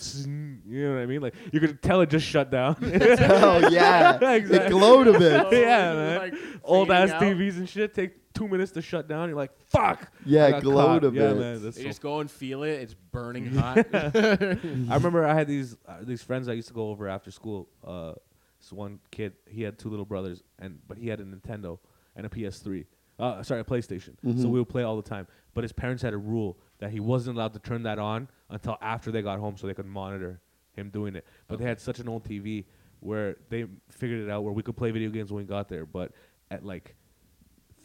Speaker 3: you know what I mean? Like you could tell it just shut down.
Speaker 2: oh yeah. It
Speaker 3: Exactly.
Speaker 2: glowed a bit.
Speaker 3: yeah, man.
Speaker 5: like,
Speaker 3: Old ass
Speaker 5: fading out.
Speaker 3: TVs and shit take two minutes to shut down. You're like, fuck.
Speaker 2: Yeah,
Speaker 3: I
Speaker 2: it
Speaker 3: got
Speaker 2: glowed a
Speaker 3: Yeah,
Speaker 2: bit.
Speaker 3: man. that's
Speaker 5: You
Speaker 3: so
Speaker 5: just go and feel it. It's burning hot.
Speaker 3: I remember I had these uh, these friends I used to go over after school. Uh, this one kid, he had two little brothers, and but he had a Nintendo and a PS3. Uh, sorry, a PlayStation. So we would play all the time. But his parents had a rule that he wasn't allowed to turn that on until after they got home, so they could monitor him doing it. But they had such an old TV where they figured it out where we could play video games when we got there. But at like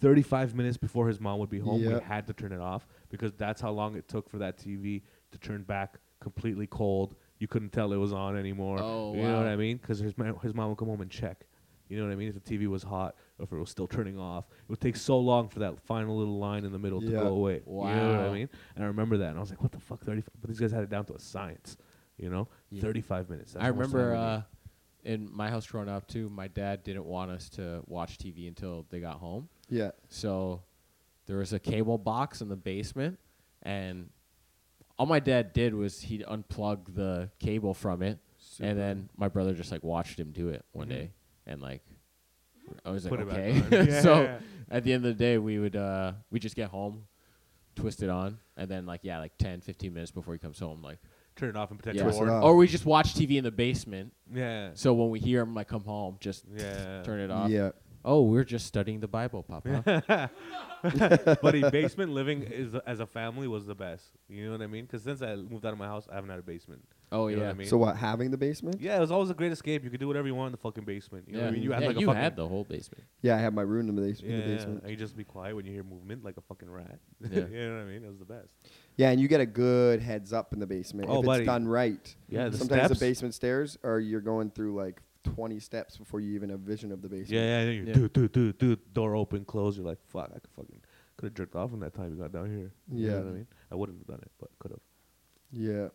Speaker 3: 35 minutes before his mom would be home,
Speaker 2: Yeah.
Speaker 3: we had to turn it off because that's how long it took for that TV to turn back completely cold. You couldn't tell it was on anymore.
Speaker 5: Oh,
Speaker 3: you know what
Speaker 5: wow.
Speaker 3: I mean? Because his ma- his mom would come home and check. You know what I mean? If the TV was hot, or if it was still turning off, it would take so long for that final little line in the middle to
Speaker 2: Yeah.
Speaker 3: go away. You know what I
Speaker 5: Wow.
Speaker 3: mean? And I remember that, and I was like, "What the fuck, 35? But these guys had it down to a science. You know,
Speaker 5: Yeah.
Speaker 3: thirty-five minutes. That's
Speaker 5: I
Speaker 3: how much time
Speaker 5: remember
Speaker 3: we need.
Speaker 5: uh, in my house growing up too. My dad didn't want us to watch TV until they got home,
Speaker 2: Yeah.
Speaker 5: so there was a cable box in the basement, and all my dad did was he'd unplug the cable from it, and then my brother just like watched him do it one day, and like I was like,
Speaker 3: Mm-hmm. Put it back
Speaker 5: okay.
Speaker 3: on. Yeah.
Speaker 5: so at the end of the day, we would uh, we just get home, twist it on, and then like yeah, like 10, 15 minutes before he comes home, like
Speaker 3: turn it off and
Speaker 5: yeah,
Speaker 3: potentially
Speaker 2: Twist it
Speaker 3: warn.
Speaker 2: off.
Speaker 5: or we just watch TV in the basement.
Speaker 3: Yeah.
Speaker 5: So when we hear him like come home, just
Speaker 3: Yeah.
Speaker 5: turn it off.
Speaker 2: Yeah.
Speaker 5: Oh, we're just studying the Bible, Papa.
Speaker 3: Buddy, basement living is as a family was the best. You know what I mean? Because since I moved out of my house, I haven't had a basement.
Speaker 5: Oh
Speaker 3: You know what
Speaker 5: yeah.
Speaker 3: I mean?
Speaker 2: So what? Having the basement?
Speaker 3: Yeah, it was always a great escape. You could do whatever you want in the fucking basement. You know
Speaker 5: yeah.
Speaker 3: what I mean? You had
Speaker 5: Yeah,
Speaker 3: like a
Speaker 5: you
Speaker 3: fucking
Speaker 5: had the whole basement.
Speaker 2: Yeah, I have my room in the, base-
Speaker 3: yeah,
Speaker 2: in the basement.
Speaker 3: and you just be quiet when you hear movement like a fucking rat.
Speaker 5: Yeah.
Speaker 3: you know what I mean? It was the best.
Speaker 2: Yeah, and you get a good heads up in the basement
Speaker 3: Oh,
Speaker 2: if
Speaker 3: buddy.
Speaker 2: it's done right.
Speaker 3: Yeah, the
Speaker 2: sometimes
Speaker 3: steps.
Speaker 2: the basement stairs are you're going through like 20 steps before you even have vision of the basement.
Speaker 3: Yeah, yeah. and then You do,
Speaker 5: Yeah.
Speaker 3: do, do, do. Door open, close. You're like, fuck. I could fucking could have jerked off in that time you got down here. You know
Speaker 2: Yeah.
Speaker 3: what I mean? I wouldn't have done it, but could have.
Speaker 2: Yeah.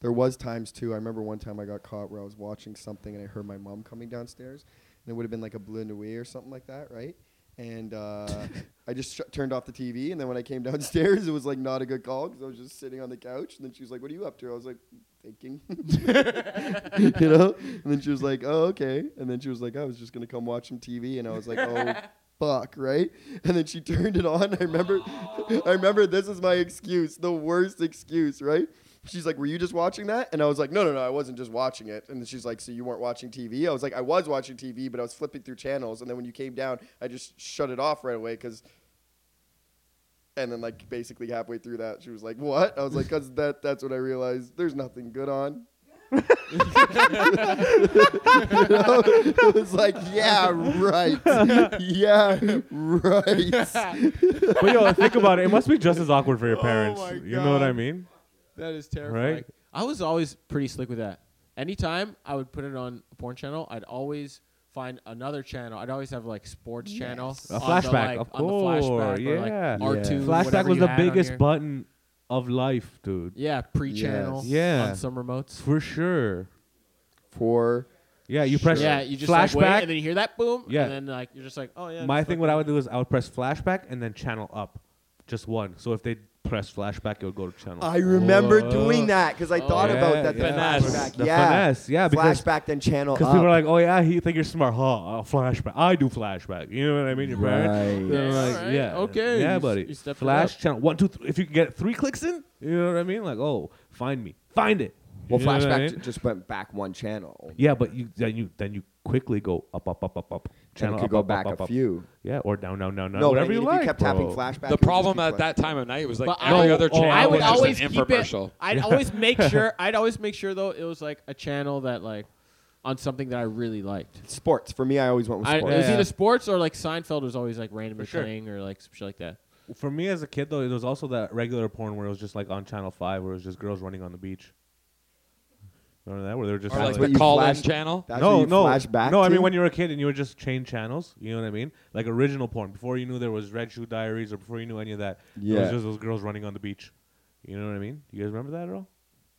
Speaker 2: There was times too. I remember one time I got caught where I was watching something and I heard my mom coming downstairs, and it would have been like a Bleu Nuit or something like that, right? And uh, I just sh- turned off the TV, and then when I came downstairs, it was like not a good call because I was just sitting on the couch, and then she was like, "What are you up to?" I was like, "Thinking," you know. And then she was like, "Oh, okay." And then she was like, "Oh, "I was just gonna come watch some TV," and I was like, "Oh." Fuck right, and then she turned it on. I remember, I remember. This is my excuse, the worst excuse, right? She's like, "Were you just watching that?" And I was like, "No, no, no, I wasn't just watching it." And then she's like, "So you weren't watching TV?" I was like, "I was watching TV, but I was flipping through channels." And then when you came down, I just shut it off right away because. And then like basically halfway through that, she was like, "What?" I was like, "Cause that that's when I realized there's nothing good on." You know? It was like, yeah, right. Yeah, right.
Speaker 3: but yo, think about it. It must be just as awkward for your parents.
Speaker 5: Oh my
Speaker 3: you know what I
Speaker 5: God.
Speaker 3: mean?
Speaker 5: That is terrifying.
Speaker 3: Right?
Speaker 5: I was always pretty slick with that. Anytime I would put it on a porn channel, I'd always find another channel. I'd always have like sports channel.
Speaker 3: A
Speaker 5: on the,
Speaker 3: flashback,
Speaker 5: like,
Speaker 3: of
Speaker 5: on the
Speaker 3: course.
Speaker 5: flashback or, like,
Speaker 3: yeah.
Speaker 5: R2,
Speaker 3: Flashback
Speaker 5: whatever
Speaker 3: was
Speaker 5: you
Speaker 3: the
Speaker 5: had on
Speaker 3: biggest
Speaker 5: your-
Speaker 3: button of life, dude.
Speaker 5: Yeah, pre-channel.
Speaker 2: Yes.
Speaker 3: Yeah.
Speaker 5: On some remotes.
Speaker 3: For sure.
Speaker 2: For
Speaker 3: Yeah, you press
Speaker 5: Yeah, you just
Speaker 3: flashback.
Speaker 5: like, wait, and then you hear that boom,
Speaker 3: Yeah.
Speaker 5: and then like you're just like, oh yeah.
Speaker 3: My
Speaker 5: just
Speaker 3: thing,
Speaker 5: fucking-
Speaker 3: what I would do is I would press flashback and then channel up, just one. So if they press flashback, it would go to channel.
Speaker 2: I remember doing that because I thought
Speaker 5: Yeah,
Speaker 2: about that.
Speaker 5: yeah.
Speaker 2: The flashback,
Speaker 3: Oh, The
Speaker 2: yeah,
Speaker 3: finesse, yeah, because-
Speaker 2: flashback then channel
Speaker 3: because people
Speaker 2: up.
Speaker 3: are like, "Oh yeah, he think you're smart, huh? Uh, flashback. I do flashback. You know what I mean? Your parents,
Speaker 2: Right.
Speaker 3: they're
Speaker 5: Yeah,
Speaker 3: like,
Speaker 5: alright,
Speaker 3: yeah,
Speaker 5: okay, you
Speaker 3: yeah,
Speaker 5: s-
Speaker 3: buddy.
Speaker 5: you stepped it
Speaker 3: Flash
Speaker 5: up.
Speaker 3: channel one, two, three. If you can get three clicks in, you know what I mean? Like, oh, find me, find it.
Speaker 2: well,
Speaker 3: You know what I
Speaker 2: flashback
Speaker 3: mean?
Speaker 2: ju- just went back one channel.
Speaker 3: Yeah, but you then you then you quickly go up, up, up, up, up.
Speaker 2: And
Speaker 3: Channel
Speaker 2: it could
Speaker 3: up,
Speaker 2: go
Speaker 3: up,
Speaker 2: back
Speaker 3: up, up,
Speaker 2: a
Speaker 3: up.
Speaker 2: few.
Speaker 3: Yeah, or down, down, down, down.
Speaker 2: but
Speaker 3: whatever
Speaker 2: I mean,
Speaker 3: you
Speaker 2: if
Speaker 3: like.
Speaker 2: you kept
Speaker 3: bro.
Speaker 2: tapping flashback.
Speaker 4: The
Speaker 2: it would
Speaker 4: problem
Speaker 2: just keep
Speaker 4: at that
Speaker 2: flashing.
Speaker 4: time of night was like
Speaker 5: But
Speaker 4: every
Speaker 5: I-
Speaker 4: other
Speaker 3: oh,
Speaker 4: channel
Speaker 5: I would
Speaker 4: was just
Speaker 5: always
Speaker 4: an
Speaker 5: keep it-
Speaker 4: infomercial.
Speaker 5: I'd always make sure. I'd always make sure though it was like a channel that like on something that I really liked.
Speaker 2: sports for me, I always went with
Speaker 5: I, it
Speaker 2: sports.
Speaker 5: was
Speaker 3: Yeah.
Speaker 5: either sports or like Seinfeld was always like randomly
Speaker 3: sure.
Speaker 5: playing or like some shit like that.
Speaker 3: For me as a kid though, it was also that regular porn where it was just like on Channel Five, where it was just girls running on the beach. Remember that? Where they were just
Speaker 4: Or
Speaker 2: That's
Speaker 4: like
Speaker 2: what
Speaker 4: the
Speaker 2: you
Speaker 4: call-in
Speaker 2: flashed-
Speaker 4: channel.
Speaker 2: That's
Speaker 3: no,
Speaker 2: what you
Speaker 3: no,
Speaker 2: flash back
Speaker 3: no. I
Speaker 2: to?
Speaker 3: mean, when you were a kid and you would just change channels, you know what I mean? Like original porn before you knew there was Red Shoe Diaries or before you knew any of that. It was
Speaker 2: Yeah.
Speaker 3: just those girls running on the beach. You know what I mean? You guys remember that at all?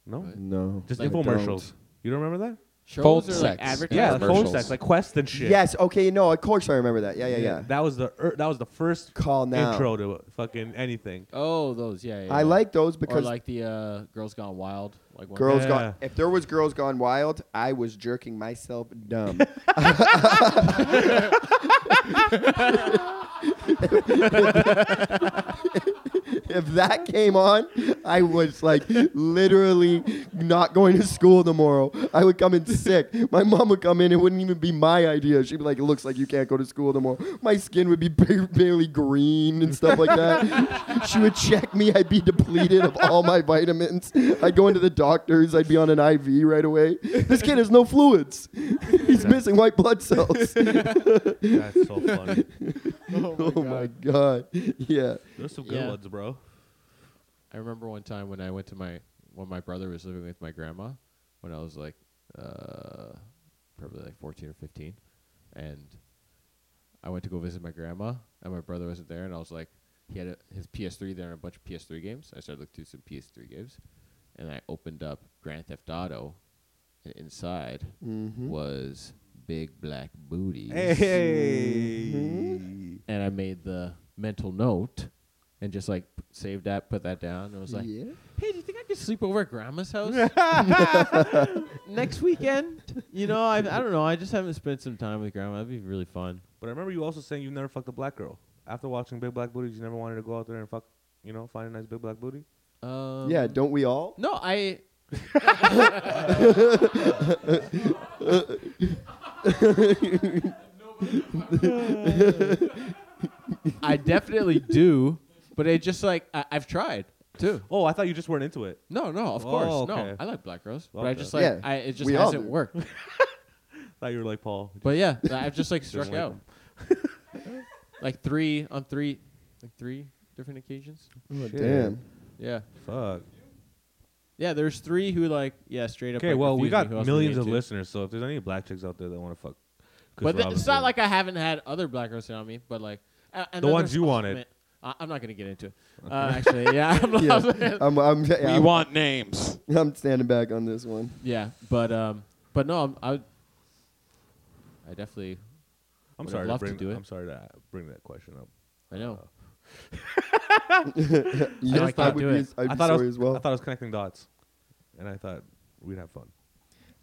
Speaker 3: No,
Speaker 2: no,
Speaker 3: just
Speaker 2: I don't.
Speaker 3: infomercials. You don't remember that?
Speaker 5: Shows
Speaker 4: Phone
Speaker 5: are like
Speaker 4: sex.
Speaker 5: advertising.
Speaker 3: Yeah,
Speaker 4: the
Speaker 3: phone
Speaker 4: commercials.
Speaker 3: sex, like Quest and shit.
Speaker 2: Yes. Okay. No. Of course, I remember that. Yeah. Yeah. Yeah.
Speaker 3: That was the er, that was the first
Speaker 2: Call now.
Speaker 3: intro to fucking anything.
Speaker 5: Oh, those. Yeah, yeah.
Speaker 2: I
Speaker 5: yeah.
Speaker 2: like those
Speaker 5: or
Speaker 2: because
Speaker 5: like the uh, Girls Gone Wild. Like one
Speaker 2: Girls
Speaker 3: Yeah.
Speaker 2: gone. If there was girls gone wild, I was jerking myself dumb. if that came on, I was like literally not going to school tomorrow. I would come in sick. My mom would come in. It wouldn't even be my idea. She'd be like, "It looks like you can't go to school tomorrow." My skin would be ba- barely green and stuff like that. she would check me. I'd be depleted of all my vitamins. I'd go into the doctors. I'd be on an IV right away. This kid has no fluids. He's missing white blood cells.
Speaker 3: That's so funny.
Speaker 2: oh my god. Yeah.
Speaker 3: There's some
Speaker 5: Yeah.
Speaker 3: bro.
Speaker 5: I remember one time when I went to my when my brother was living with my grandma when I was like uh, probably like 14 or 15 and I went to go visit my grandma and my brother wasn't there and I was like he had a, his PS3 there and a bunch of PS3 games. I started looking through some PS3 games and I opened up Grand Theft Auto and inside was Big Black Booty
Speaker 3: Hey.
Speaker 5: and I made the mental note and just like p- saved that, put that down. And I was like,
Speaker 2: Yeah.
Speaker 5: hey, do you think I could sleep over at grandma's house next weekend? You know, I, I don't know. I just haven't spent some time with grandma. That'd be really fun.
Speaker 3: But I remember you also saying you never fucked a black girl. After watching Big Black Booties, you never wanted to go out there and fuck, you know, find a nice big black booty.
Speaker 5: Um,
Speaker 2: Yeah, don't we all?
Speaker 5: No, I. I definitely do, but it just like I, I've tried too.
Speaker 3: Oh, I thought you just weren't into it.
Speaker 5: No, no, of
Speaker 3: Oh,
Speaker 5: course,
Speaker 3: okay.
Speaker 5: no. I like black girls, but
Speaker 3: Okay.
Speaker 5: I just like
Speaker 2: Yeah,
Speaker 5: I, it just
Speaker 2: we all
Speaker 5: hasn't
Speaker 2: do.
Speaker 5: worked.
Speaker 3: thought you were like Paul.
Speaker 5: But yeah, I've just like struck
Speaker 3: like
Speaker 5: out, like three on three, like three different occasions.
Speaker 3: Shit.
Speaker 2: Oh, Damn.
Speaker 5: Yeah,
Speaker 3: Fuck.
Speaker 5: yeah. There's three who like yeah, straight up.
Speaker 3: Okay,
Speaker 5: like,
Speaker 3: well, we
Speaker 5: refuse me.
Speaker 3: got
Speaker 5: Who else am I
Speaker 3: millions of
Speaker 5: into?
Speaker 3: listeners, so if there's any black chicks out there that want to fuck, Chris
Speaker 5: But th- it's
Speaker 3: Robinson-
Speaker 5: not like I haven't had other black girls hit on me, but like a- and
Speaker 3: The
Speaker 5: then
Speaker 3: ones
Speaker 5: there's
Speaker 3: you
Speaker 5: also
Speaker 3: wanted.
Speaker 5: men- I, I'm not gonna get into it. Uh, actually, yeah, I'm not,
Speaker 2: Yeah. I'm, I'm, yeah,
Speaker 4: We
Speaker 2: I'm,
Speaker 4: want names.
Speaker 2: I'm standing back on this one.
Speaker 5: yeah, but um, but no, I'm, I, would- I definitely,
Speaker 3: I'm
Speaker 5: Would
Speaker 3: sorry
Speaker 5: have
Speaker 3: to
Speaker 5: loved to
Speaker 3: bring.
Speaker 5: do it.
Speaker 3: I'm sorry to bring that question up.
Speaker 5: I know.
Speaker 2: Yes,
Speaker 5: like
Speaker 2: I
Speaker 5: that.
Speaker 2: would
Speaker 5: Do
Speaker 2: be,
Speaker 5: it.
Speaker 2: as- I'd
Speaker 3: I
Speaker 2: be
Speaker 3: thought I
Speaker 2: sorry
Speaker 3: was.
Speaker 2: as well.
Speaker 3: I thought I was connecting dots, and I thought we'd have fun.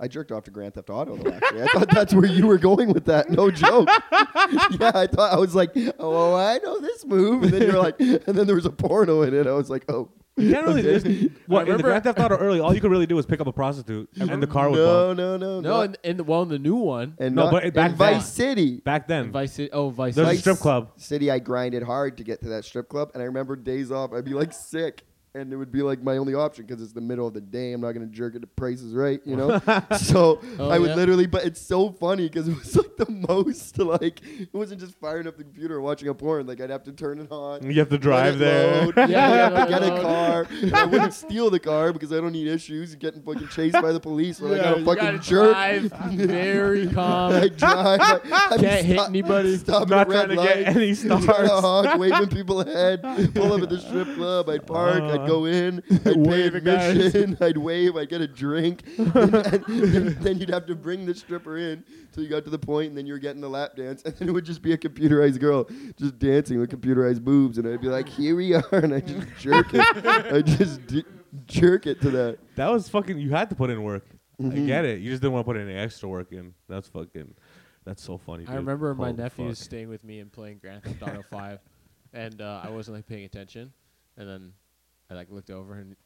Speaker 2: I jerked off to Grand Theft Auto. Though, actually, I thought that's where you were going with that. No joke. yeah, I thought I was like, oh, I know this move, and then you're like, and then there was a porno in it. I was like, oh,
Speaker 3: You can't really.
Speaker 2: Okay.
Speaker 3: there's- Well, in the Grand Theft Auto early, all you could really do was pick up a prostitute, and the car would
Speaker 2: no,
Speaker 3: bump.
Speaker 2: no, Uh, no,
Speaker 5: No,
Speaker 2: not-
Speaker 5: and, and well, in the new one,
Speaker 2: and not-
Speaker 3: no, but it- back
Speaker 2: and Vice
Speaker 3: then-
Speaker 2: City.
Speaker 3: Back then,
Speaker 5: Vice City. Oh, Vice.
Speaker 3: There's a
Speaker 5: City.
Speaker 3: strip club.
Speaker 2: City, I grinded hard to get to that strip club, and I remember days off, I'd be like sick, and it would be like my only option because it's the middle of the day. I'm not gonna jerk it to prices right, you know. so
Speaker 5: Oh,
Speaker 2: I would
Speaker 5: yeah.
Speaker 2: literally, but it's so funny because it was like the most like it wasn't just firing up the computer and watching a porn. Like I'd have to turn it on.
Speaker 3: You have to
Speaker 2: let
Speaker 3: drive
Speaker 2: it
Speaker 3: there.
Speaker 2: load, I'd have to
Speaker 5: yeah,
Speaker 2: get a
Speaker 5: load.
Speaker 2: car. and I wouldn't steal the car because I don't need issues getting fucking chased by the police when
Speaker 5: Yeah,
Speaker 2: I got a
Speaker 5: you
Speaker 2: fucking
Speaker 5: gotta
Speaker 2: jerk.
Speaker 5: drive very
Speaker 2: I
Speaker 5: calm.
Speaker 2: drive. I, I'd be
Speaker 5: Can't hit
Speaker 2: stop-
Speaker 5: anybody.
Speaker 2: Stop
Speaker 3: not
Speaker 2: at red
Speaker 3: trying to get
Speaker 2: lights.
Speaker 3: any
Speaker 2: Try to
Speaker 3: stars.
Speaker 2: honk, waving people ahead. Pull up at the strip club. I'd park. I'd go in. I'd pay
Speaker 3: Uh, Wave at guys.
Speaker 2: admission. I'd wave. I'd get a drink. And, then- then you'd have to bring the stripper in till you got to the point, and then you were getting the lap dance, and then it would just be a computerized girl just dancing with computerized boobs, and I'd be like, "Here we are," and I just jerk it. I just d- jerk it to that.
Speaker 3: That was fucking. You had to put in work.
Speaker 5: Mm-hmm.
Speaker 3: I get it. You just didn't want to put any extra work in. That's fucking. That's so funny.
Speaker 5: I
Speaker 3: dude.
Speaker 5: remember my
Speaker 3: Holy
Speaker 5: nephews
Speaker 3: fuck.
Speaker 5: staying with me and playing Grand Theft Auto Five, and uh, I wasn't like paying attention, and then I like looked over and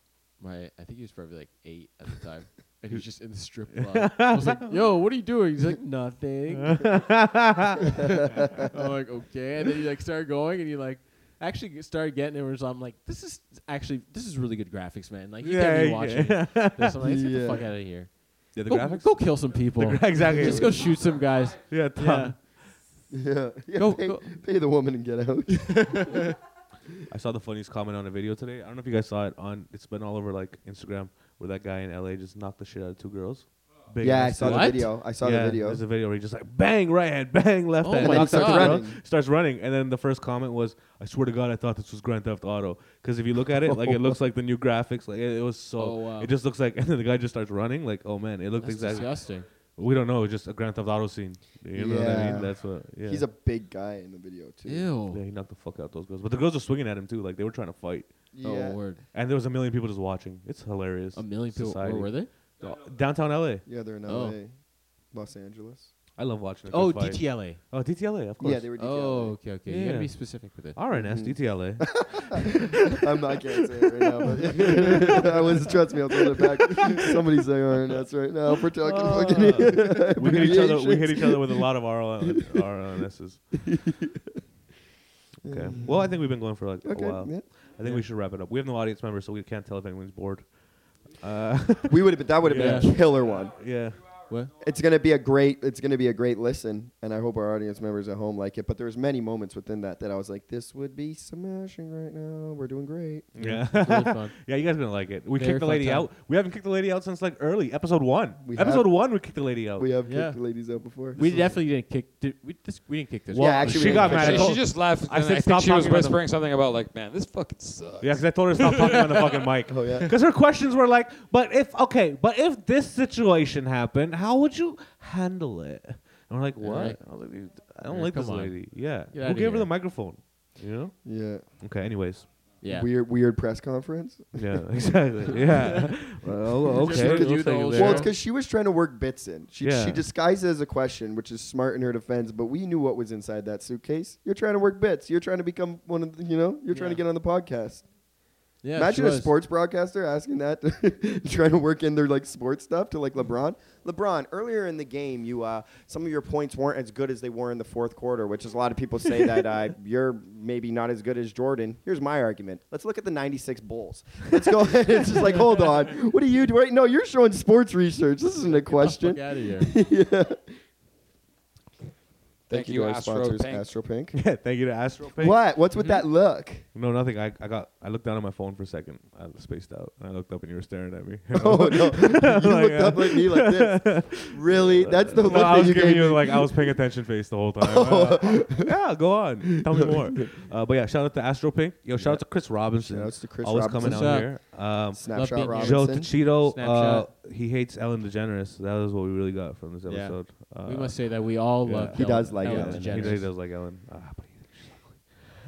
Speaker 5: my I think he was probably like eight at the time, and he was just in the strip club. I was like, "Yo, what are you doing?" He's like, "Nothing." I'm like, "Okay," and then he like started going, and he like. Actually, get- started getting it. Where I'm like, this is actually this is really good graphics, man. Like you
Speaker 3: Yeah,
Speaker 5: can't
Speaker 3: yeah.
Speaker 5: be watching this. I'm like, let's get
Speaker 2: Yeah.
Speaker 5: the fuck out of here.
Speaker 3: Yeah, the
Speaker 5: go,
Speaker 3: graphics.
Speaker 5: go kill some people.
Speaker 3: exactly.
Speaker 5: Just go shoot some guys.
Speaker 3: Yeah,
Speaker 5: Yeah.
Speaker 3: Tom.
Speaker 2: Yeah, yeah
Speaker 5: Go-
Speaker 2: pay,
Speaker 5: go-
Speaker 2: pay the woman and get out.
Speaker 3: I saw the funniest comment on a video today. I don't know if you guys saw it on. It's been all over like Instagram where that guy in LA just knocked the shit out of two girls. Big
Speaker 2: yeah, I
Speaker 3: ass
Speaker 2: saw
Speaker 3: dude.
Speaker 2: the
Speaker 5: What?
Speaker 2: video. I saw
Speaker 3: Yeah,
Speaker 2: the video.
Speaker 3: There's a video where he just like bang right hand, bang left
Speaker 5: Oh
Speaker 3: hand.
Speaker 5: my
Speaker 3: knocks out the
Speaker 5: God.
Speaker 3: girl, starts running, and then the first comment was, "I swear to God, I thought this was Grand Theft Auto." Because if you look at it, like it looks like the new graphics. Like it, it was so.
Speaker 5: Oh, wow.
Speaker 3: It just looks like, and then the guy just starts running. Like, oh man, it looked
Speaker 5: That's
Speaker 3: exactly.
Speaker 5: disgusting.
Speaker 3: We don't know. It's just a Grand Theft Auto scene. You know what I
Speaker 2: Yeah.
Speaker 3: mean? That's what. Yeah.
Speaker 2: He's a big guy in the video too.
Speaker 5: Ew.
Speaker 3: Yeah, he knocked the fuck out those girls, but the girls were swinging at him too. Like they were trying to fight,
Speaker 2: Yeah.
Speaker 5: Oh, word.
Speaker 3: and there was a million people just watching. It's hilarious.
Speaker 5: A million people.
Speaker 3: Society.
Speaker 5: Where were they?
Speaker 3: No, Downtown LA.
Speaker 2: yeah, they're in LA.
Speaker 5: Oh.
Speaker 2: Los Angeles.
Speaker 3: I love watching. a good
Speaker 5: Oh,
Speaker 3: fight.
Speaker 5: DTLA.
Speaker 3: Oh, DTLA, of course.
Speaker 2: Yeah, they were
Speaker 5: Oh,
Speaker 2: DTLA.
Speaker 5: okay, okay. You gotta
Speaker 3: Yeah.
Speaker 5: be specific with it.
Speaker 3: RNS,
Speaker 2: Mhm.
Speaker 3: DTLA.
Speaker 2: I'm not can't say it right now, but I was trust me, I'll throw it back. Somebody's saying RNS right now. If we're talking
Speaker 5: Ah.
Speaker 2: fucking
Speaker 3: we hit each other. We hit each other with a lot of RNSs. okay. Well, I think we've been going for like
Speaker 2: Okay,
Speaker 3: a while.
Speaker 2: yeah.
Speaker 3: I think we should wrap it up. We have no audience members, so we can't tell if anyone's bored. Uh,
Speaker 2: We would have been that would have been a
Speaker 5: Yeah.
Speaker 2: killer one.
Speaker 3: yeah.
Speaker 5: What?
Speaker 2: It's gonna be a great. It's gonna be a great listen, and I hope our audience members at home like it. But there was many moments within that that I was like, "This would be smashing right now. We're doing great."
Speaker 3: Yeah.
Speaker 5: Really fun.
Speaker 3: yeah, you guys gonna like it. We
Speaker 5: Very
Speaker 3: kicked the
Speaker 5: fun
Speaker 3: lady
Speaker 5: time.
Speaker 3: out. We haven't kicked the lady out since like early episode one.
Speaker 2: We
Speaker 3: episode
Speaker 2: have-
Speaker 3: one, we kicked the lady out.
Speaker 2: We have
Speaker 5: Oh, Yeah.
Speaker 2: kicked the ladies out before.
Speaker 5: We definitely didn't kick. Did we, this, we didn't kick this.
Speaker 2: Well,
Speaker 5: one.
Speaker 2: Yeah, actually,
Speaker 3: she
Speaker 2: we
Speaker 3: got
Speaker 2: didn't
Speaker 3: mad.
Speaker 2: kick
Speaker 3: I
Speaker 2: the
Speaker 4: she,
Speaker 3: told,
Speaker 4: she just left.
Speaker 3: I
Speaker 4: and
Speaker 3: said
Speaker 4: I think
Speaker 3: stop
Speaker 4: she was
Speaker 3: talking about them.
Speaker 4: whispering something about like, man, this fucking sucks.
Speaker 3: yeah, because I told her to stop talking on the fucking mic.
Speaker 2: Oh, yeah.
Speaker 3: Because her questions were like, "But if okay, but if this situation happened, how would you handle it?" And we're like, "What?"
Speaker 5: Alright.
Speaker 3: I, was like, "Dude, I don't
Speaker 5: Yeah,
Speaker 3: like
Speaker 5: come
Speaker 3: this
Speaker 5: on.
Speaker 3: lady. Yeah,
Speaker 5: Get
Speaker 3: who
Speaker 5: outta
Speaker 3: gave her
Speaker 5: here.
Speaker 3: the microphone? You know?
Speaker 2: Yeah.
Speaker 3: Okay. Anyways.
Speaker 5: Yeah.
Speaker 2: Weird. Weird press conference.
Speaker 3: Yeah. Exactly. Yeah. well,
Speaker 5: Just
Speaker 3: okay.
Speaker 5: look at you
Speaker 3: Looks
Speaker 5: the
Speaker 3: like
Speaker 5: whole
Speaker 3: it
Speaker 2: Well,
Speaker 3: there.
Speaker 2: it's because she was trying to work bits in. She
Speaker 3: Yeah.
Speaker 2: she disguised it as a question, which is smart in her defense. But we knew what was inside that suitcase. You're trying to work bits. You're trying to become one of the, you know. You're trying to
Speaker 5: Yeah.
Speaker 2: get on the podcast.
Speaker 5: Yeah,
Speaker 2: Imagine
Speaker 5: she
Speaker 2: a
Speaker 5: was.
Speaker 2: sports broadcaster asking that, trying to work in their like sports stuff to like LeBron. LeBron, earlier in the game, you uh, some of your points weren't as good as they were in the fourth quarter, which is a lot of people say that uh, you're maybe not as good as Jordan. Here's my argument. Let's look at the '96 Bulls. Let's go. ahead. it's just like, hold on, what are you doing? No, you're showing sports research. This isn't a
Speaker 5: Fuck
Speaker 2: question.
Speaker 5: out of here.
Speaker 4: Thank you,
Speaker 2: to our
Speaker 4: Astro
Speaker 2: sponsors,
Speaker 4: Pink.
Speaker 2: Astro Pink.
Speaker 3: Yeah, Thank you to Astro. Pink.
Speaker 2: What? What's with that look?
Speaker 3: No, nothing. I, I got. I looked down at my phone for a second. I spaced out. And I looked up and you were staring at me.
Speaker 2: Oh no! You looked
Speaker 3: uh,
Speaker 2: up at me like this. Really? That's the
Speaker 3: No,
Speaker 2: look
Speaker 3: I
Speaker 2: that
Speaker 3: was
Speaker 2: you
Speaker 3: giving
Speaker 2: gave
Speaker 3: you
Speaker 2: me.
Speaker 3: like I was paying attention face the whole time. Uh, yeah, go on. Tell me more. Uh, but yeah, shout out to Astro Pink. Yo, shout out to Chris Robinson.
Speaker 2: Shout outs to Chris
Speaker 3: Always
Speaker 2: Robinson.
Speaker 3: coming out here. Um,
Speaker 5: Love
Speaker 2: Snapshot
Speaker 5: being here.
Speaker 3: Joe
Speaker 2: Robinson.
Speaker 3: Tuchito, uh,
Speaker 5: Snapshot.
Speaker 3: he hates Ellen DeGeneres. That is what we really got from this
Speaker 5: Yeah.
Speaker 3: episode. Uh,
Speaker 5: we must say that we all
Speaker 3: yeah.
Speaker 5: love.
Speaker 2: He does like
Speaker 3: yeah,
Speaker 2: Ellen
Speaker 3: he,
Speaker 5: DeGeneres.
Speaker 3: he does like Ellen. Uh, but he-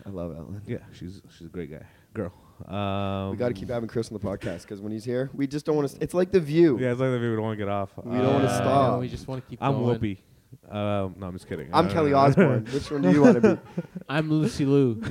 Speaker 2: I love Ellen.
Speaker 3: yeah, she's she's a great guy, girl. Um,
Speaker 2: We got to keep having Chris on the podcast because when he's here, we just don't want to. It's like the View.
Speaker 3: Yeah, it's like that we would want to get off.
Speaker 2: We don't wanna
Speaker 5: Uh,
Speaker 2: stop.
Speaker 5: no, we just want to keep.
Speaker 3: I'm
Speaker 5: going.
Speaker 3: Whoopi. Um, no, I'm just kidding.
Speaker 2: I'm
Speaker 3: Uh,
Speaker 2: Kelly Osborne. Which one do you want to be?
Speaker 5: I'm Lucy Lou.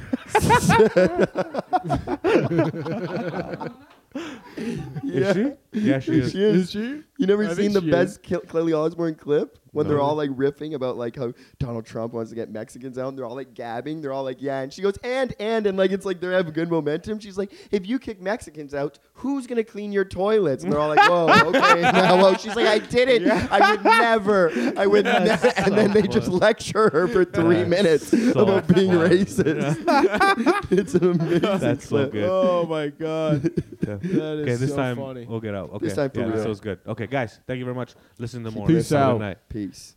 Speaker 3: Is she? Yeah, she is.
Speaker 2: She is. She? You never
Speaker 5: I
Speaker 2: seen
Speaker 5: think
Speaker 2: the
Speaker 5: she
Speaker 2: best Ke- Kelly Osborne clip when they're
Speaker 3: No.
Speaker 2: all like riffing about like how Donald Trump wants to get Mexicans out, and they're all like gabbing. They're all like, yeah, and she goes and and and like it's like they have good momentum. She's like, if you kick Mexicans out, who's gonna clean your toilets? And they're all like, whoa, okay, now whoa. She's like, I did it. I would never. I would. never. and then they just lecture her for three
Speaker 3: That's
Speaker 2: minutes
Speaker 3: so
Speaker 2: about being
Speaker 3: funny.
Speaker 2: racist. it's an amazing
Speaker 3: That's so
Speaker 2: clip.
Speaker 3: good.
Speaker 5: oh my god.
Speaker 3: Yeah.
Speaker 5: That
Speaker 3: Okay, this time
Speaker 5: funny.
Speaker 3: we'll get out. Okay,
Speaker 2: This time for
Speaker 3: yeah,
Speaker 2: real.
Speaker 3: this was good. Okay, guys, thank you very much. Listen in the morning.
Speaker 5: Peace
Speaker 3: Have a good
Speaker 5: out.
Speaker 3: night.
Speaker 2: Peace.